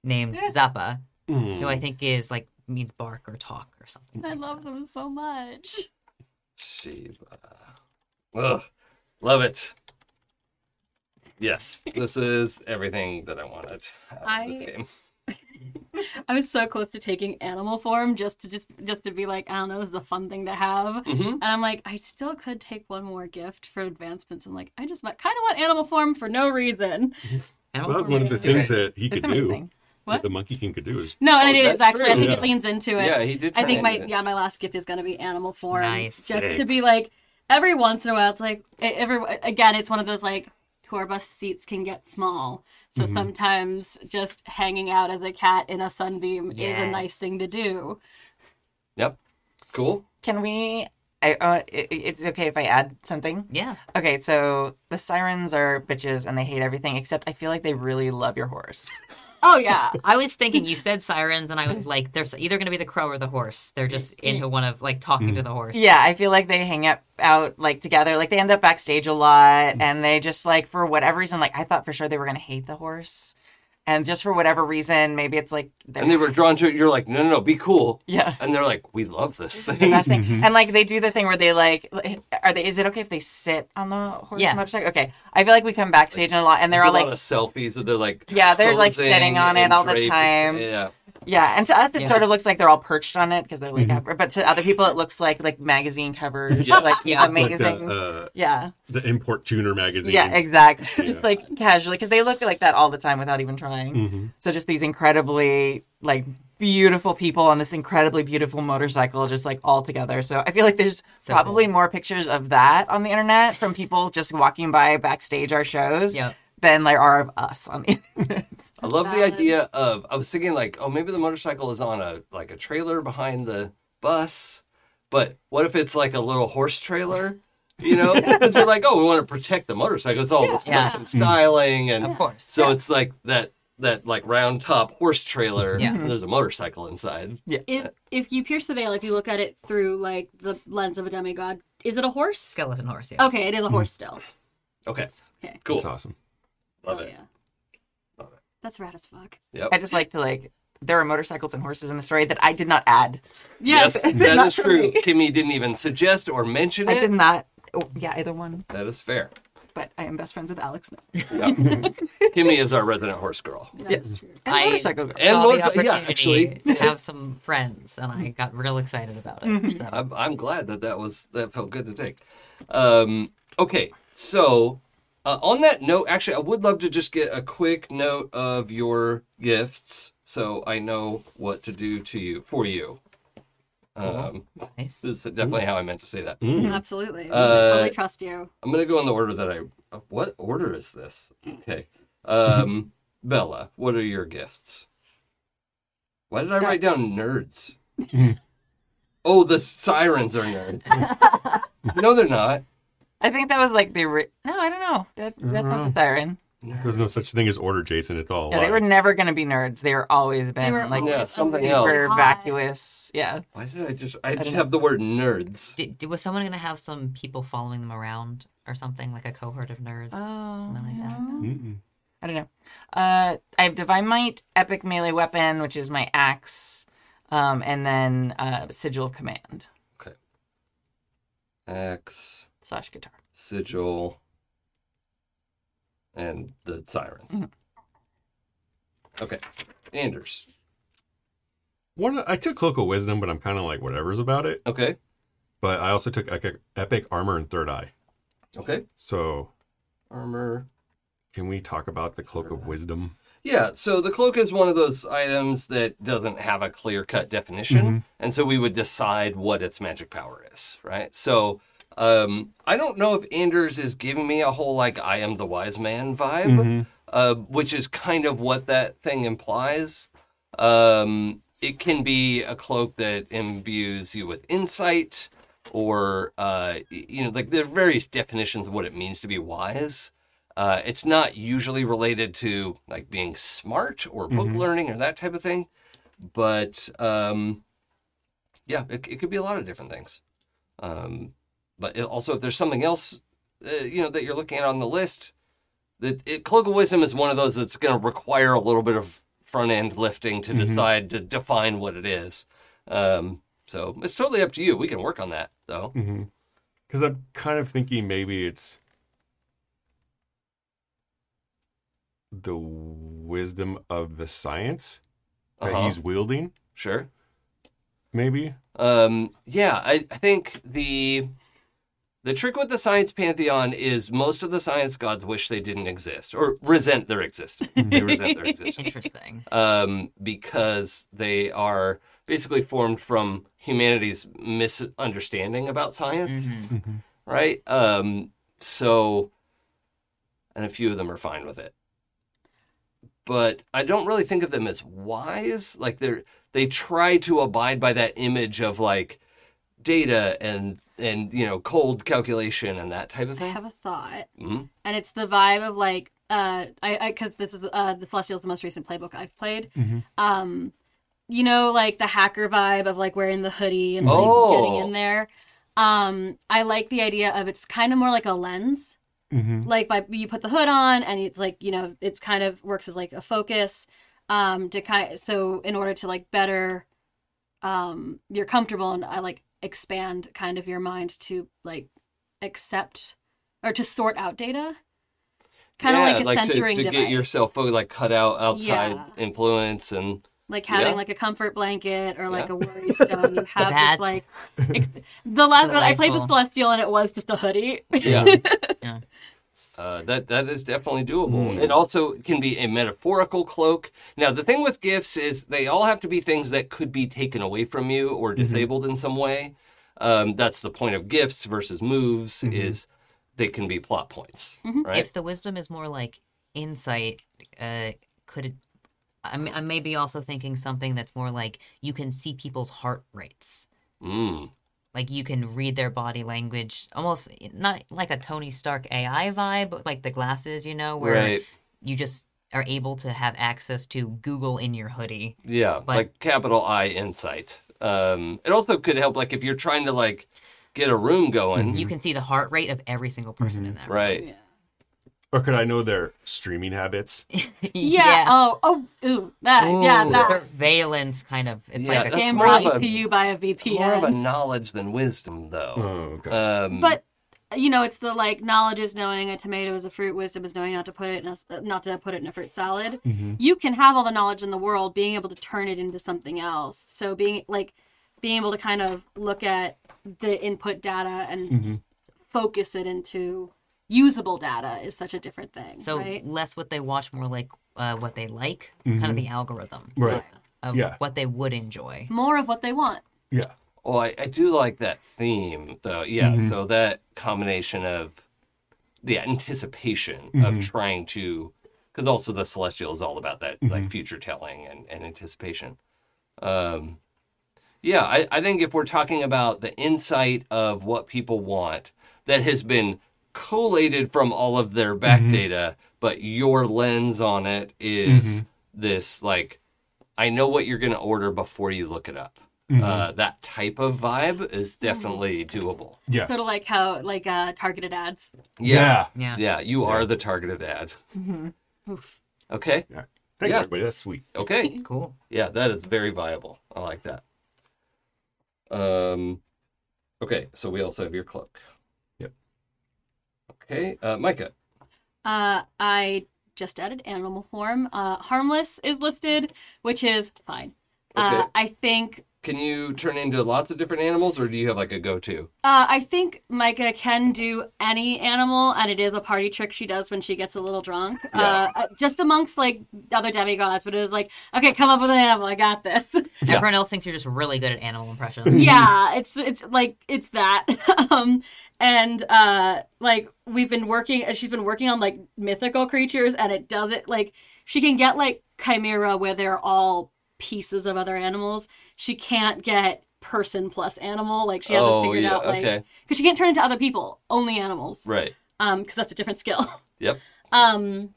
named Zappa, Mm. Hmm. who I think is like means bark or talk or something. I love them so much. Sheba. Ugh, love it. Yes, this is everything that I wanted out of this I- game. I was so close to taking animal form just to just just to be like, I don't know, this is a fun thing to have. Mhm. And I'm like, I still could take one more gift for advancements. I'm like, I just kind of want animal form for no reason. I That don't was remember one of if the I do it. things that he it's could amazing do. What? That the Monkey King could do is No, and Oh, it is that's actually. I true, think yeah. it leans into it. Yeah, he did. I try think and my do it. yeah my last gift is going to be animal form. just Nice. to Sick. be like every once in a while. It's like e- every again, it's one of those like tour bus seats can get small, so Mm-hmm. sometimes just hanging out as a cat in a sunbeam is a nice Yes. thing to do. Yep. Cool. can we I uh, it, it's okay if I add something Yeah. Okay, so the sirens are bitches and they hate everything, except I feel like they really love your horse. Oh yeah, I was thinking you said sirens, and I was like, "There's either going to be the crow or the horse. They're just into one of like talking to the horse." Mm. yeah, I feel like they hang up out like together. Like they end up backstage a lot and they just like for whatever reason, like I thought for sure they were gonna hate the horse. And just for whatever reason, maybe it's like they're And they were drawn to it. You're like, no, no, no, be cool. Yeah. And they're like, we love this the thing. best thing. And like they do the thing where they like are they is it okay if they sit on the horse Yeah. and motorcycle? Okay. I feel like we come backstage in a lot and they're There's all a lot like of selfies that they're like, Yeah, they're, like, posing sitting on it and all the draped. time. Yeah. Yeah, and to us it Yeah. Mm-hmm. sort of looks like they're all perched on it because they're like, but to other people it looks like like magazine covers, Yeah. like Yeah. like the, amazing. uh, yeah, the import tuner magazine. yeah, exactly. Yeah. just like casually because they look like that all the time without even trying. Mm-hmm. So just these incredibly like beautiful people on this incredibly beautiful motorcycle, just like all together. So I feel like there's So probably more pictures of that on the internet from people just walking by backstage our shows Yep. than there are of us on the internet. I love the valid. idea of I was thinking like, oh, maybe the motorcycle is on a like a trailer behind the bus, but what if it's like a little horse trailer? You know, because they're like, oh, we want to protect the motorcycle. It's all this Yeah. custom Mm-hmm. styling, and Of course. so it's like that that like round top horse trailer. Yeah. and there's a motorcycle inside. is if you pierce the veil, if you look at it through like the lens of a demigod, is it a horse? Skeleton horse. Oh, Yeah. Okay, it is a horse still. Okay, Okay, Oh, cool. That's awesome. Love Hell it. yeah, that's rad as fuck. Yep. I just like to like there are motorcycles and horses in the story that I did not add. Yes, that not is for true. me. Kimmy didn't even suggest or mention I it. did not. Oh, yeah, either one. That is fair. But I am best friends with Alex now. Yep. Kimmy is our resident horse girl. That Yes. is true. And I- eh. motorcycle girl. And Saw Lord- the yeah, opportunity actually. to have some friends, and I got real excited about Mm-hmm. it. So. I'm, I'm glad that that was that felt good to take. Um, okay, so Uh, on that note, actually, I would love to just get a quick note of your gifts so I know what to do to you for you. Um, Nice. this is definitely how I meant to say that. Absolutely. Uh, I totally trust you. I'm gonna go in the order that I. uh, What order is this? Okay, um, Bella, what are your gifts? Why did I write down nerds? oh, the sirens are nerds. no, they're not. I think that was like the ori- no, I don't know. That that's not the siren. There's no such thing as order, Jason. It's all. Yeah, they lie. were never gonna be nerds. They were always been were like always Yeah, something super else. High. vacuous. Yeah, Why did I just? I just have the word nerds. Did, did- was someone going to have some people following them around or something like a cohort of nerds? Oh, something like that. Mm-mm. I don't know. Uh, I have divine might, epic melee weapon, which is my axe, um, and then uh, sigil of command X slash guitar. sigil and the sirens. Okay, Anders. One, I took Cloak of Wisdom, but I'm kind of like whatever's about it. Okay, But I also took epic, epic Armor and Third Eye. okay, So armor. can we talk about the Cloak of Wisdom? Yeah, so the cloak is one of those items that doesn't have a clear cut definition. And so we would decide what its magic power is, right? So um, I don't know if Anders is giving me a whole, like, I am the wise man vibe, uh, which is kind of what that thing implies. Um, it can be a cloak that imbues you with insight, or, uh, y- you know, like, there are various definitions of what it means to be wise. Uh, it's not usually related to like being smart or book learning or that type of thing, but um, yeah, it, it could be a lot of different things. Um, but it, also, if there's something else, uh, you know, that you're looking at on the list, that it, cloak of wisdom is one of those that's going to require a little bit of front end lifting to decide to define what it is. Um, so it's totally up to you. We can work on that though. Because I'm kind of thinking maybe it's the wisdom of the science that Uh-huh. he's wielding, Sure. maybe. Um, yeah, I, I think the the trick with the science pantheon is most of the science gods wish they didn't exist or resent their existence. they resent their existence Interesting. um, because they are basically formed from humanity's misunderstanding about science, Mm-hmm. right? Um, so, and a few of them are fine with it, but I don't really think of them as wise. Like they're they try to abide by that image of like data and and you know cold calculation and that type of I thing. have a thought, Mhm. and it's the vibe of like, uh, I because this is uh, the Celestial's the most recent playbook I've played. Um, you know, like the hacker vibe of like wearing the hoodie and like, Oh. getting in there. Um, I like the idea of it's kind of more like a lens. like by you put the hood on and it's like you know it's kind of works as like a focus um to kind so in order to like better um you're comfortable and i like expand kind of your mind to like accept or to sort out data kind Mm-hmm. yeah, of like a like centering to, to device get yourself oh, like cut out outside Yeah. influence and like having Yeah. like a comfort blanket or like Yeah. a worry stone you have That's just like ex- the last one i played with delightful. celestial and it was just a hoodie yeah. Yeah. Uh, that that is definitely doable. It also can be a metaphorical cloak. Now the thing with gifts is they all have to be things that could be taken away from you or disabled in some way. Um, that's the point of gifts versus moves is they can be plot points, right? Mm-hmm. If the wisdom is more like insight, uh, could it? I'm, I may be also thinking something that's more like you can see people's heart rates. mm, Like you can read their body language, almost eh, not like a Tony Stark AI vibe, but like the glasses, you know, where right. you just are able to have access to Google in your hoodie. Yeah, like capital I insight. Um, it also could help like if you're trying to like get a room going, You can see the heart rate of every single person in that room. Mm-hmm. right? Or could I know their streaming habits? yeah, oh oh ooh that yeah Ooh, that surveillance kind of. It's Yeah, like a that's game more of brought a- to you by a More of a VPN. knowledge than wisdom, Oh, though. okay. Um, But you know, it's the like knowledge is knowing a tomato is a fruit, wisdom is knowing not to put it in a, not to put it in a fruit salad. You can have all the knowledge in the world, being able to turn it into something else. So being like being able to kind of look at the input data and focus it into usable data is such a different thing. So right? less what they watch, more like uh, what they like, Mm-hmm. kind of the algorithm Right. of Yeah. what they would enjoy. more of what they want. Yeah. Well, I, I do like that theme, though. Yeah, so that combination of the anticipation of trying to, because also the celestial is all about that, like future telling and, and anticipation. Um, yeah, I, I think if we're talking about the insight of what people want that has been collated from all of their back data, but your lens on it is this like, I know what you're going to order before you look it up. Uh, that type of vibe is Hmm. definitely doable. Yeah. Sort of like how like uh, targeted ads. Yeah. Yeah. Yeah, you are the targeted ad. Oof. Okay. Yeah. Thanks, Yeah. everybody. That's sweet. Okay. Cool. Yeah, that is very viable. I like that. Um, okay, so we also have your cloak. Yep. Okay, uh, Micah. Uh, I just added animal form. Uh, harmless is listed, which is fine. Uh, Okay. I think Can you turn into lots of different animals, or do you have like a go-to? Uh, I think Micah can do any animal, and it is a party trick she does when she gets a little drunk. Yeah. Uh, just amongst like other demigods, but it was like, okay, come up with an animal. I got this. Everyone else thinks you're just really good at animal impressions. yeah, Mm-hmm. it's it's like it's that. um, and uh, like we've been working, and she's been working on like mythical creatures, and it does it like she can get like chimera where they're all pieces of other animals. She can't get person plus animal like she hasn't Oh, figured yeah, out like okay. because she can't turn into other people only animals Right. um because that's a different skill Yep. um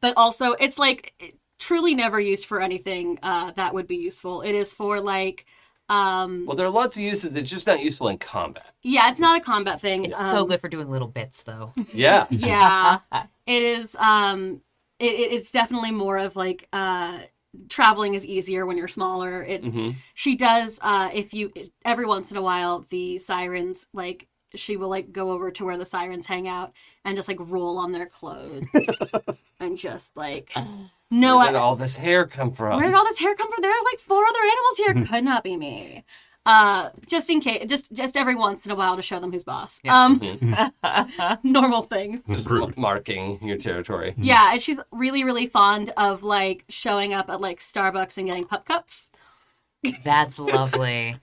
but also it's like truly never used for anything uh that would be useful it is for like um Well, there are lots of uses. It's just not useful in combat. yeah it's not a combat thing It's um, so good for doing little bits, though. Yeah. yeah it is um it, it- it's definitely more of like uh traveling is easier when you're smaller it Mhm. she does uh if you every once in a while the sirens like she will like go over to where the sirens hang out and just like roll on their clothes and just like no Uh, Where did I- all this hair come Mm-hmm. from? where did all this hair come from? There are like four other animals here. Could not be me. Uh, just in case, just just every once in a while to show them who's boss. Yeah. Um, Mm-hmm. normal things. That's Just rude. marking your territory. Yeah, and she's really really fond of like showing up at like Starbucks and getting pup cups That's lovely.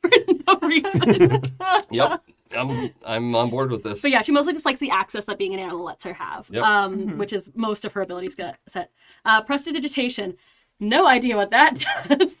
for no reason. Yep. I'm I'm on board with this. But yeah, she mostly just likes the access that being an animal lets her have, Yep. um, which is most of her abilities got set. Uh, prestidigitation, no idea what that does.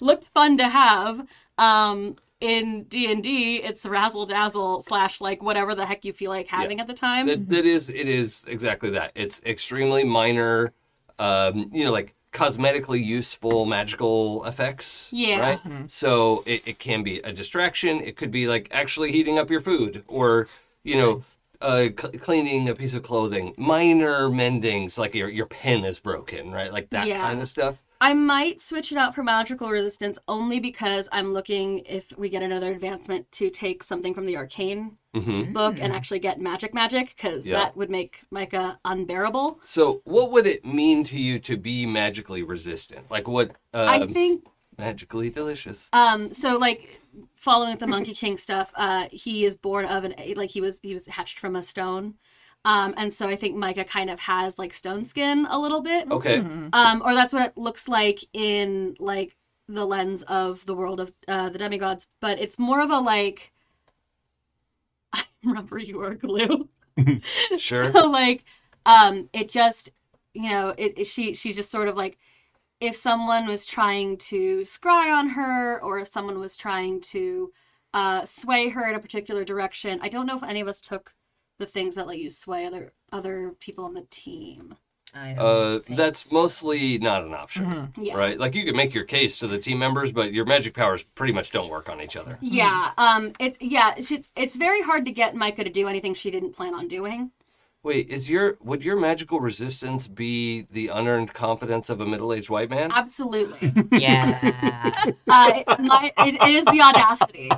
Looked fun to have. Um, in D and D, it's razzle dazzle slash like whatever the heck you feel like having at the time. That, that is it is exactly that. It's extremely minor, um, you know, like cosmetically useful magical effects. Yeah. Mm-hmm. Right. So it, it can be a distraction. It could be like actually heating up your food, or you know, uh, cl- cleaning a piece of clothing. Minor mendings, like your your pen is broken, right? Like that Yeah. kind of stuff. I might switch it out for magical resistance only because I'm looking if we get another advancement to take something from the arcane hmm book and actually get magic magic because Yeah. that would make Micah unbearable. So what would it mean to you to be magically resistant? Like what? Um, I think magically delicious. Um, so like following with the Monkey King stuff, uh, he is born of an like he was he was hatched from a stone. Um, and so I think Micah kind of has like stone skin a little bit. Okay. Um, or that's what it looks like in like the lens of the world of uh, the demigods, but it's more of a like I'm rubber, you are glue. Sure. So, like um it just you know it, it- she she's just sort of like if someone was trying to scry on her or if someone was trying to uh sway her in a particular direction i don't know if any of us took the things that let you sway other other people on the team I don't Uh, think that's so. mostly not an option, yeah right? Like you can make your case to the team members, but your magic powers pretty much don't work on each other. yeah um it's yeah it's it's very hard to get micah to do anything she didn't plan on doing Wait, is your would your magical resistance be the unearned confidence of a middle-aged white man? absolutely Yeah. uh it, my, it, it is the audacity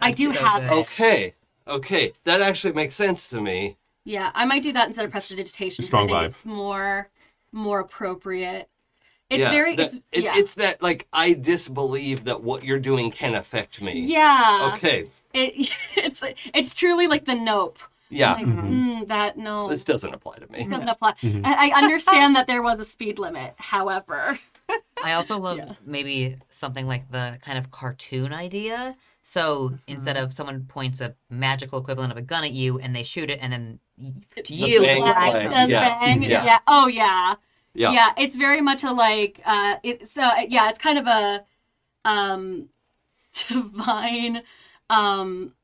i do so have good. it. Okay, okay, that actually makes sense to me. Yeah, I might do that instead of prestidigitation. 'cause strong I think vibe. It's more more appropriate. It's yeah, very that- it's, it- yeah. it's that like I disbelieve that what you're doing can affect me. yeah. Oh Okay. It, it's it's truly like the nope. Yeah, Like, Mm-hmm. mm, that no this doesn't apply to me. doesn't apply. I, I understand that there was a speed limit. However, I also love maybe something like the kind of cartoon idea. So instead of someone points a magical equivalent of a gun at you and they shoot it and then y- to the you, bang it flags flag. up. Says yeah, bang. yeah. Yeah. Oh yeah. Yeah. It's very much a like. Uh, it's so yeah. It's kind of a um, divine. Um,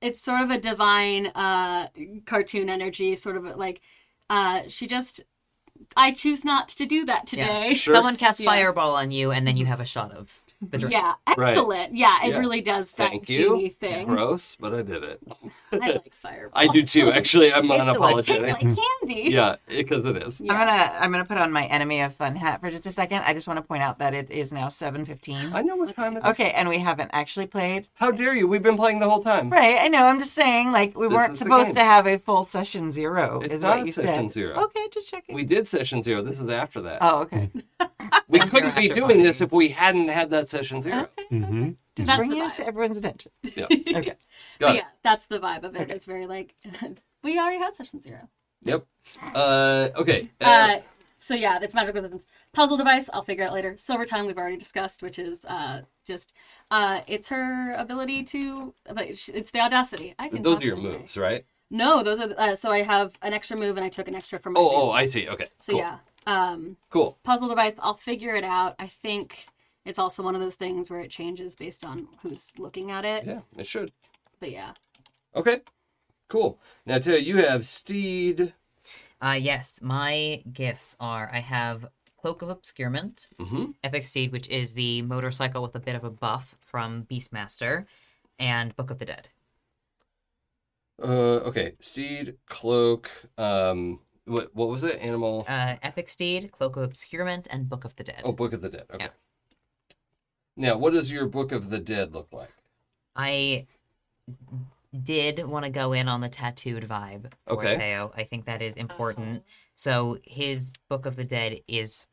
it's sort of a divine uh, cartoon energy. Sort of like uh, she just. I choose not to do that Yeah. Mm-hmm. today. Sure. Someone casts Yeah. fireball on you and then you have a shot of the drink. Yeah, Right. excellent. Yeah, it Yeah. really does that Thank you. genie thing. Gross, but I did it. I like fireball. I do too. Actually, I'm It's unapologetic. like candy. Yeah, because it is. Yeah. I'm gonna I'm gonna put on my enemy of fun hat for just a second. I just want to point out that it is now 7:15. I know what time it is. Okay, and we haven't actually played. How dare you? We've been playing the whole time. Right, I know. I'm just saying, like we This weren't is the supposed game. to have a full session zero. It's is not what a you session said. zero. Okay, just checking. We did session zero. This is after that. oh, okay. we After- couldn't be after doing party. this if we hadn't had that session zero. Mm-hmm. Just That's bringing the it to vibe. everyone's attention. Yeah. Okay. Got But it. yeah, that's the vibe of it. It's very like we already had session zero. Yep. Uh, okay. Uh, Uh, so yeah, that's magical resistance. Puzzle device, I'll figure out later. Silver tongue we've already discussed, which is uh just uh it's her ability to like, sh- it's the audacity. I can those talk are your anyway. moves, right? No, those are the- uh, so I have an extra move and I took an extra from my Oh, oh, advantage. I see. Okay. So cool. yeah. Um Cool. puzzle device, I'll figure it out. I think it's also one of those things where it changes based on who's looking at it. Yeah, it should. But yeah. Okay. Cool. Now, Taya, you have Steed. Uh, yes, my gifts are I have Cloak of Obscurement, Mhm. Epic Steed, which is the motorcycle with a bit of a buff from Beastmaster, and Book of the Dead. Uh, okay. Steed, cloak. Um, what, what was it? Animal. Uh, Epic Steed, Cloak of Obscurement, and Book of the Dead. Oh, Book of the Dead. Okay. Yeah. Now, what does your Book of the Dead look like? I did want to go in on the tattooed vibe for Okay. Teo. I think that is important. So his Book of the Dead is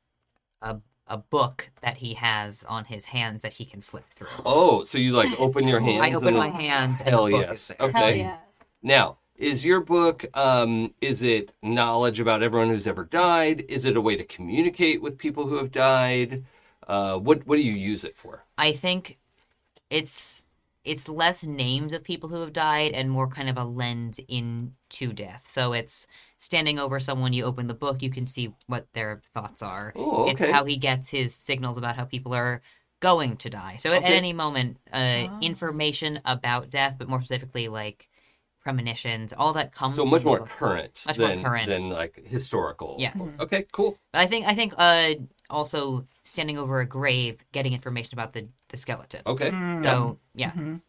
a a book that he has on his hands that he can flip through. Oh, so you like open your hands? I open and- my hands and Hell the book is yes. there. Okay. Hell yes. Now, is your book um is it knowledge about everyone who's ever died? Is it a way to communicate with people who have died? Uh what what do you use it for? I think it's it's less names of people who have died and more kind of a lens into death. So it's standing over someone, you open the book, you can see what their thoughts are. Oh, okay. It's how he gets his signals about how people are going to die. So at, at Okay. any moment, uh, information about death, but more specifically like premonitions, all that comes. So from much the more book. current Much more than current. than like historical. Yes. Okay, cool. But I think I think uh, also standing over a grave, getting information about the the skeleton. Okay. So yeah. I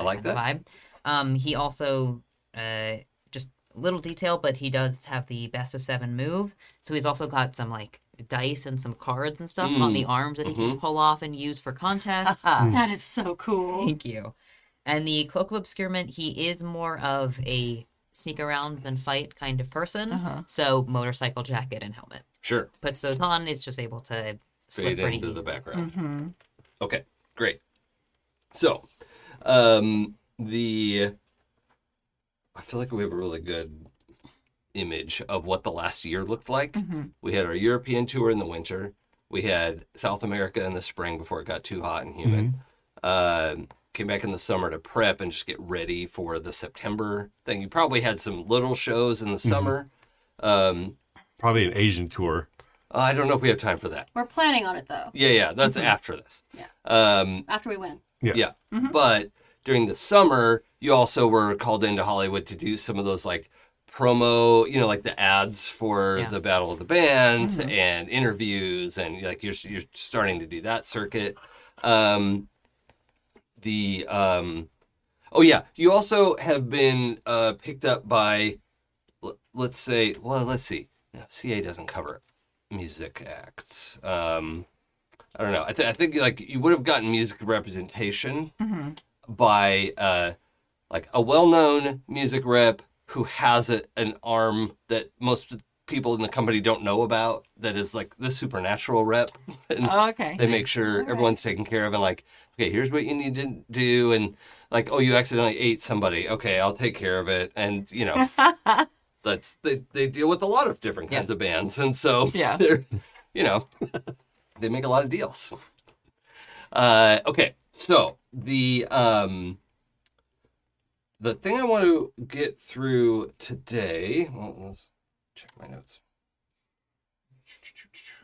Oh. like that. kind of vibe. Um, he also uh, just little detail, but he does have the best of seven move. So he's also got some like dice and some cards and stuff on Mm. the arms that he can Mm-hmm. pull off and use for contests. That is so cool. Thank you. And the cloak of obscurement, he is more of a sneak around than fight kind of person. So motorcycle jacket and helmet. Sure. Puts those on, is just able to slip Fade pretty into easy. the background. Okay, great. So, um the I feel like we have a really good image of what the last year looked like. We had our European tour in the winter. We had South America in the spring before it got too hot and humid. Um, came back in the summer to prep and just get ready for the September thing. You probably had some little shows in the summer. Um, Probably an Asian tour. I don't know if we have time for that. We're planning on it though. Yeah, yeah, that's after this. Yeah. Um, After we win. Yeah. yeah. But during the summer, you also were called into Hollywood to do some of those like promo, you know, like the ads for Yeah. the Battle of the Bands and interviews, and like you're you're starting to do that circuit. Um, the um, oh yeah, you also have been uh, picked up by, l- let's say, well, let's see, no, CA doesn't cover music acts. Um, I don't know. I, th- I think like you would have gotten music representation by uh, like a well-known music rep who has a, an arm that most people in the company don't know about. That is like the supernatural rep. And Oh, okay. they make sure everyone's taken care of and like, okay, here's what you need to do, and like, oh, you accidentally ate somebody. Okay, I'll take care of it. And, you know, that's they, they deal with a lot of different kinds of bans. And so, Yeah. they're, you know, they make a lot of deals. Uh, okay, so the um, the thing I want to get through today. Well, let's check my notes.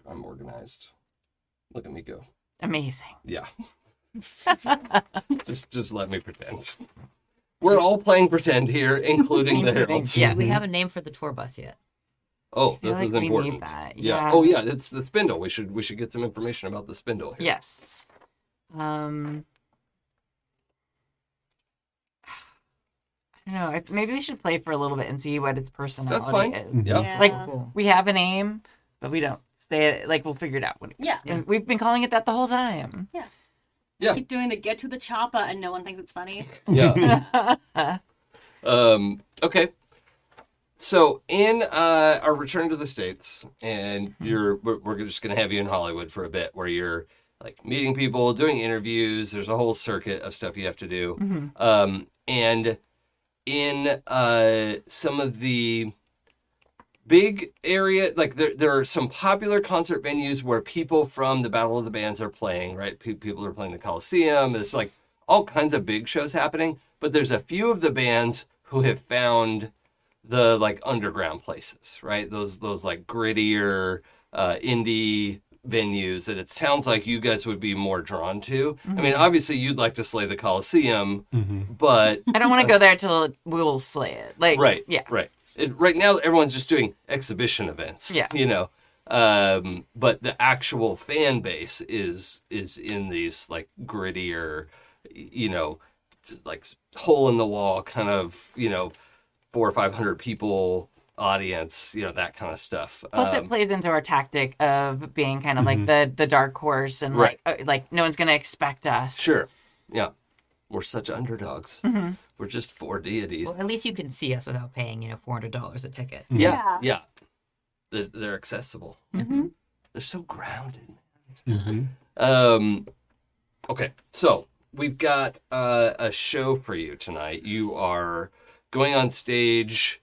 I'm organized. Look at me go. Amazing. Yeah. just just let me pretend. We're all playing pretend here, including the Including- heralds. yeah. We haven't named for the tour bus yet. Oh, this feel is like we need important. that, Yeah. yeah. Oh yeah, it's the spindle. We should we should get some information about the spindle here. Yes. Um. I don't know. I- Maybe we should play for a little bit and see what its personality fine. is. Yeah. Like Yeah. we have a name, but we don't stay. Like we'll figure it out when it Yeah. comes. And We've been calling it that the whole time. Yeah. Keep doing the get to the chopper and no one thinks it's funny. Yeah. um, okay. So in uh, our return to the states, and you're we're, we're just gonna have you in Hollywood for a bit, where you're like meeting people, doing interviews. There's a whole circuit of stuff you have to do, um, and in uh, some of the big area like there, there are some popular concert venues where people from the battle of the bands are playing right Pe- people are playing the coliseum there's like all kinds of big shows happening but there's a few of the bands who have found the like underground places right those those like grittier uh, indie venues that it sounds like you guys would be more drawn to i mean obviously you'd like to slay the coliseum but I don't want to go there till we'll slay it. Like right Yeah. right it, right now everyone's just doing exhibition events Yeah. you know um but the actual fan base is is in these like grittier you know just like hole in the wall kind of you know four or five hundred people audience you know that kind of stuff Plus, Um, mm-hmm. it plays into our tactic of being kind of like the the dark horse and Right. like uh, like no one's gonna expect us. Mm-hmm. sure yeah we're such underdogs we're just four deities Well, at least you can see us without paying, you know, four hundred dollars a ticket. yeah yeah they're, they're accessible they're so grounded Um, okay, so we've got uh, a show for you tonight. You are going on stage.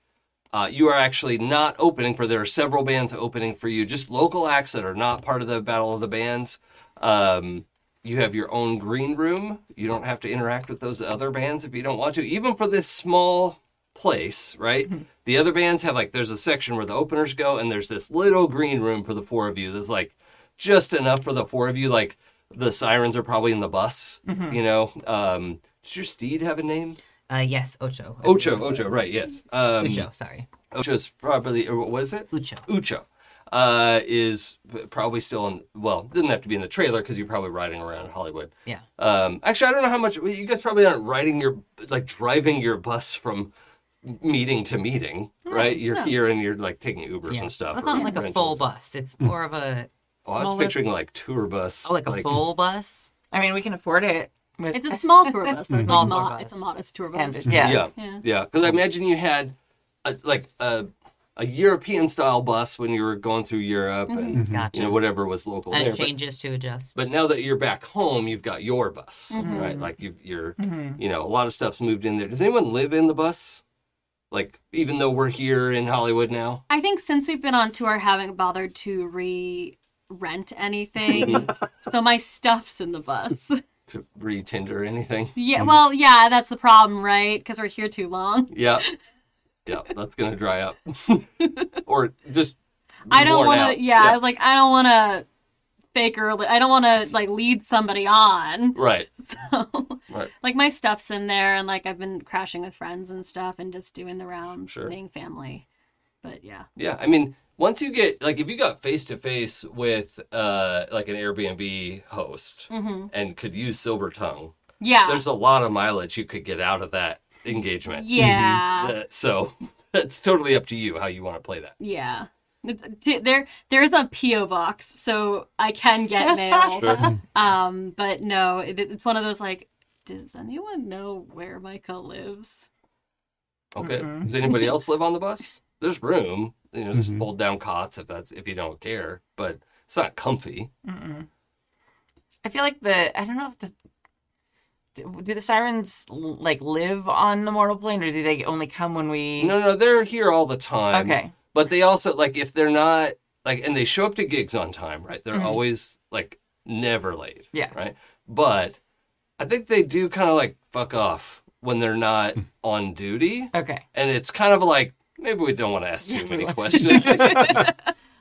Uh, you are actually not opening for. There are several bands opening for you, just local acts that are not part of the Battle of the Bands. Um, you have your own green room. You don't have to interact with those other bands if you don't want to. Even for this small place, right? Mm-hmm. The other bands have like there's a section where the openers go, and there's this little green room for the four of you. There's like just enough for the four of you. Like the sirens are probably in the bus, Mm-hmm. you know. Um, does your steed have a name? Uh, yes, Ocho. I Ocho, believe it Ocho, was. right? Yes. Um, Ucho, sorry, Ucho's probably or what is it? Ucho. Ucho uh, is probably still in. Well, doesn't have to be in the trailer because you're probably riding around Hollywood. Yeah. Um, actually, I don't know how much you guys probably aren't riding your like driving your bus from meeting to meeting, right? You're here and you're like taking Ubers Hmm, Yeah. and stuff. It's or not like a full rentals. bus. It's more of a Oh, I was smaller. picturing like tour bus. Oh, like a full bus. I mean, we can afford it. With It's a small tour bus. Though. It's, Small a tour mo- bus. it's a modest tour and bus. there's- yeah. Yeah, Yeah. yeah. Because I imagine you had a, like a a European style bus when you were going through Europe and Mm-hmm. Gotcha. you know whatever was local and there. it But, changes to adjust. but now that you're back home, you've got your bus, Mm-hmm. right? Like you, you're, you know, a lot of stuff's moved in there. Does anyone live in the bus? Like even though we're here in Hollywood now, I think since we've been on tour, haven't bothered to re rent anything. so my stuff's in the bus. to re Tinder anything? Yeah, well, yeah, that's the problem, right? Because we're here too long. Yeah, yeah. That's gonna dry up, or just. be I don't worn want out. to. Yeah, I was like, I don't want to fake early. I don't want to like lead somebody on. Right. So, Right. like my stuff's in there, and like I've been crashing with friends and stuff, and just doing the rounds, Sure. seeing family. But yeah, Yeah, I mean, once you get like if you got face to face with uh like an Airbnb host Mm-hmm. and could use silver tongue, yeah, there's a lot of mileage you could get out of that engagement. yeah, Uh, so it's totally up to you how you want to play that. yeah. It's, t- there, there is a PO box, so I can get mail. Sure. Um, but no, it, it's one of those like, does anyone know where Micah lives? Okay. Does anybody else live on the bus? There's room. You know, just fold down cots if that's if you don't care, but it's not comfy. I feel like the I don't know if the do do the sirens l- like live on the mortal plane, or do they only come when we? No, no, they're here all the time. Okay. But they also like if they're not like and they show up to gigs on time, right? They're always like never late. Yeah. Right. But I think they do kind of like fuck off when they're not on duty. Okay. And it's kind of like maybe we don't want to ask too many questions. we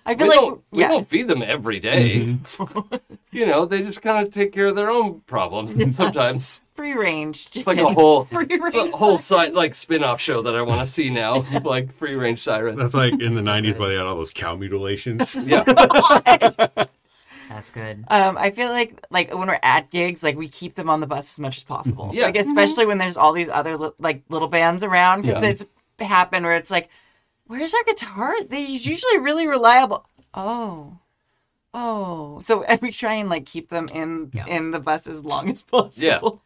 I feel like don't, we yeah. don't feed them every day. you know, they just kind of take care of their own problems sometimes. free range. It's like a whole, Free it's a range whole side like spin-off show that I want to see now, like free range siren. That's like in the 90s where they had all those cow mutilations. Yeah, That's good. Um, I feel like like when we're at gigs, like we keep them on the bus as much as possible. Yeah. Like especially when there's all these other li- like little bands around because Yeah. there's happened where it's like, where's our guitar? He's usually really reliable. Oh. Oh, so we try and like keep them in Yeah. in the bus as long as possible.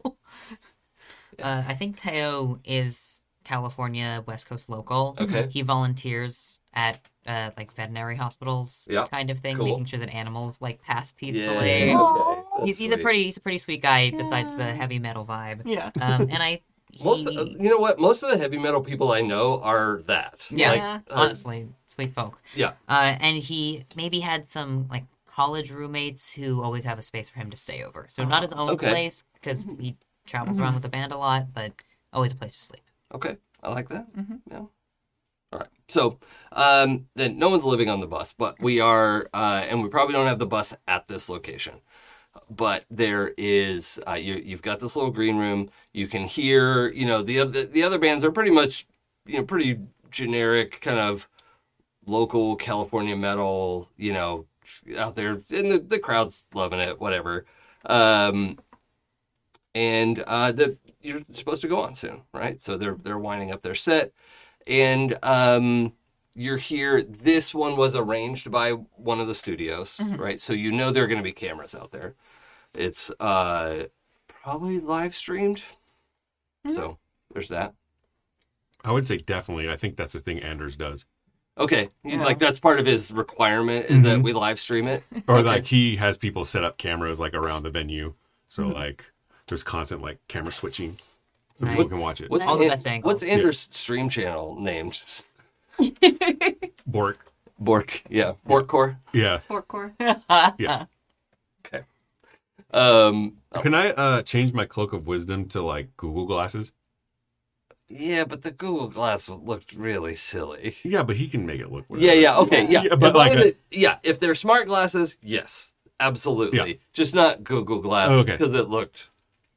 Uh, I think Teo is California West Coast local. Okay. He volunteers at uh, like veterinary hospitals, Yeah, kind of thing, cool. making sure that animals like pass peacefully. yeah. Okay. Aw. He's, that's he's a sweet. pretty he's a pretty sweet guy. Besides the heavy metal vibe, Yeah. um, and I he, Most, uh, you know what? Most of the heavy metal people I know are that. Yeah. like, Yeah. uh, honestly sweet folk. yeah. Uh, and he maybe had some like college roommates who always have a space for him to stay over. So not his own Okay. place because he travels around with the band a lot, but always a place to sleep. Okay, I like that. Yeah. All right. So um, then, no one's living on the bus, but we are, uh, and we probably don't have the bus at this location. But there is, uh, you, you've got this little green room. You can hear, you know, the other the other bands are pretty much, you know, pretty generic kind of local California metal, you know, out there, and the, the crowd's loving it, whatever. Um, and uh, the, you're supposed to go on soon, right? So they're they're winding up their set, and um, you're here. This one was arranged by one of the studios, right? So you know there are going to be cameras out there. It's uh, probably live streamed, so there's that. I would say definitely. I think that's a thing Anders does. Okay, He- Yeah. like that's part of his requirement is Mm-hmm. that we live stream it. Or Okay. like he has people set up cameras like around the venue. So Mm-hmm. like there's constant like camera switching. So people Nice. can watch it. What's All the An- best angles. What's Anders' stream channel named? Bork. Bork, yeah, Bork Core. Yeah. Pork core. Yeah. Okay. Um, Can I uh change my cloak of wisdom to like Google glasses? Yeah, but the Google Glass looked really silly. Yeah, but he can make it look weird. Yeah, yeah, okay, yeah. Yeah, but As long like as a- it- yeah, if they're smart glasses, yes, absolutely. Just not Google Glass Oh, okay. because it looked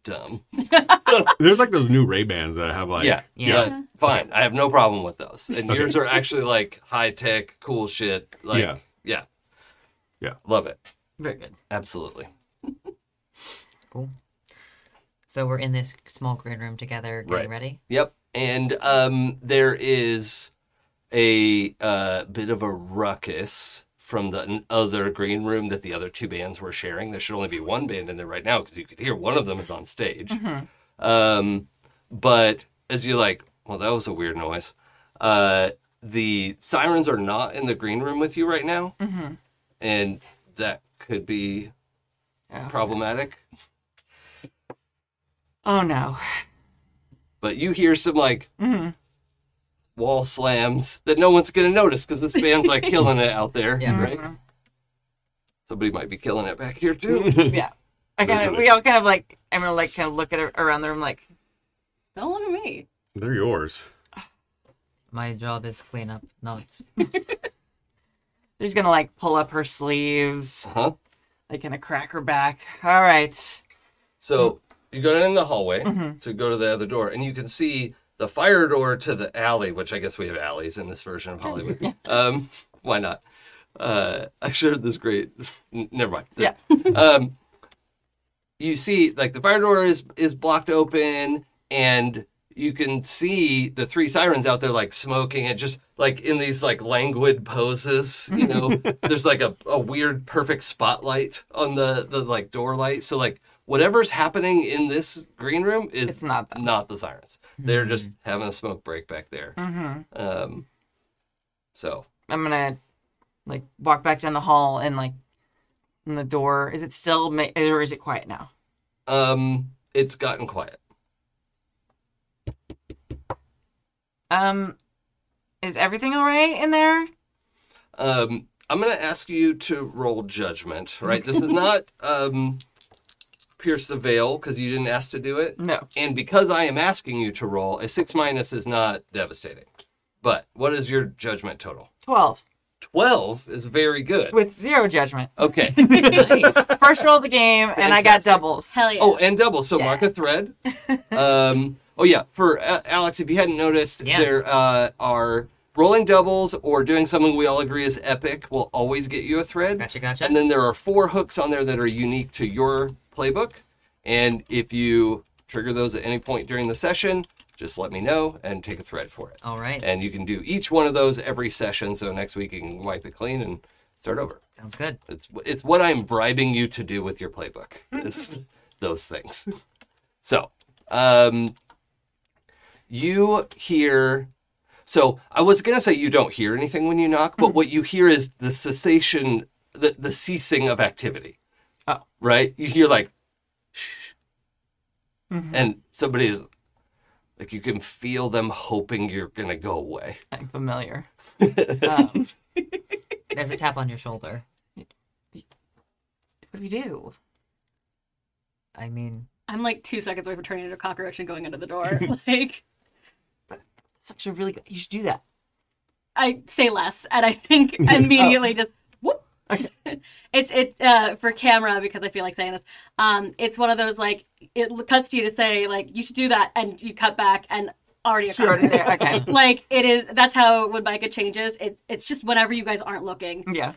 dumb. There's like those new Ray Bans that have like yeah, Yeah. but fine. I have no problem with those. And yours are actually like high tech, cool shit. Like, yeah, Yeah. yeah, Yeah. Love it, Very good. absolutely. Cool. So we're in this small green room together, getting Right. ready. Yep. And um, there is a uh, bit of a ruckus from the other green room that the other two bands were sharing. There should only be one band in there right now because you could hear one of them is on stage. Um, but as you like, well, that was a weird noise. Uh, the sirens are not in the green room with you right now, and that could be Oh. problematic. Oh no. but you hear some like wall slams that no one's gonna notice because this band's like killing it out there, Yeah. right? Somebody might be killing it back here too. Yeah. I kind of Visually. we all kind of like I'm gonna like kind of look at it around the room like Don't look at me. They're yours. My job is clean up, not she's gonna like pull up her sleeves. huh? like in a cracker back. All right. So you go down in the hallway to go to the other door, and you can see the fire door to the alley, which I guess we have alleys in this version of Hollywood. um, why not? Uh, I shared this great. n- Never mind. Yeah. um, you see, like the fire door is is blocked open, and you can see the three sirens out there, like smoking and just like in these like languid poses. You know, there's like a, a weird perfect spotlight on the the like door light. So like whatever's happening in this green room is It's not Mm-hmm. them. not the sirens. They're just having a smoke break back there. Mm-hmm. Um, so I'm gonna like walk back down the hall and like in the door. Is it still ma- or is it quiet now? Um, It's gotten quiet. Um, is everything all right in there? Um, I'm going to ask you to roll judgment, right? This is not um, pierce the veil because you didn't ask to do it. No. And because I am asking you to roll, a six minus is not devastating. But what is your judgment total? 12 12 is very good. with zero judgment. Okay. nice. First roll of the game, and I got doubles. Hell yeah. Oh, and double. So mark a thread. Um, oh yeah, for uh, Alex, if you hadn't noticed, Yeah. there uh, are rolling doubles or doing something we all agree is epic will always get you a thread. Gotcha, gotcha. And then there are four hooks on there that are unique to your playbook, and if you trigger those at any point during the session, just let me know and take a thread for it. All right. And you can do each one of those every session. So next week you can wipe it clean and start over. Sounds good. It's it's what I'm bribing you to do with your playbook. It's those things. So, um, you hear. So I was gonna say you don't hear anything when you knock, but what you hear is the cessation, the the ceasing of activity. Oh. right. You hear like, shh, and somebody is like you can feel them hoping you're gonna go away. I'm familiar. um, There's a tap on your shoulder. what do we do? I mean, I'm like two seconds away from turning into a cockroach and going under the door. like It's actually really good. You should do that. I say less, and I think immediately just whoop. it's it uh, for camera because I feel like saying this. Um, it's one of those like it cuts to you to say like you should do that, and you cut back and already a You're already cockroach. there. Okay. like it is. That's how when Micah changes. It it's just whenever you guys aren't looking. Yeah.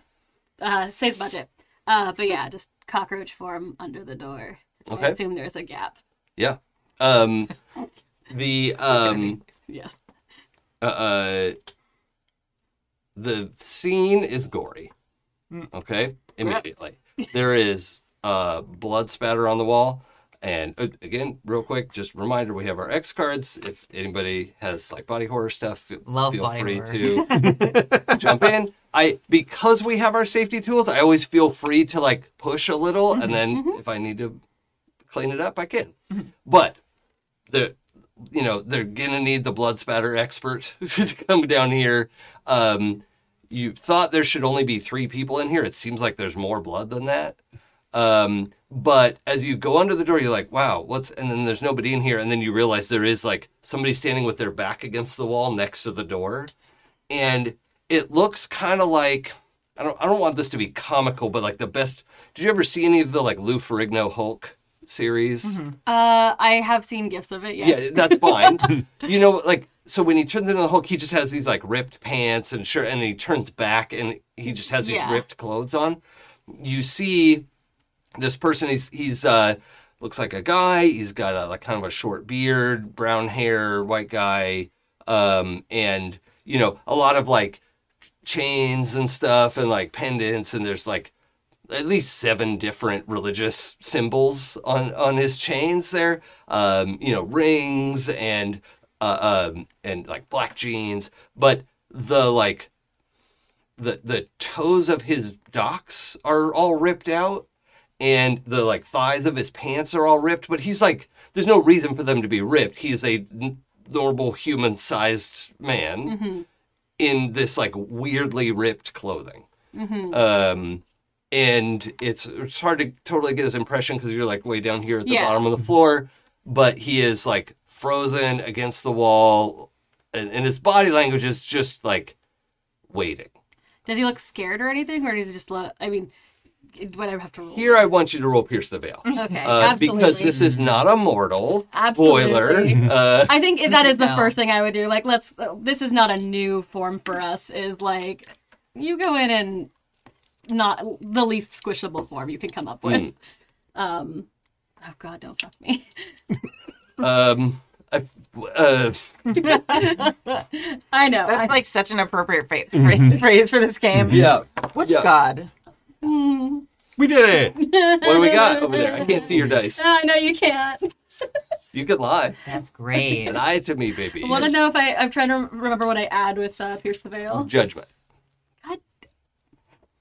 Uh, says budget. Uh, but yeah, just cockroach form under the door. I Okay. assume there's a gap. Yeah. Um, the Mm. um. Yes. uh, the scene is gory. Okay, immediately there is uh, blood spatter on the wall, and uh, again, real quick, just reminder: we have our X cards. If anybody has like body horror stuff, f- Love feel body free horror. to jump in. I because we have our safety tools, I always feel free to like push a little, and then if I need to clean it up, I can. But the you know they're gonna need the blood spatter expert to come down here. Um, you thought there should only be three people in here. It seems like there's more blood than that. Um, but as you go under the door, you're like, wow, what's? And then there's nobody in here, and then you realize there is like somebody standing with their back against the wall next to the door, and it looks kind of like. I don't, I don't want this to be comical, but like the best. Did you ever see any of the like Lou Ferrigno Hulk series? Uh, I have seen gifs of it. Yes. Yeah, that's fine. you know, like so when he turns into the Hulk, he just has these like ripped pants and shirt, and he turns back and he just has these Yeah. ripped clothes on. You see this person. He's he's uh, looks like a guy. He's got a like kind of a short beard, brown hair, white guy, um, and you know a lot of like chains and stuff and like pendants and there's like at least seven different religious symbols on on his chains there um you know rings and uh, um and like black jeans but the like the the toes of his docks are all ripped out and the like thighs of his pants are all ripped but he's like there's no reason for them to be ripped he is a n- normal human sized man in this like weirdly ripped clothing um and it's it's hard to totally get his impression because you're like way down here at the Yeah. bottom of the floor but he is like frozen against the wall and, and his body language is just like waiting Does he look scared or anything, or does he just look? I mean, whatever. Have to roll. Here, I want you to roll Pierce the Veil. okay, Uh, absolutely. because this is not a mortal. Spoiler. Absolutely. Uh, I think that is the No. first thing I would do. Like, let's. uh, This is not a new form for us. Is like, you go in and not the least squishable form you can come up Hmm. with. Um, oh God, don't fuck me. um, I, uh, I know. That's I, like such an appropriate fa- phrra- phrase for this game. yeah. Which Yeah. god? We did it. What do we got over there? I can't see your dice. I know you can't. You can lie. that's great. And lie to me, baby. I want to know if I. I'm trying to remember what I add with uh, Pierce the Veil. Judgment.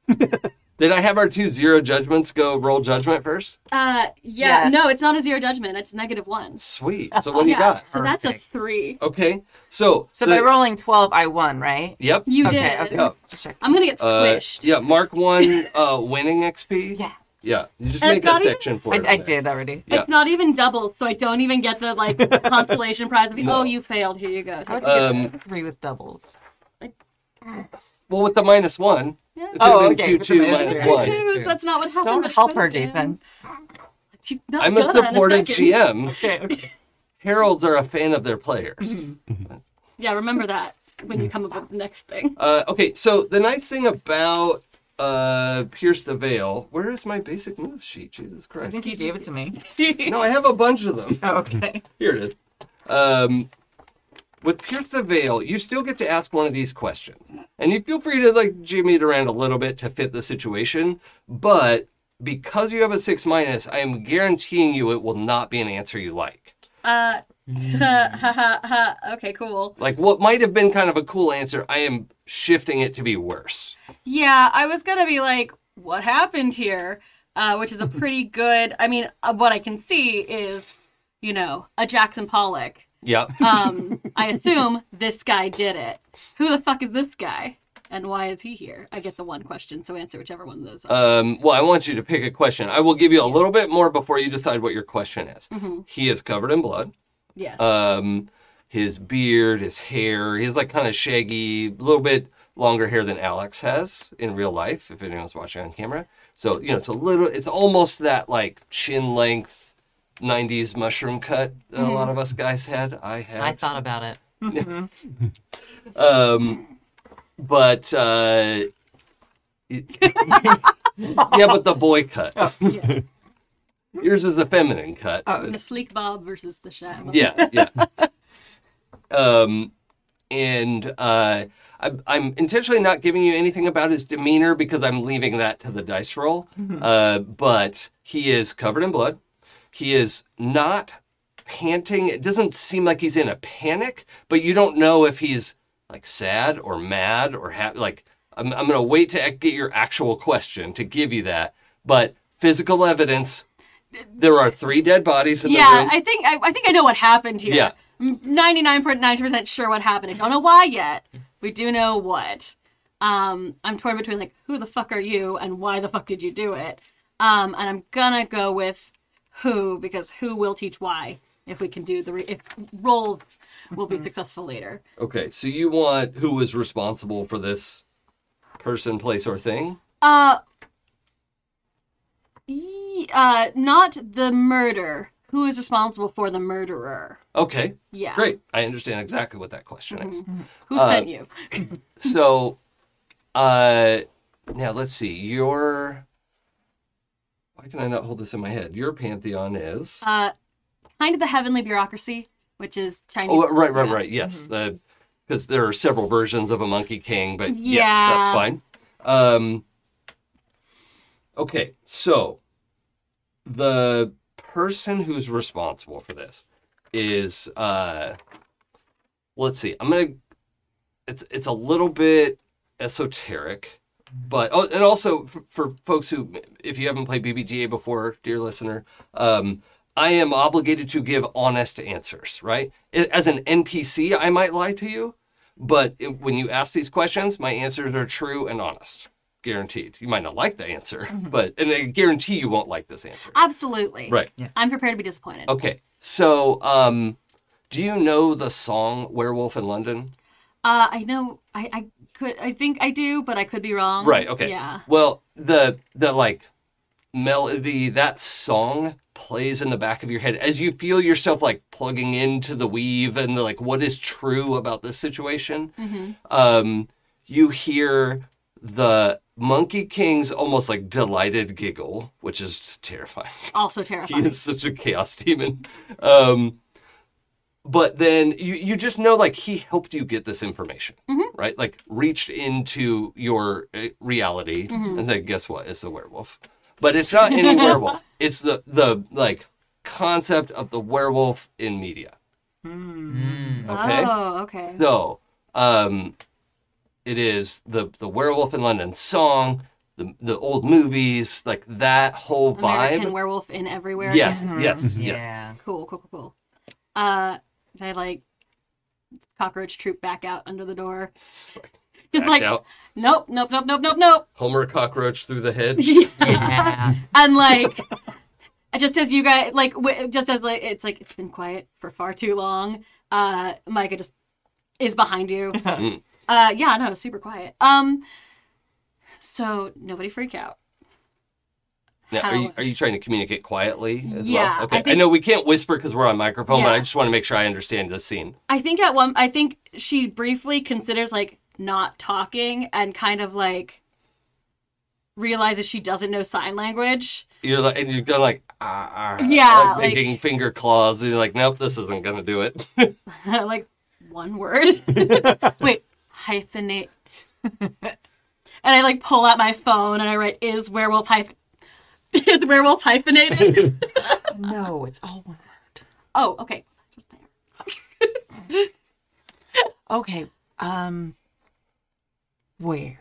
God. Did I have our two zero judgments go roll judgment first? Uh, yeah, no, Yes. it's not a zero judgment. It's negative one. Sweet. So what do you yeah, got? so that's a Perfect. three. Okay. So So the- by rolling 12, I won, right? Yep. You okay, did. okay. Yeah. Just check. I'm gonna get Uh, squished. yeah, Mark one uh, winning XP. Yeah. Yeah. You just And make not a even- section for I, it. I there. did already. Yeah. It's not even double, so I don't even get the like consolation prize of oh you failed. Here you go. I would Um, give it three with doubles. Well, with the minus one. Yeah. It Oh, could've been okay, Two with the two minus minus That's one. okay, that's- That's not what happened. Don't I help her, should've been. Jason. She's not I'm a gonna in supportive second. GM. Okay, okay. Heralds are a fan of their players. Yeah, remember that when you come up with the next thing. Uh, okay, so the nice thing about uh, Pierce the Veil, where is my basic move sheet? Jesus I Christ. think you gave it to me. No, I have a bunch of them. Oh, okay. Here it is. Um, with Pierce the Veil, you still get to ask one of these questions. And you feel free to like jimmy it around a little bit to fit the situation, but because you have a six minus, I am guaranteeing you it will not be an answer you like. Uh, ha, ha, ha, ha. okay, cool. Like what might have been kind of a cool answer, I am shifting it to be worse. Yeah, I was gonna be like, what happened here? Uh, which is a pretty good. I mean, uh, what I can see is, you know, a Jackson Pollock. Yeah. Uh, Um, I assume this guy did it. Who the fuck is this guy? And why is he here? I get the one question, so answer whichever one of those. Are. Um, well, I want you to pick a question. I will give you a little bit more before you decide what your question is. Mm-hmm. He is covered in blood. yes. Um, his beard, his hair, he's like kind of shaggy, a little bit longer hair than Alex has in real life, if anyone's watching on camera. So, you know, it's a little, it's almost that like chin length 90s mushroom cut that a lot of us guys had. I had. Mm-hmm. I thought about it. Um, but uh, it- yeah, but the boy cut. yeah. Yours is a feminine cut. the sleek Bob versus the shy. Bob. Yeah, yeah. um, and uh, I, I'm intentionally not giving you anything about his demeanor because I'm leaving that to the dice roll. Mm-hmm. Uh, but he is covered in blood. He is not panting. It doesn't seem like he's in a panic, but you don't know if he's like sad or mad or happy. Like, I'm, I'm going to wait to ac- get your actual question to give you that. But physical evidence. There are three dead bodies in the Yeah, room. I think I, I think I know what happened here. Yeah. ninety nine point nine percent sure what happened. I don't know why yet. We do know what. Um, I'm torn between like who the fuck are you and why the fuck did you do it. Um, and I'm gonna go with who because who will teach why if we can do the re- if roles will Mm-hmm. be successful later. Okay, so you want who was responsible for this person, place, or thing? Uh, ye- uh, not the murder. Who is responsible for the murderer? Okay, Yeah. great. I understand exactly what that question is. Who Uh, sent you? So, uh, now let's see. Your why can I not hold this in my head? Your pantheon is uh, kind of the heavenly bureaucracy, which is Chinese. Mm-hmm. oh right, right, right. Yes, the because there are several versions of a monkey king, but yes, Yeah. that's fine. Um, okay, so the person who's responsible for this is uh let's see i'm gonna it's it's a little bit esoteric but oh, and also for, for folks who if you haven't played bbga before dear listener um i am obligated to give honest answers right I- as an npc i might lie to you but it- when you ask these questions my answers are true and honest guaranteed you might not like the answer but and i guarantee you won't like this answer Absolutely. right I'm prepared to be disappointed. Okay. So, um, do you know the song Werewolf in London? Uh, I know. I, I could. I think I do, but I could be wrong. Right, okay. Yeah. Well, the the like melody that song plays in the back of your head as you feel yourself like plugging into the weave and the, like what is true about this situation. Um, you hear the Monkey King's almost like delighted giggle, which is terrifying. Also he terrifying. is such a chaos demon. Um, but then you you just know like he helped you get this information, Mm-hmm. right? Like reached into your uh, reality Mm-hmm. and said, "Guess what? It's a werewolf." But it's not any werewolf. It's the the like concept of the werewolf in media. Okay. Oh, okay. So, um, it is the the werewolf in London song. the, the old movies, like that whole American vibe. werewolf in everywhere. Yes, Mhm. yes, yes. Yeah. Cool, cool, cool, cool. Uh, they like cockroach troop back out under the door. Just like, Just back like out. nope, nope, nope, nope, nope, nope. Homer cockroach through the hedge. Yeah. and like just as you guys like w- just as like it's like it's been quiet for far too long uh micah just is behind you uh yeah no super quiet um so nobody freak out Now, are, you, How- are you trying to communicate quietly as Yeah, I well? Okay. I, think- know we can't whisper because we're on microphone, but Yeah. I just want to make sure I understand the scene. i think at one i think she briefly considers like not talking and kind of like realizes she doesn't know sign language You're like, and you're going like, ah, ah, Yeah, like like- making finger claws, and you're like, nope, this isn't gonna do it. like one word. Wait, hyphenate. and I like pull out my phone and I write is werewolf hyphen is werewolf hyphenated. No, it's all one word. oh, okay. That's what's there. Okay. Um. Where?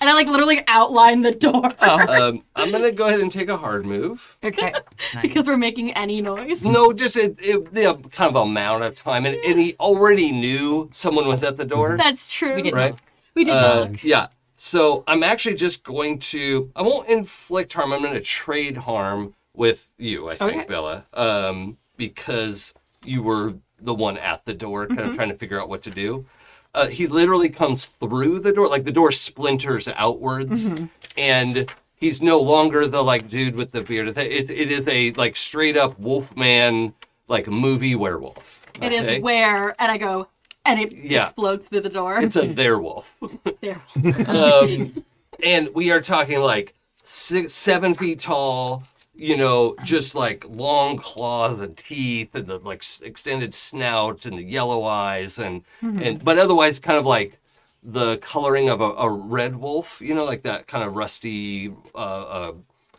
And I like literally outline the door Oh, um, I'm gonna go ahead and take a hard move. Okay. because we're making any noise. No, just it, it, the kind of amount of time, and, and he already knew someone was at the door, That's true. We did right? We did Uh, not. yeah. So I'm actually just going to. I won't inflict harm. I'm going to trade harm with you. I think Okay. Bella, um, because you were the one at the door, kind Mm-hmm. of trying to figure out what to do. Uh, he literally comes through the door, like the door splinters outwards, Mm-hmm. and he's no longer the like dude with the beard. It, it is a like straight up Wolfman, like movie werewolf. It is okay? where and I go and it Yeah. explodes through the door. It's a werewolf. there. um, and we are talking like six, seven feet tall. You know, just like long claws and teeth, and the like s- extended snouts and the yellow eyes, and and but otherwise kind of like the coloring of a, a red wolf. You know, like that kind of rusty uh, uh,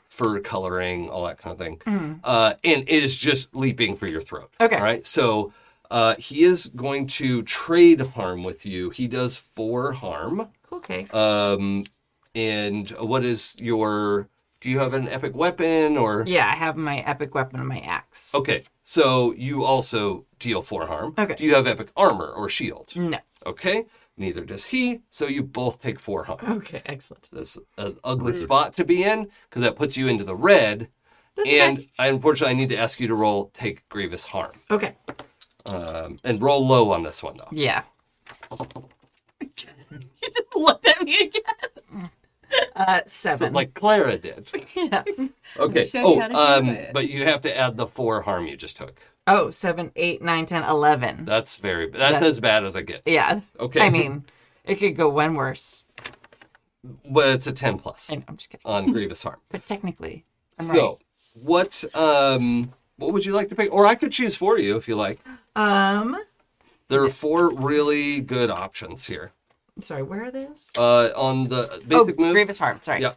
fur coloring, all that kind of thing. Uh, and it is just leaping for your throat. Okay. All right. So uh, he is going to trade harm with you. He does four harm. Okay. Um, and uh, what is your? Do you have an epic weapon or? Yeah, I have my epic weapon and my axe. Okay, so you also deal four harm. Okay. Do you have epic armor or shield? No. Okay. Neither does he. So you both take four harm. Oh. Okay. Excellent. That's an ugly spot to be in because that puts you into the red. and I, unfortunately, I need to ask you to roll take grievous harm Okay. um, and roll low on this one though. Yeah. He just looked at me again. Uh, So, seven. like Clara did. yeah. Okay. Show you Oh, how to do um, it. but you have to add the four harm you just took. Oh, seven, eight, nine, ten, eleven. That's very. That's That- as bad as it gets. Yeah. Okay. I mean, it could go one worse. but it's a ten plus I know, I'm just kidding. on grievous harm. But technically, I'm So, what um, what would you like to pick? Or I could choose for you if you like. right. Um, There are four really good options here. I'm sorry. Where are those? Uh, on the basic oh, moves. grievous harm. Sorry. Yeah.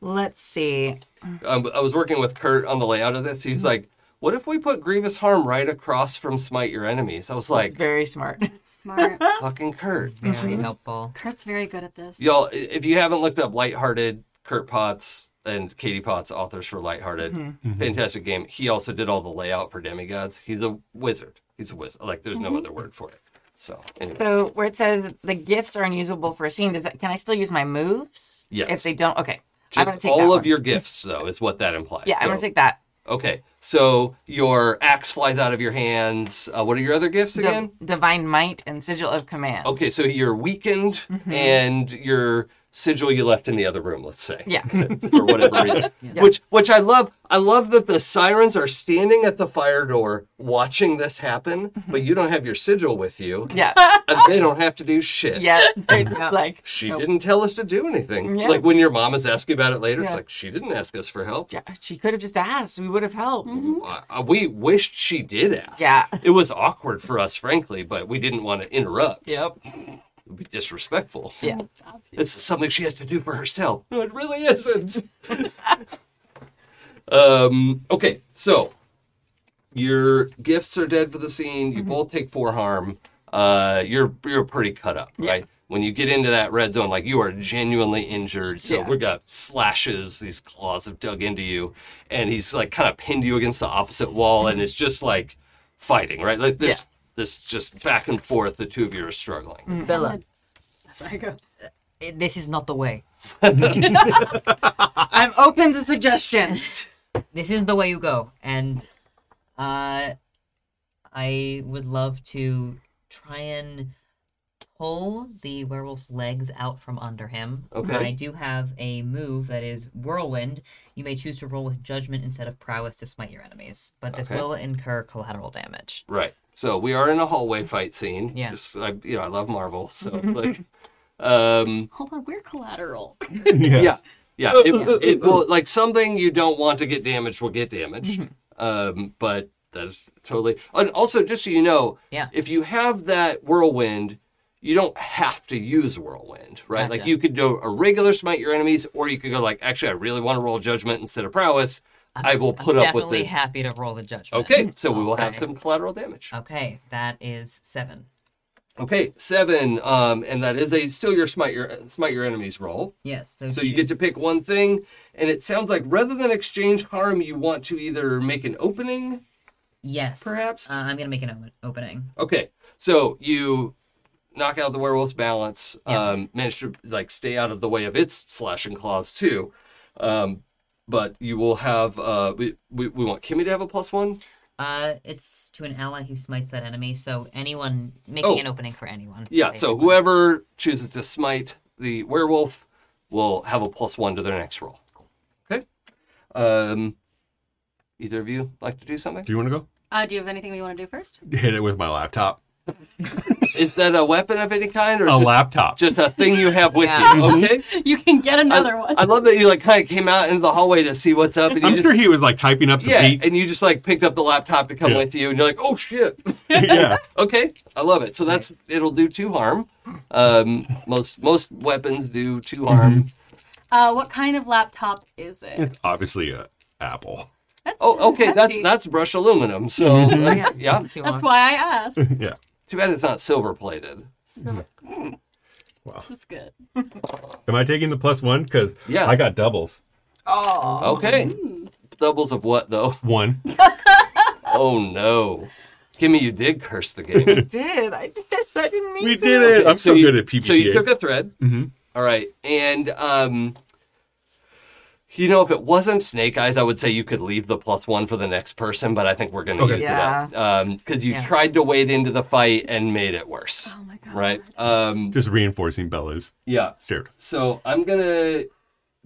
Let's see. Um, I was working with Kurt on the layout of this. Mm-hmm. He's like, "What if we put grievous harm right across from smite your enemies?" I was like, Very smart. Smart. "Fucking Kurt." Very helpful. Kurt's very good at this. Y'all, i- if you haven't looked up Lighthearted, Kurt Potts and Katie Potts, authors for Lighthearted, Mm-hmm. fantastic game. He also did all the layout for Demigods. He's a wizard. He's a wizard. Like, there's Mm-hmm. no other word for it. So, anyway. So where it says the gifts are unusable for a scene, does that can I still use my moves? Yes. If they don't, okay. I'm gonna Just take all that of one. your gifts, though, is what that implies. Yeah, I'm So- gonna take that. Okay, so your axe flies out of your hands. Uh, what are your other gifts Di- again? divine might and sigil of command. Okay, so you're weakened Mm-hmm. and your sigil you left in the other room, let's say. Yeah. For whatever reason. Which which I love. I love that the sirens are standing at the fire door watching this happen, Mm-hmm. but you don't have your sigil with you. Yeah. And they don't have to do shit. yeah. They're just like She didn't tell us to do anything. Yeah. Like when your mom is asking about it later, it's Yeah. like she didn't ask us for help. "Yeah, she could have just asked. We would have helped. Uh, uh, we wished she did ask. Yeah. It was awkward for us, frankly, but we didn't want to interrupt. Yep. It would be disrespectful. Yeah. This is something she has to do for herself. No, it really isn't. um, okay, so your Mm-hmm. gifts are dead for the scene. You both take four harm. Uh, you're you're pretty cut up, right? When you get into that red zone, like you are genuinely injured. So Yeah. we've got slashes, these claws have dug into you, and he's like kind of pinned you against the opposite wall, and it's just like fighting, right? Like this, this just back and forth. The two of you are struggling. Bella, Sorry, go. i- Uh, this is not the way. I'm open to suggestions. This isn't the way you go. And uh, I would love to try and pull the werewolf's legs out from under him. Okay. I do have a move that is whirlwind. You may choose to roll with judgment instead of prowess to smite your enemies, but this Okay. will incur collateral damage. Right. So we are in a hallway fight scene. Yeah. Just, I, you know, I love Marvel. So like, um, Hold on, we're collateral. yeah. yeah, yeah. It, it will like something you don't want to get damaged will get damaged. Mm-hmm. Um, but that's totally. And also, just so you know, Yeah. if you have that whirlwind. You don't have to use whirlwind, right? Like Gotcha. you could do a regular smite your enemies, or you could go like, actually, I really want to roll judgment instead of prowess. i will put up with Definitely the. happy to roll the judgment. okay, so we will have Okay. some collateral damage. Okay, that is seven. Okay, seven, um, and that is a still your smite your smite your enemies roll. Yes. So, So you get to choose- pick one thing, and it sounds like rather than exchange harm, you want to either make an opening, yes. perhaps. Uh, I'm gonna make an o- opening. Okay, so you knock out the werewolf's balance, Yeah. um, manage to like stay out of the way of its slashing claws too, um, but you will have uh, we, we we want Kimmy to have a plus one. Uh, it's to an ally who smites that enemy. So anyone making Oh. an opening for anyone. Yeah, so basically. whoever chooses to smite the werewolf will have a plus one to their next roll. Okay. Um, either of you like to do something? Do you want to go? Uh, do you have anything we want to do first? Hit it with my laptop. Is that a weapon of any kind, or A just, laptop. just a thing you have with Yeah. you? Okay. You can get another I, one. I love that you like kind of came out into the hallway to see what's up, and you I'm just, sure he was like typing up some yeah, beats. and you just like picked up the laptop to come Yeah. with you, and you're like, oh shit. yeah. Okay, I love it. So that's it'll do two harm. Um, most most weapons do two Mm-hmm. harm. Uh, what kind of laptop is it? It's obviously a apple. That's Oh, okay. That's hefty. that's brush aluminum. So like, Mm-hmm. Yeah. yeah, Two That's on. why I asked. Yeah. too bad it's not silver plated. So, Wow. That's good. Am I taking the plus one? Because Yeah. I got doubles. oh, Okay, doubles of what though? One. Oh no, Kimmy, you did curse the game. I did. I did. I didn't mean we to. did it. I'm so, you- good at PBTA. So you took a thread. Mhm. All right, and um, you know, if it wasn't Snake Eyes, I would say you could leave the plus one for the next person. But I think we're going to Okay. use it up because you Yeah. tried to wade into the fight and made it worse. Oh my god. Right? Um, Just reinforcing Bella's yeah. stereotype. So I'm gonna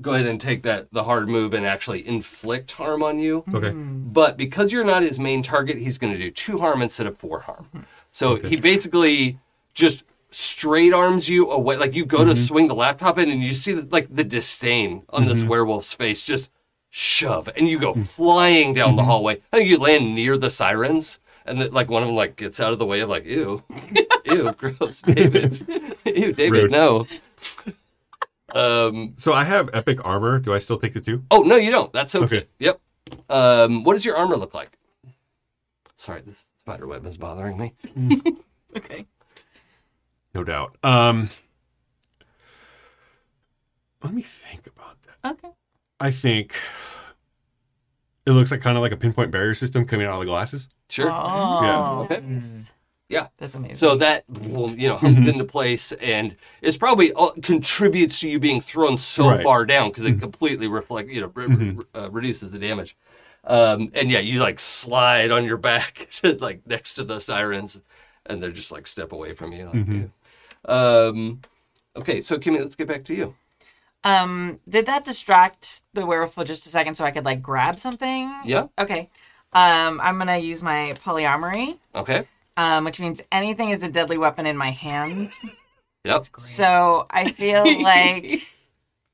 go ahead and take that the hard move and actually inflict harm on you. Okay. But because you're not his main target, he's gonna do two harm instead of four harm. So he basically just straight arms you away. Like you go to swing the laptop in, and you see the, like the disdain on this werewolf's face. Just shove, and you go flying down the hallway. I think you land near the sirens. And then, like one of them, like gets out of the way of like, ew, ew, gross, David, ew, David, Rude. no. Um. So I have epic armor. Do I still take the two? Oh no, you don't. That soaks Okay. it. Yep. Um. What does your armor look like? Sorry, this spider web is bothering me. Okay. No doubt. Um, let me think about that. Okay. I think it looks like kind of like a pinpoint barrier system coming out of the glasses. Sure. Oh, Yeah. Okay. Nice. that's amazing. So that well, you know humps Mm-hmm. into place, and it's probably all, contributes to you being thrown so Right. Mm-hmm. far down because it completely reflect you know re- re- uh, reduces the damage. Um, and yeah, you like slide on your back like next to the sirens, and they're just like step away from you. Like, Mm-hmm. ew. Um, okay, so Kimmy, let's get back to you. Um, did that distract the werewolf for just a second so I could like grab something? Yeah. Okay. Um, I'm gonna use my polyamory, Okay. um, which means anything is a deadly weapon in my hands. Yep. So I feel like,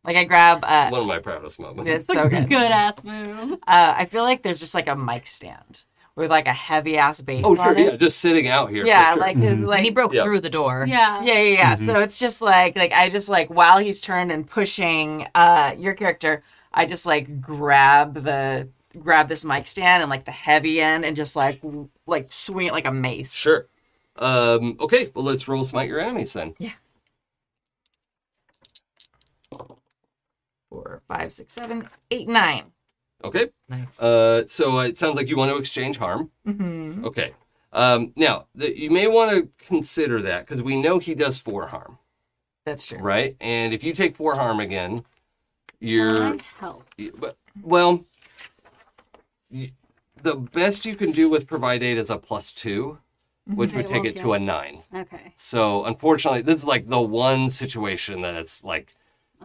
like I grab. Uh, One of my proudest moments. it's so good. Good ass move. Uh, I feel like there's just like a mic stand with like a heavy ass bass. Oh on sure, yeah, it. just sitting out here. for yeah, sure. Mm-hmm. like 'cause, And he like broke Yeah. through the door. Yeah. Yeah, yeah, yeah. So it's just like like I just like while he's turned and pushing uh your character, I just like grab the grab this mic stand and like the heavy end and just like w- like swing it like a mace. Sure. Um, okay, well let's roll smite your enemies then. Yeah. four, five, six, seven, eight, nine. Okay. Nice. Uh, so uh, it sounds like you want to exchange harm. Mm-hmm. Okay. Um, now, the, you may want to consider that because we know he does four harm, That's true. right? And if you take four harm again, you're. Can I help? y- but- Well, y- the best you can do with provide aid is a plus two, which would It take won't it be to a nine. Okay. So unfortunately, this is like the one situation that it's like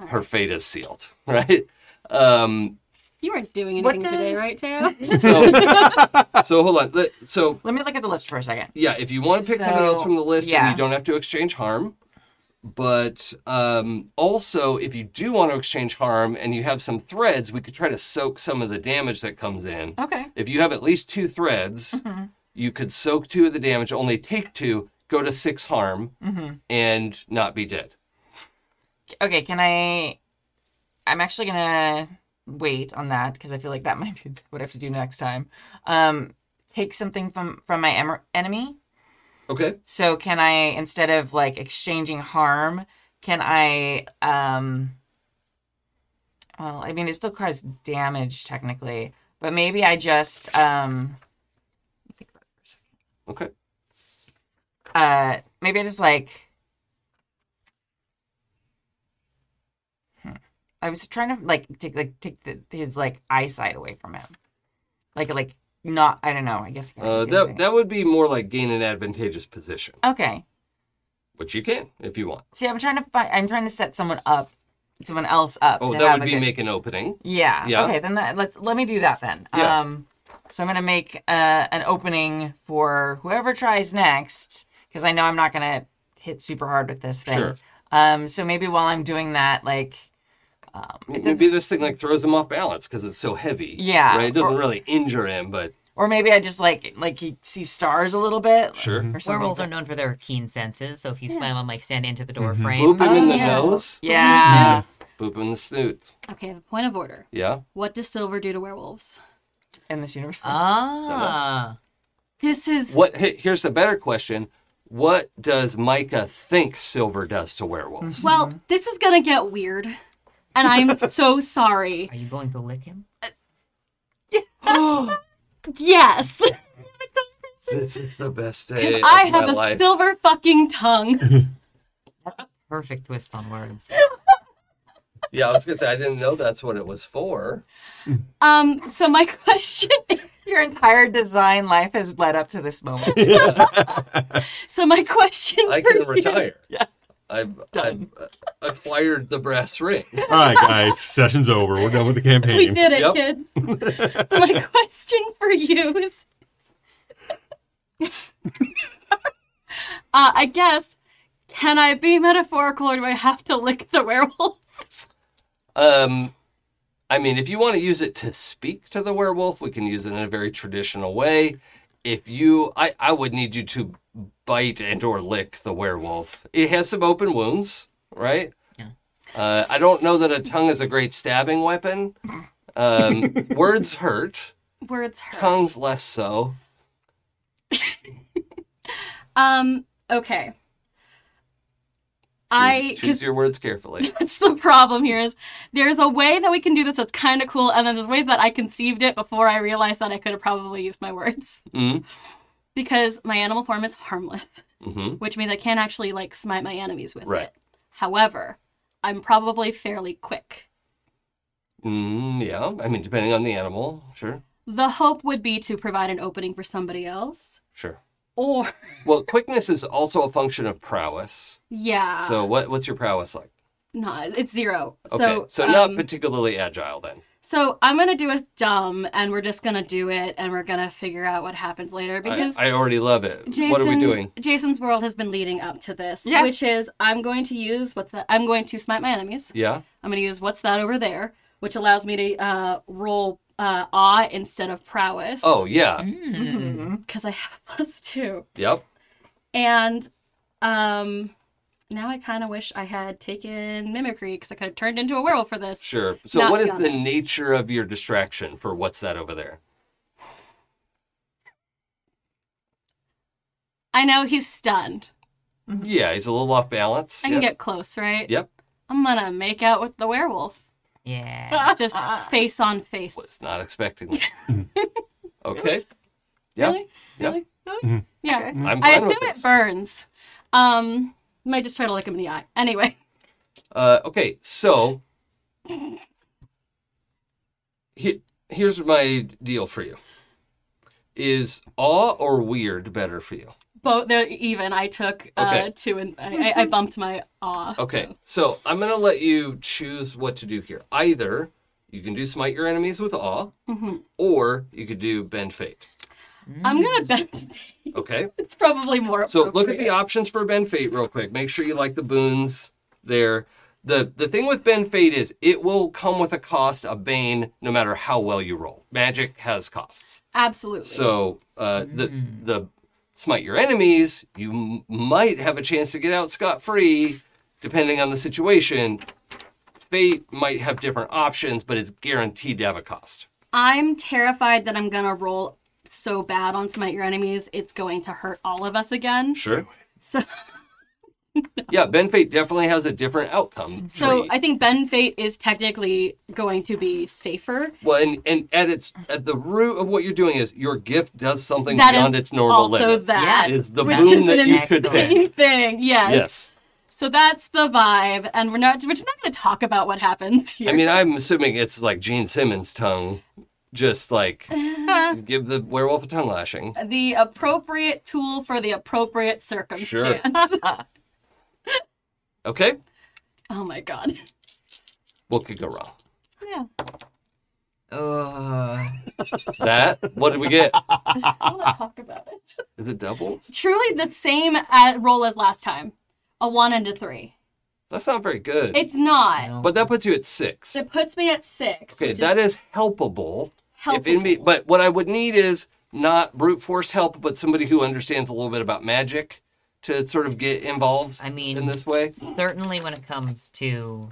her fate is sealed, right? Um, You weren't doing What anything today, does- right, Teo? so, so hold on. Let- So Let me look at the list for a second. yeah, if you want to pick somebody else So, from the list, then yeah. you don't have to exchange harm. But um, also, if you do want to exchange harm and you have some threads, we could try to soak some of the damage that comes in. Okay. If you have at least two threads, Mm-hmm. you could soak two of the damage, only take two, go to six harm, Mm-hmm. and not be dead. Okay, can I? I'm actually gonna wait on that because I feel like that might be what I have to do next time. Um, take something from from my em- enemy. Okay. So can I instead of like exchanging harm, can I? um Well, I mean, it still caused damage technically, but maybe I just um Okay. uh maybe I just like. Hmm. I was trying to like take like take the, his like eyesight away from him, like like not I don't know I guess I can't Uh, do that anything. that would be more like gain an advantageous position, okay which you can if you want. see I'm trying to find I'm trying to set someone up someone else up Oh, to that have would a be good- make an opening. Yeah. Yeah. Okay, then that, let's let me do that then. Yeah. Um so I'm going to make uh, an opening for whoever tries next because I know I'm not going to hit super hard with this thing. Sure. Um so maybe while I'm doing that like Maybe this thing like throws him off balance because it's so heavy. Yeah, right. It doesn't or- really injure him, but or maybe I just like like he sees stars a little bit sure. or something. Werewolves are known for their keen senses, so if you slam them like stand into the door frame, Mm-hmm. Boop him in the Oh, yeah. nose. yeah. Boop him in the snoot. Okay, I have a point of order. Yeah. What does silver do to werewolves? In this universe. Uh. ah, This is What? he- Here's the better question. What does Micah think silver does to werewolves? well, this is gonna get weird, and I'm so sorry. are you going to lick him? Yes, this is the best day of I my have a life. silver fucking tongue. Perfect twist on words. yeah, I was gonna say I didn't know that's what it was for. Um, so my question, Your entire design life has led up to this moment. so my question, I for can you- retire. Yeah. I've, I've Done. uh, acquired the brass ring. All right, guys, session's over. We're done with the campaign. We did it, Yep. kids. so my question for you is, uh, I guess, can I be metaphorical, or do I have to lick the werewolf? Um, I mean, if you want to use it to speak to the werewolf, we can use it in a very traditional way. If you, I, I would need you to bite and or lick the werewolf. It has some open wounds, right? Yeah. Uh, I don't know that a tongue is a great stabbing weapon. Um, words hurt, Words hurt. tongues less so. Um. Okay. Choose- I choose because your words carefully. that's the problem here is there's a way that we can do this that's kind of cool, and then there's a way that I conceived it before I realized that I could have probably used my words Mm-hmm. because my animal form is harmless, mm-hmm. which means I can't actually like smite my enemies with Right. it. However, I'm probably fairly quick. Mm, yeah, I mean, depending on the animal, sure, The hope would be to provide an opening for somebody else, sure. or Well, quickness is also a function of prowess. yeah, So what what's your prowess like? no, it's zero. Okay, Um, so so not um, particularly agile then. So I'm gonna do it dumb, and we're just gonna do it, and we're gonna figure out what happens later because. I, I already love it. Jason, what are we doing? Jason's world has been leading up to this, Yeah. which is I'm going to use what's that? I'm going to smite my enemies. Yeah. I'm going to use what's that over there, which allows me to uh, roll uh, awe instead of prowess. Oh yeah. Hmm? Mm. because I have a plus two, Yep. and um, now I kind of wish I had taken mimicry because I could have turned into a werewolf for this. Sure. So Not what is beyond the it. nature of your distraction for what's that over there? I know he's stunned. Yeah, he's a little off balance. Mm-hmm. I can Yep. get close, right? Yep. I'm gonna make out with the werewolf. Yeah. Just face on face. Was not expecting that. okay. Yeah. Really? Yeah. Mm-hmm. Really? Yeah. I'm I fine assume with it this. burns. Um, might just try to look him in the eye. Anyway, Uh, okay, so he, here's my deal for you. Is awe or weird better for you? both they're even. I took uh, Okay. two and I, I- I bumped my awe. Okay, so I'm gonna let you choose what to do here. Either you can do smite your enemies with awe, or you could do bend fate. I'm gonna bet Okay, it's probably more. so look at the appropriate. options for bend fate real quick. Make sure you like the boons there. The the thing with bend fate is it will come with a cost, a bane, no matter how well you roll. Magic has costs. absolutely. So uh, the Mm. the smite your enemies, you m- might have a chance to get out scot free, depending on the situation. Fate might have different options, but it's guaranteed to have a cost. I'm terrified that I'm gonna roll so bad on smite your enemies. It's going to hurt all of us again. Sure. So, Yeah, Ben Fate definitely has a different outcome. so tree. I think Ben Fate is technically going to be safer. well, and, and at its at the root of what you're doing is your gift does something That beyond is its normal also limits. that, It is the which boon is that an you could insane- pick. Same thing. Yes. Yes. So that's the vibe, and we're not we're just not going to talk about what happened here. I mean, I'm assuming it's like Gene Simmons' tongue, just like give the werewolf a tongue lashing. the appropriate tool for the appropriate circumstance. Okay. oh my god. What could go wrong? Ugh. That? What did we get? I want to talk about it. Is it doubles? Truly the same uh, roll as last time. A 1 and a 3. That's not very good. It's not. But that puts you at six. It puts me at 6. Okay, which that is helpable. If helpful. in me, but what I would need is not brute force help, but somebody who understands a little bit about magic to sort of get involved. I mean- in this way, Certainly when it comes to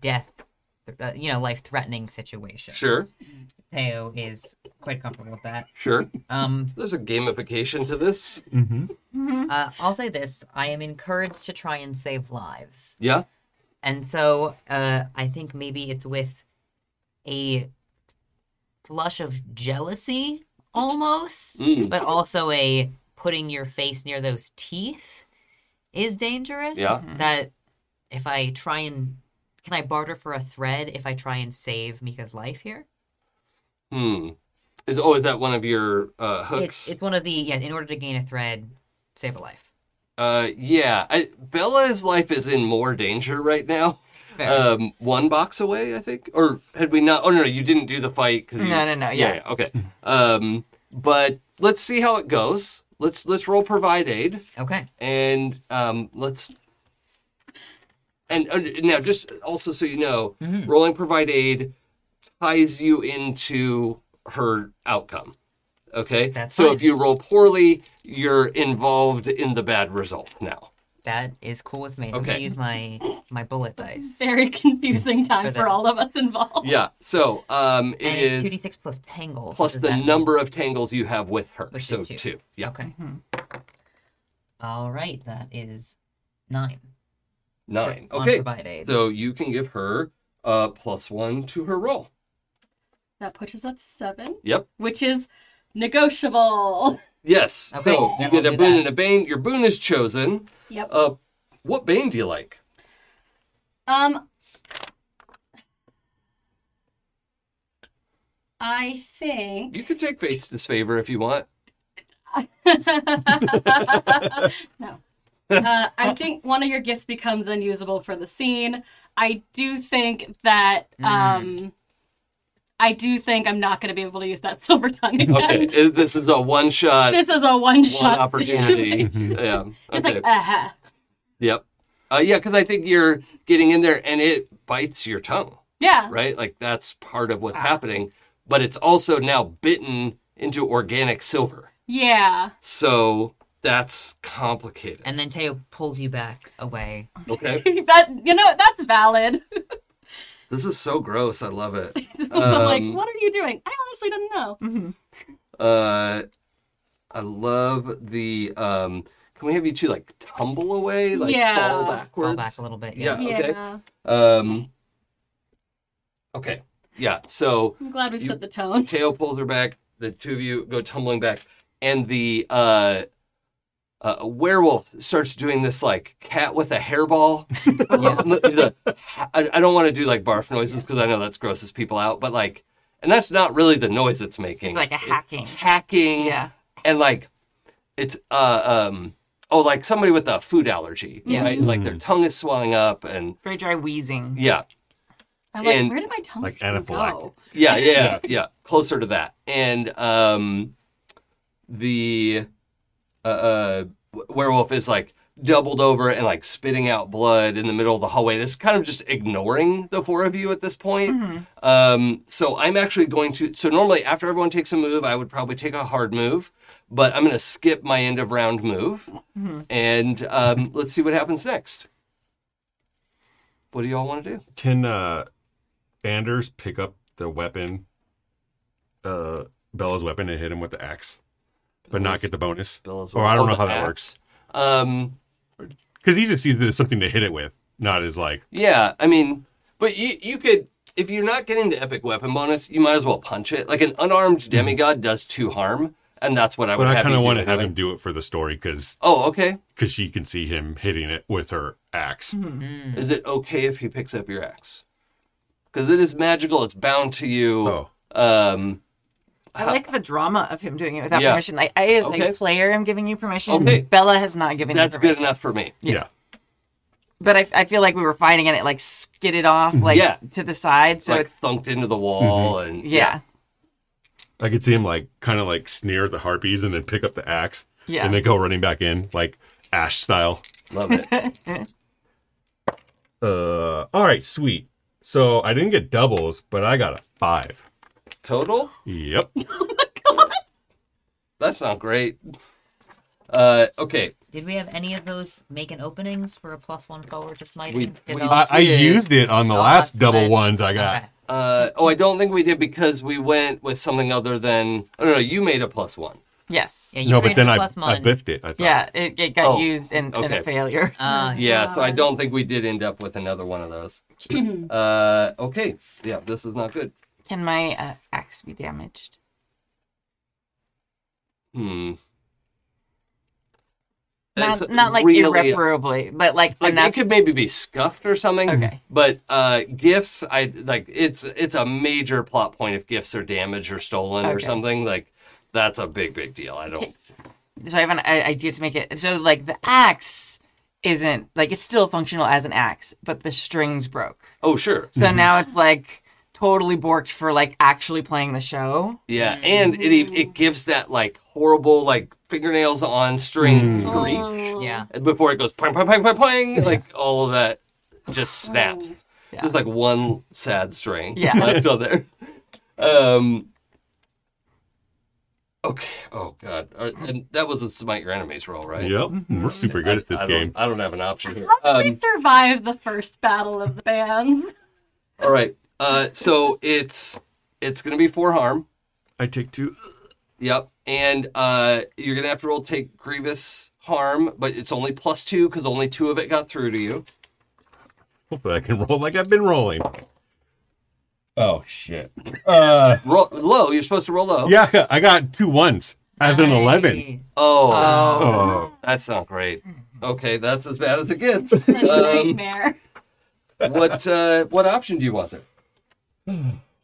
death, uh, you know, life threatening situations. sure, Teo is quite comfortable with that. sure. Um, There's a gamification to this. Mm-hmm. uh, I'll say this I am encouraged to try and save lives. Yeah. And so uh, I think maybe it's with a flush of jealousy almost, Mm. but also a putting your face near those teeth is dangerous. Yeah. That if I try and can I barter for a thread if I try and save Mika's life here? Hmm. Is oh, is that one of your uh, hooks? It's it's one of the yeah, in order to gain a thread, save a life. Uh, yeah. I, Bella's life is in more danger right now. Fair. Um, one box away, I think, or had we not? Oh no, no you didn't do the fight. 'cause you- No, no, no, yeah. okay. Um, but let's see how it goes. Let's let's roll provide aid, okay. and um, let's. And uh, now, just also so you know, Mm-hmm. rolling provide aid ties you into her outcome. Okay, That's so fine. if you roll poorly, you're involved in the bad result now. That is cool with me. I'm gonna Okay. use my my bullet dice. very confusing For time the- for all of us involved. Mm-hmm. Yeah. So um, it and is it's 2d6 plus tangle. What plus does the that mean? number of tangles you have with her. Which so is two. Yeah. Okay. Mm-hmm. All right, that is nine. for- Nine. on Okay. provide aid. So you can give her uh plus one to her roll. That pushes us to 7, Yep. which is negotiable. Yes. Okay, So then you get I'll a do boon that. and a bane. Your boon is chosen. Yep. Uh what bane do you like? Um, I think. You could take fate's disfavor if you want. no. Uh, I think one of your gifts becomes unusable for the scene. I do think that. Mm. Um, I do think I'm not going to be able to use that silver tongue again. Okay. uh, this is a one shot This is a one one shot opportunity. yeah. It's Okay. like, uh huh. yep. Uh yeah, because I think you're getting in there and it bites your tongue. Yeah. right? Like that's part of what's happening, but it's also now bitten into organic silver. Yeah. So that's complicated. And then Teo pulls you back away. Okay. that you know that's valid. this is so gross. I love it. I'm Um, like, what are you doing? I honestly don't know. Uh I love the um can we have you two like tumble away? Like Yeah. fall Fall backwards. Pull back a little bit. Yeah. Okay. Yeah. Um Okay. Yeah. So I'm glad we You- set the tone. Teo pulls her back. The two of you go tumbling back, and the uh, uh, werewolf starts doing this like cat with a hairball. The- I, I don't want to do like barf noises because I know that's grosses people out, but like, and that's not really the noise it's making. It's like a hacking. hacking. Yeah. and like it's uh um oh like somebody with a food allergy, Yeah. right? Like their tongue is swelling up, and Very dry wheezing. yeah, I'm like, and- where did my tongue Like actually anaphylactic. go? yeah, yeah, yeah, yeah. Closer to that, and um, the uh, uh, w- werewolf is like doubled over and like spitting out blood in the middle of the hallway. And it's kind of just ignoring the four of you at this point. Um, so I'm actually going to. So normally after everyone takes a move, I would probably take a hard move, but I'm going to skip my end of round move, and um, let's see what happens next. What do y'all want to do? Can uh, Anders pick up the weapon, uh, Bella's weapon, and hit him with the axe, but not Bella's- get the bonus? Bill is Or I don't oh, know the how that axe. works. Um, Because he just sees it as something to hit it with, not as like, Yeah, I mean, but you you could if you're not getting the epic weapon bonus, you might as well punch it. Like an unarmed demigod does two harm, and that's what I would. Hmm. but I have kind you of do want to have anyway. him do it for the story because Oh, okay. she can see him hitting it with her axe. Hmm. Is it okay if he picks up your axe? Because it is magical. It's bound to you. Oh. Um. I like the drama of him doing it without Yeah. permission. Like I as Okay. a player am giving you permission. Okay. Bella has not given That's you permission. good enough for me. Yeah. But I, I feel like we were fighting and it like skidded off like Yeah. to the side. It's So like it's thunked into the wall, Mm-hmm. and yeah. I could see him like kind of like sneer at the harpies and then pick up the axe Yeah. and then go running back in, like Ash style. love it. Uh, all right, sweet. So I didn't get doubles, but I got a five. Total. Yep. That's not great. Uh. Okay. Did we have any of those make an openings for a plus one forward to smiting? We- Did we- all- I, I Yeah. used it on the Oh, last that's double right. ones I got. Okay. Uh. Oh, I don't think we did because we went with something other than. Oh no, no, you made a plus one. Yes. Yeah, you No, but then I, plus I one. biffed it. I thought. Yeah. It, it got Oh, used in, in okay. a failure. Uh, Yeah, so I don't think we did end up with another one of those. uh, okay, yeah, this is not good. Can my uh, axe be damaged? Hmm. Not, It's not like really- uh, irreparably, but like, Like enough. it could maybe be scuffed or something. Okay. But uh, gifts, I like it's it's a major plot point if gifts are damaged or stolen or Okay. something like that's a big big deal. I don't. so I have an i- idea to make it so like the axe isn't like it's still functional as an axe, but the strings broke. Oh sure. So now it's like totally borked for like actually playing the show. Yeah, and it e- Mm. it gives that like horrible like fingernails on strings Mm. Oh, grief. Oh. Yeah. And before it goes poing, poing, poing, poing, poing, like all of that just snaps. Yeah. There's like one sad string Yeah. left on there. Um, okay. Oh God. All right, And that was a smite your enemies roll, right? Yep. Mm-hmm. We're super good at this I don't- game. I don't have an option here. How did Um, we survive the first battle of the bands? all right. Uh, so it's it's gonna be four harm. I take two. Yep. And uh, you're gonna have to roll take grievous harm, but it's only plus two because only two of it got through to you. Hopefully, I can roll like I've been rolling. Oh shit. Uh, Roll low. You're supposed to roll low. yeah, I got two ones as an eleven. Nice. Oh. Oh, That's not great. Mm-hmm. Okay, that's as bad as it gets. It's a um, nightmare. what uh, what option do you want there?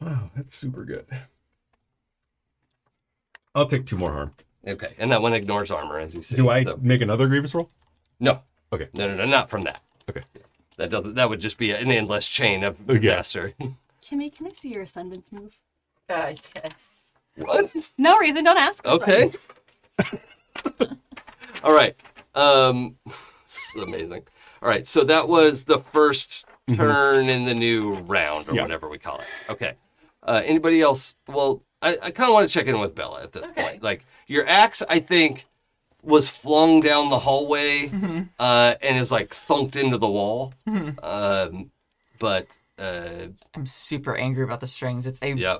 wow, that's super good. I'll take two more harm. Okay, and that one ignores armor, as you see. Do I so- make another grievous roll? No. Okay. No, no, no, not from that. Okay. That doesn't. That would just be an endless chain of Okay. disaster. Kimmy, can I see your ascendance move? Uh, yes. what? No reason. Don't ask. It's Okay. fine. All right. Um, this is amazing. All right. So that was the first Mm-hmm. turn in the new round, or Yeah. whatever we call it. Okay. Uh, anybody else? Well, I, I kind of want to check in with Bella at this point. Like your axe, I think, was flung down the hallway Mm-hmm. uh, and is like thunked into the wall. Um, but uh, I'm super angry about the strings. It's a yeah,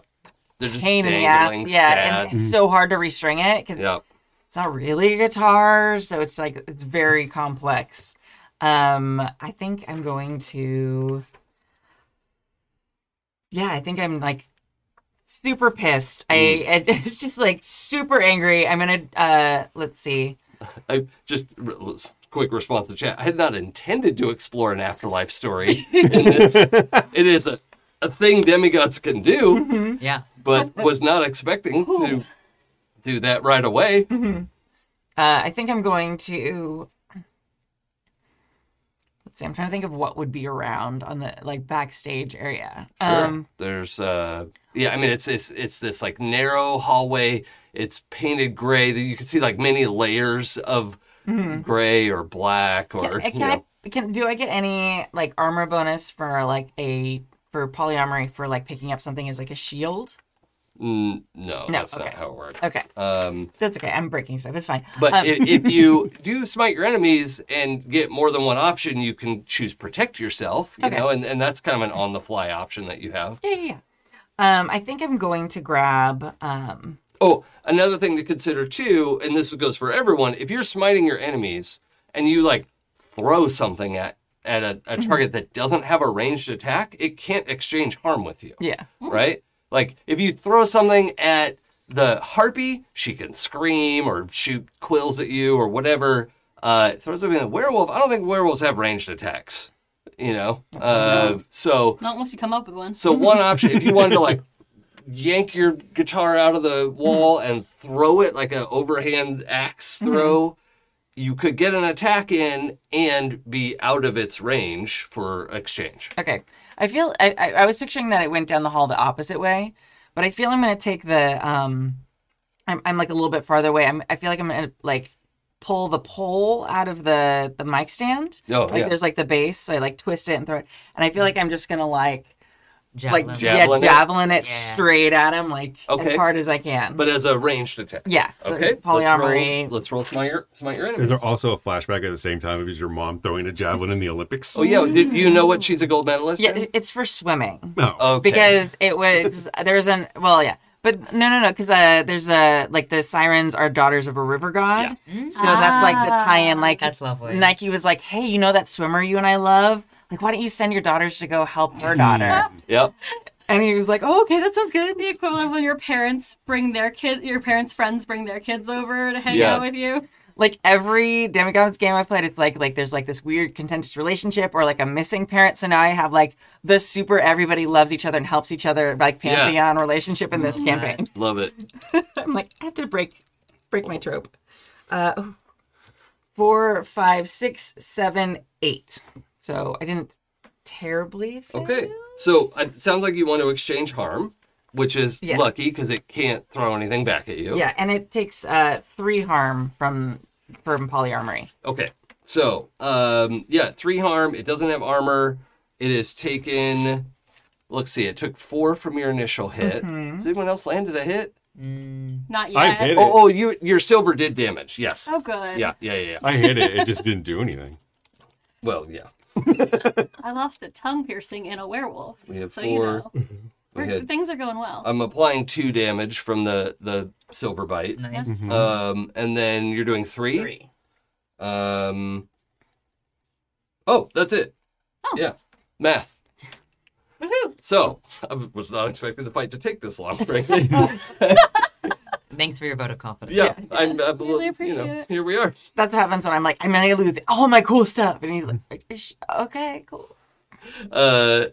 they're just pain in the dangling ass. Yeah, and sad. it's so hard to restring it because Mm-hmm. Yeah. it's not really a guitar, so it's like it's very complex. Um, I think I'm going to yeah, I think I'm like super pissed. Mm. I it's just like super angry. I'm gonna uh let's see. I just r- l- s- quick response to the chat. I had not intended to explore an afterlife story. in this. it is a, a thing demigods can Mm-hmm. do, Yeah. but was not expecting to do that right away. Mm-hmm. Uh I think I'm going to let's see, I'm trying to think of what would be around on the like backstage area. Sure. Um There's uh yeah, I mean it's it's it's this like narrow hallway. It's painted gray. that You can see like many layers of gray or black or can, Mm-hmm. uh, can you know, I can do I get any like armor bonus for like a for polyamory for like picking up something as like a shield? n- no, that's not okay. how it works. Okay. Um That's okay. I'm breaking stuff. It's fine. but Um, i- if you do smite your enemies and get more than one option, you can choose protect yourself, you Okay. know, and, and that's kind of an on the fly option that you have. yeah, yeah, yeah. Um, I think I'm going to grab. Um, Oh, another thing to consider too, and this goes for everyone, if you're smiting your enemies and you like throw something at at a, a Mm-hmm. target that doesn't have a ranged attack, it can't exchange harm with you. yeah. Right? Like if you throw something at the harpy, she can scream or shoot quills at you or whatever. Uh, throw something at the werewolf. I don't think werewolves have ranged attacks. You know, uh, so Not unless you come up with one. so one option, if you wanted to like yank your guitar out of the wall and throw it like an overhand axe throw, you could get an attack in and be out of its range for exchange. Okay. I feel. I, I, I was picturing that it went down the hall the opposite way, but I feel I'm going to take the. Um, I'm, I'm like a little bit farther away. I'm, I feel like I'm going to like pull the pole out of the the mic stand. Oh, Like yeah. Mm. there's like the base, so I like twist it and throw it, and I feel like I'm just going to like Javelin. like Javelin it? yeah, javelin it Yeah. straight at him, like Okay. as hard as I can. But as a ranged attack. yeah, Okay. polyamory. Let's roll, let's roll smite your, smite your Is enemies. there also a flashback at the same time of your mom throwing a javelin in the Olympics? Oh, yeah. Did you know what? She's a gold medalist. yeah, in? it- it's for swimming No. Okay. because it was there's an well, yeah, but no, no, no, because uh, there's a like the sirens are daughters of a river god, so that's like the tie-in. Like That's lovely. Nike was like, hey, you know that swimmer you and I love. Like, why don't you send your daughters to go help her daughter? Yep. and he was like, "Oh, okay, that sounds good." the equivalent of when your parents bring their kid, your parents' friends bring their kids over to hang Yeah. out with you. like every demigods game I played, it's like like there's like this weird contentious relationship or like a missing parent. So now I have like the super everybody loves each other and helps each other like Yeah. pantheon relationship in this campaign. Love it. I'm like I have to break break my trope. Uh, ooh. four, five, six, seven, eight. So I didn't terribly. fail. Okay. So uh, it sounds like you want to exchange harm, which is Yeah. lucky because it can't throw anything back at you. Yeah, and it takes uh three harm from from polyarmory. Okay. So, um, yeah, three harm. It doesn't have armor. It is taken. Let's see. It took four from your initial hit. Has anyone else landed a hit? Not yet. I hit it. Oh, oh, you your silver did damage. Yes. Oh, good. Yeah, yeah, yeah. yeah. I hit it. It just didn't do anything. Well, yeah. I lost a tongue piercing in a werewolf. We had so four. you know, We We're- had. Um, things are going well. I'm applying two damage from the the silver bite. Nice. Yes. Um, and then you're doing three. Three. Um. Oh, that's it. Oh. Yeah, math. So I was not expecting the fight to take this long, frankly. yeah, Thanks for your vote of confidence. I'm. I'm a Really little- you know, appreciate it. here we are. That's what happens when I'm like I'm gonna lose all my cool stuff, and he's like, "Ish, okay, cool. Uh,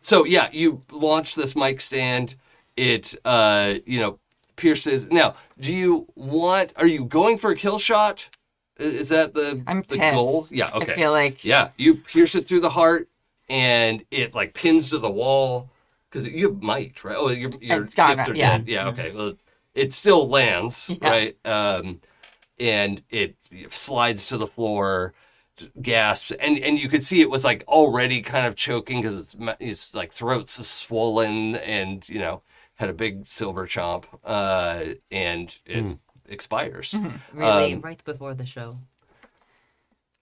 so yeah, you launch this mic stand. It uh, you know, pierces. Now, do you want? Are you going for a kill shot? I- Is that the I'm the pissed. goal? Yeah. Okay. I feel like Yeah, you pierce it through the heart, and it like pins to the wall because you have might, right? Oh, your your It's gone, gifts are right, yeah. dead. Yeah, okay. Well, it still lands, Yeah. right? Um, and it slides to the floor, gasps, and and you could see it was like already kind of choking because it's ma- it's like throat's swollen, and you know had a big silver chomp, uh, and it expires. Mm-hmm. Really, Um, right before the show.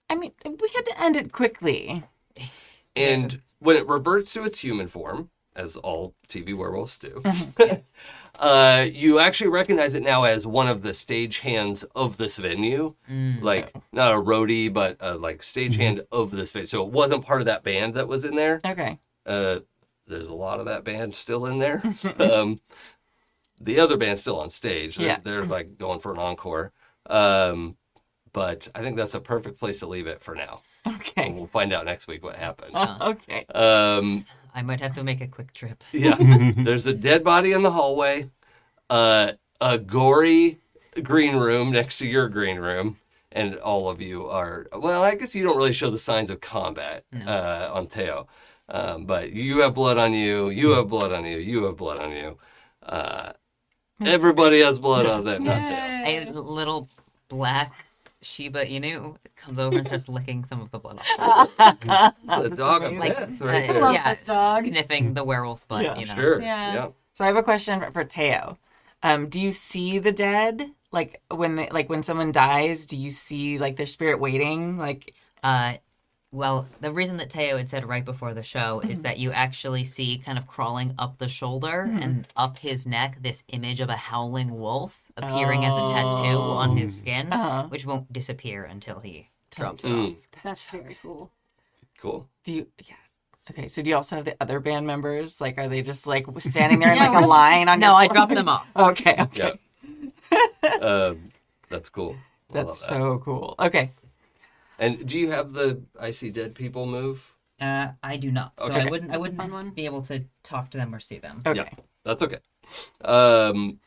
I mean we had to end it quickly. And when it reverts to its human form, as all TV werewolves do, uh, you actually recognize it now as one of the stagehands of this venue. Like, not a roadie, but uh, like stagehand of this venue. So it wasn't part of that band that was in there. Okay, Uh, There's a lot of that band still in there. um, the other band's still on stage. They're, Yeah. they're like going for an encore. Um, but I think that's a perfect place to leave it for now. And Okay. We'll find out next week what happened. Okay. Um, I might have to make a quick trip. yeah. There's a dead body in the hallway, uh, a gory green room next to your green room, and all of you are. Well, I guess you don't really show the signs of combat uh, on Teo, um, but you have blood on you, you have blood on you, you have blood on you. Uh, everybody has blood on them, not Teo. A little black Shiba Inu comes over and starts licking some of the blood off. It's the dog of Like, death right uh, there. yeah, this dog. sniffing the werewolf's blood. Yeah. you know. Sure. Yeah. yeah. So I have a question for- for Teo. Um, do you see the dead? Like when they, like when someone dies, do you see like their spirit waiting? Like Uh, well, the reason that Teo had said right before the show is that you actually see kind of crawling up the shoulder and up his neck this image of a howling wolf appearing as a tattoo Oh. on his skin, Uh-huh. which won't disappear until he drops it off. Mm, That's very cool. cool. do you yeah. Okay, so do you also have the other band members? Like, are they just like standing there in Yeah, like a what- line on? No, your I floor? dropped them off. Okay, okay, Yeah. um, that's cool. I love that's that. so cool. Okay, And do you have the I see dead people move? Uh, I do not. So Okay. I wouldn't. I fun one. wouldn't be able to talk to them or see them. okay, That's okay. Um,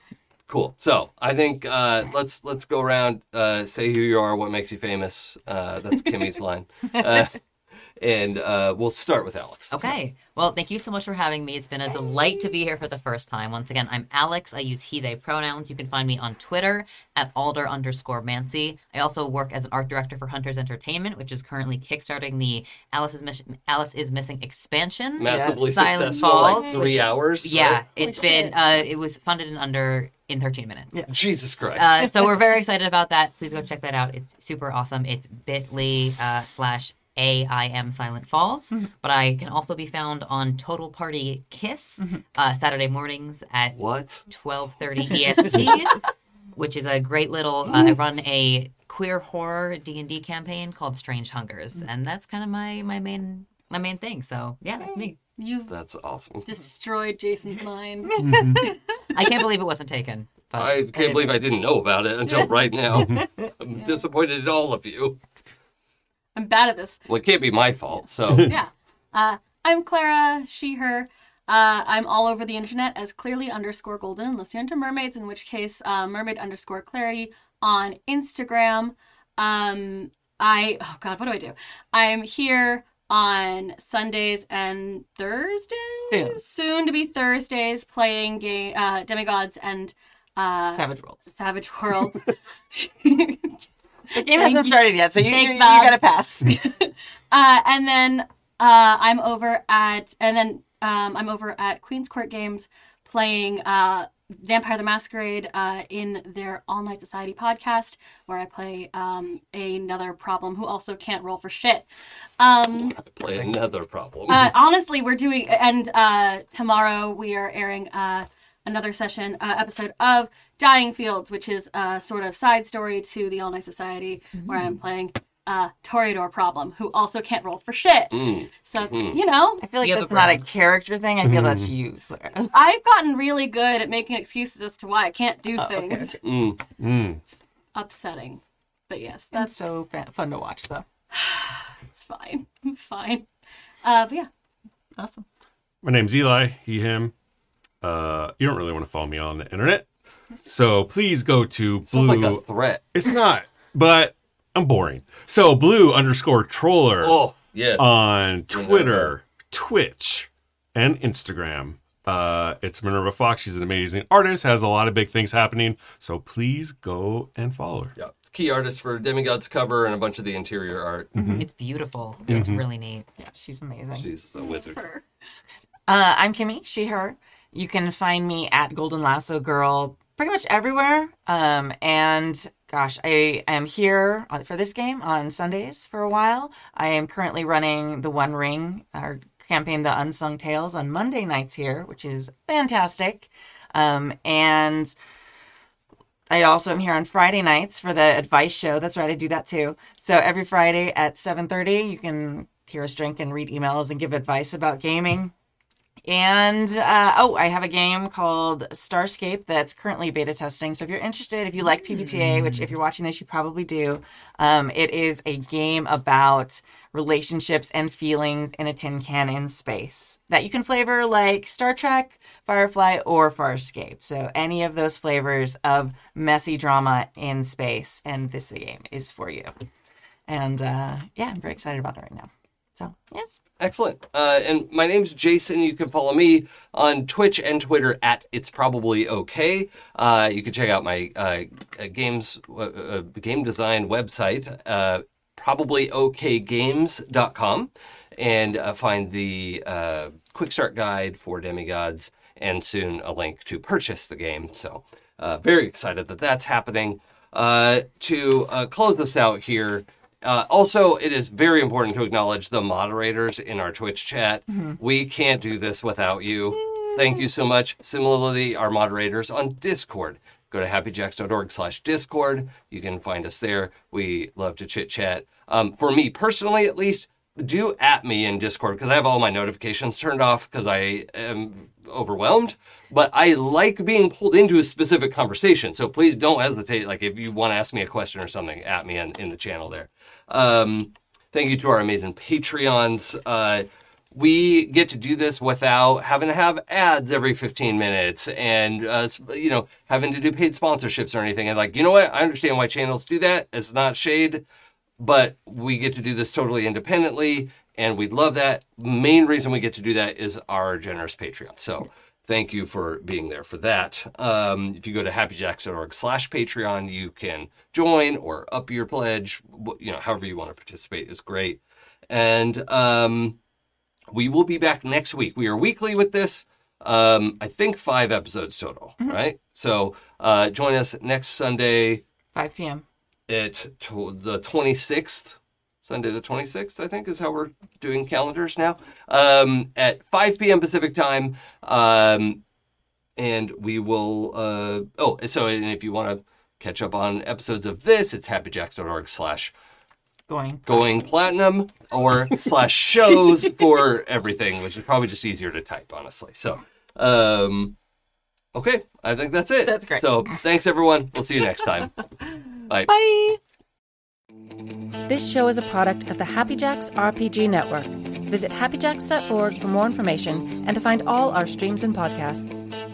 cool. So I think uh, let's let's go around, uh, say who you are, what makes you famous. Uh, that's Kimmy's line, uh, and uh, we'll start with Alex. Okay. Well, thank you so much for having me. It's been a delight to be here for the first time. Once again, I'm Alex. I use he, they pronouns. You can find me on Twitter at alder underscore Mancy. I also work as an art director for Hunters Entertainment, which is currently kickstarting the Alice is, Miss- Alice is Missing expansion. Massively Silent successful, like Falls, three hours. Yeah, right? it's Holy been, shit. uh, it was funded in under, in 13 minutes. Jesus Christ. Uh, so we're very excited about that. Please go check that out. It's super awesome. It's bit.ly uh, slash AIM Silent Falls. But I can also be found on Total Party Kiss uh, Saturday mornings at what? 12.30 EST, which is a great little, uh, I run a queer horror D&D campaign called Strange Hungers. And that's kind of my, my main my main thing. So yeah, that's me. You've That's awesome. destroyed Jason's mind. I can't believe it wasn't taken. But I can't believe I didn't know about it until right now. I'm disappointed in all of you. I'm bad at this. Well, it can't be my fault. So yeah. Uh, I'm Clara, she, her. Uh, I'm all over the internet as clearly underscore golden, unless you're into mermaids, in which case, uh, mermaid underscore clarity on Instagram. Um, I, oh God, what do I do? I'm here on Sundays and Thursdays, Soon. to be Thursdays, playing game, uh, demigods and uh, Savage Worlds. Savage Worlds. The game hasn't started yet, so you you, Thanks, you Bob. gotta pass. Uh, and then uh, I'm over at and then um, I'm over at Queen's Court Games playing uh, Vampire the Masquerade uh, in their All Night Society podcast, where I play um, another problem who also can't roll for shit. Um, I play another problem. uh, honestly, we're doing, and uh, tomorrow we are airing uh, another session uh, episode of Dying Fields, which is a sort of side story to the All Night Society, where I'm Mm-hmm. playing uh, Toreador Problem, who also can't roll for shit. Mm. So Mm-hmm. you know, I feel like You have that's a Mm-hmm. not a brand. character thing. I feel that's you, Clara. I've gotten really good at making excuses as to why I can't do Uh, okay, things. okay. Mm. Mm. Upsetting, but yes, That's that's so fa- fun to watch, though. it's fine. I'm fine. Uh, but yeah, Awesome. My name's Eli, he, him. Uh, you don't really want to follow me on the internet. So please go to blue. Sounds like a threat. It's not, but I'm boring. So blue underscore troller Oh, yes. on Twitter, Twitch, and Instagram. Uh, it's Minerva Fox. She's an amazing artist, has a lot of big things happening. So please go and follow her. Yeah, it's key artist for Demigod's cover and a bunch of the interior art. it's beautiful. It's really neat. Yeah, she's amazing. She's a wizard. her. Uh, I'm Kimmy, she, her. You can find me at Golden Lasso Girl pretty much everywhere. Um, and gosh, I am here on- for this game on Sundays for a while. I am currently running the One Ring, our campaign, The Unsung Tales, on Monday nights here, which is fantastic. Um, and I also am here on Friday nights for the advice show. That's right, I do that too. So every Friday at 7:30, you can hear us drink and read emails and give advice about gaming And uh, oh, I have a game called Starscape that's currently beta testing. So if you're interested, if you like PBTA, which if you're watching this, you probably do, um, it is a game about relationships and feelings in a tin can in space that you can flavor like Star Trek, Firefly, or Farscape. So any of those flavors of messy drama in space, and this game is for you. And uh, yeah, I'm very excited about it right now. So yeah. Excellent. Uh, and my name's Jason. You can follow me on Twitch and Twitter at It's Probably Okay. Uh, you can check out my uh, uh, games uh, uh, game design website, uh, probablyokgames.com, and uh, find the uh, quick start guide for Demigods and soon a link to purchase the game. So, uh, very excited that that's happening. Uh, to uh, close this out here, uh, also, it is very important to acknowledge the moderators in our Twitch chat. We can't do this without you. Thank you so much. Similarly, our moderators on Discord. Go to happyjacks.org slash Discord. You can find us there. We love to chit chat. Um, for me personally, at least, do at me in Discord because I have all my notifications turned off because I am overwhelmed. But I like being pulled into a specific conversation. So please don't hesitate. Like if you want to ask me a question or something, at me in, in the channel there. Um, thank you to our amazing Patreons. Uh, we get to do this without having to have ads every 15 minutes and uh, sp- you know having to do paid sponsorships or anything and like you know what i understand why channels do that it's not shade but we get to do this totally independently and we love that main reason we get to do that is our generous patreon so thank you for being there for that um, if you go to happyjacks.org slash patreon you can join or up your pledge wh- you know however you want to participate is great and um, we will be back next week. We are weekly with this. Um, I think five episodes total, right? So uh, join us next Sunday 5 p.m. at tw the 26th. Sunday the 26th, I think, is how we're doing calendars now. Um, at 5 p.m. Pacific time. Um, and we will, uh, oh, so and if you want to catch up on episodes of this, it's happyjacks.org slash Going. going platinum or slash shows for everything, which is probably just easier to type, honestly. So, um, okay, I think that's it. That's great. So, thanks everyone. We'll see you next time. Bye. Bye. This show is a product of the Happy Jacks RPG Network. Visit happyjacks.org for more information and to find all our streams and podcasts.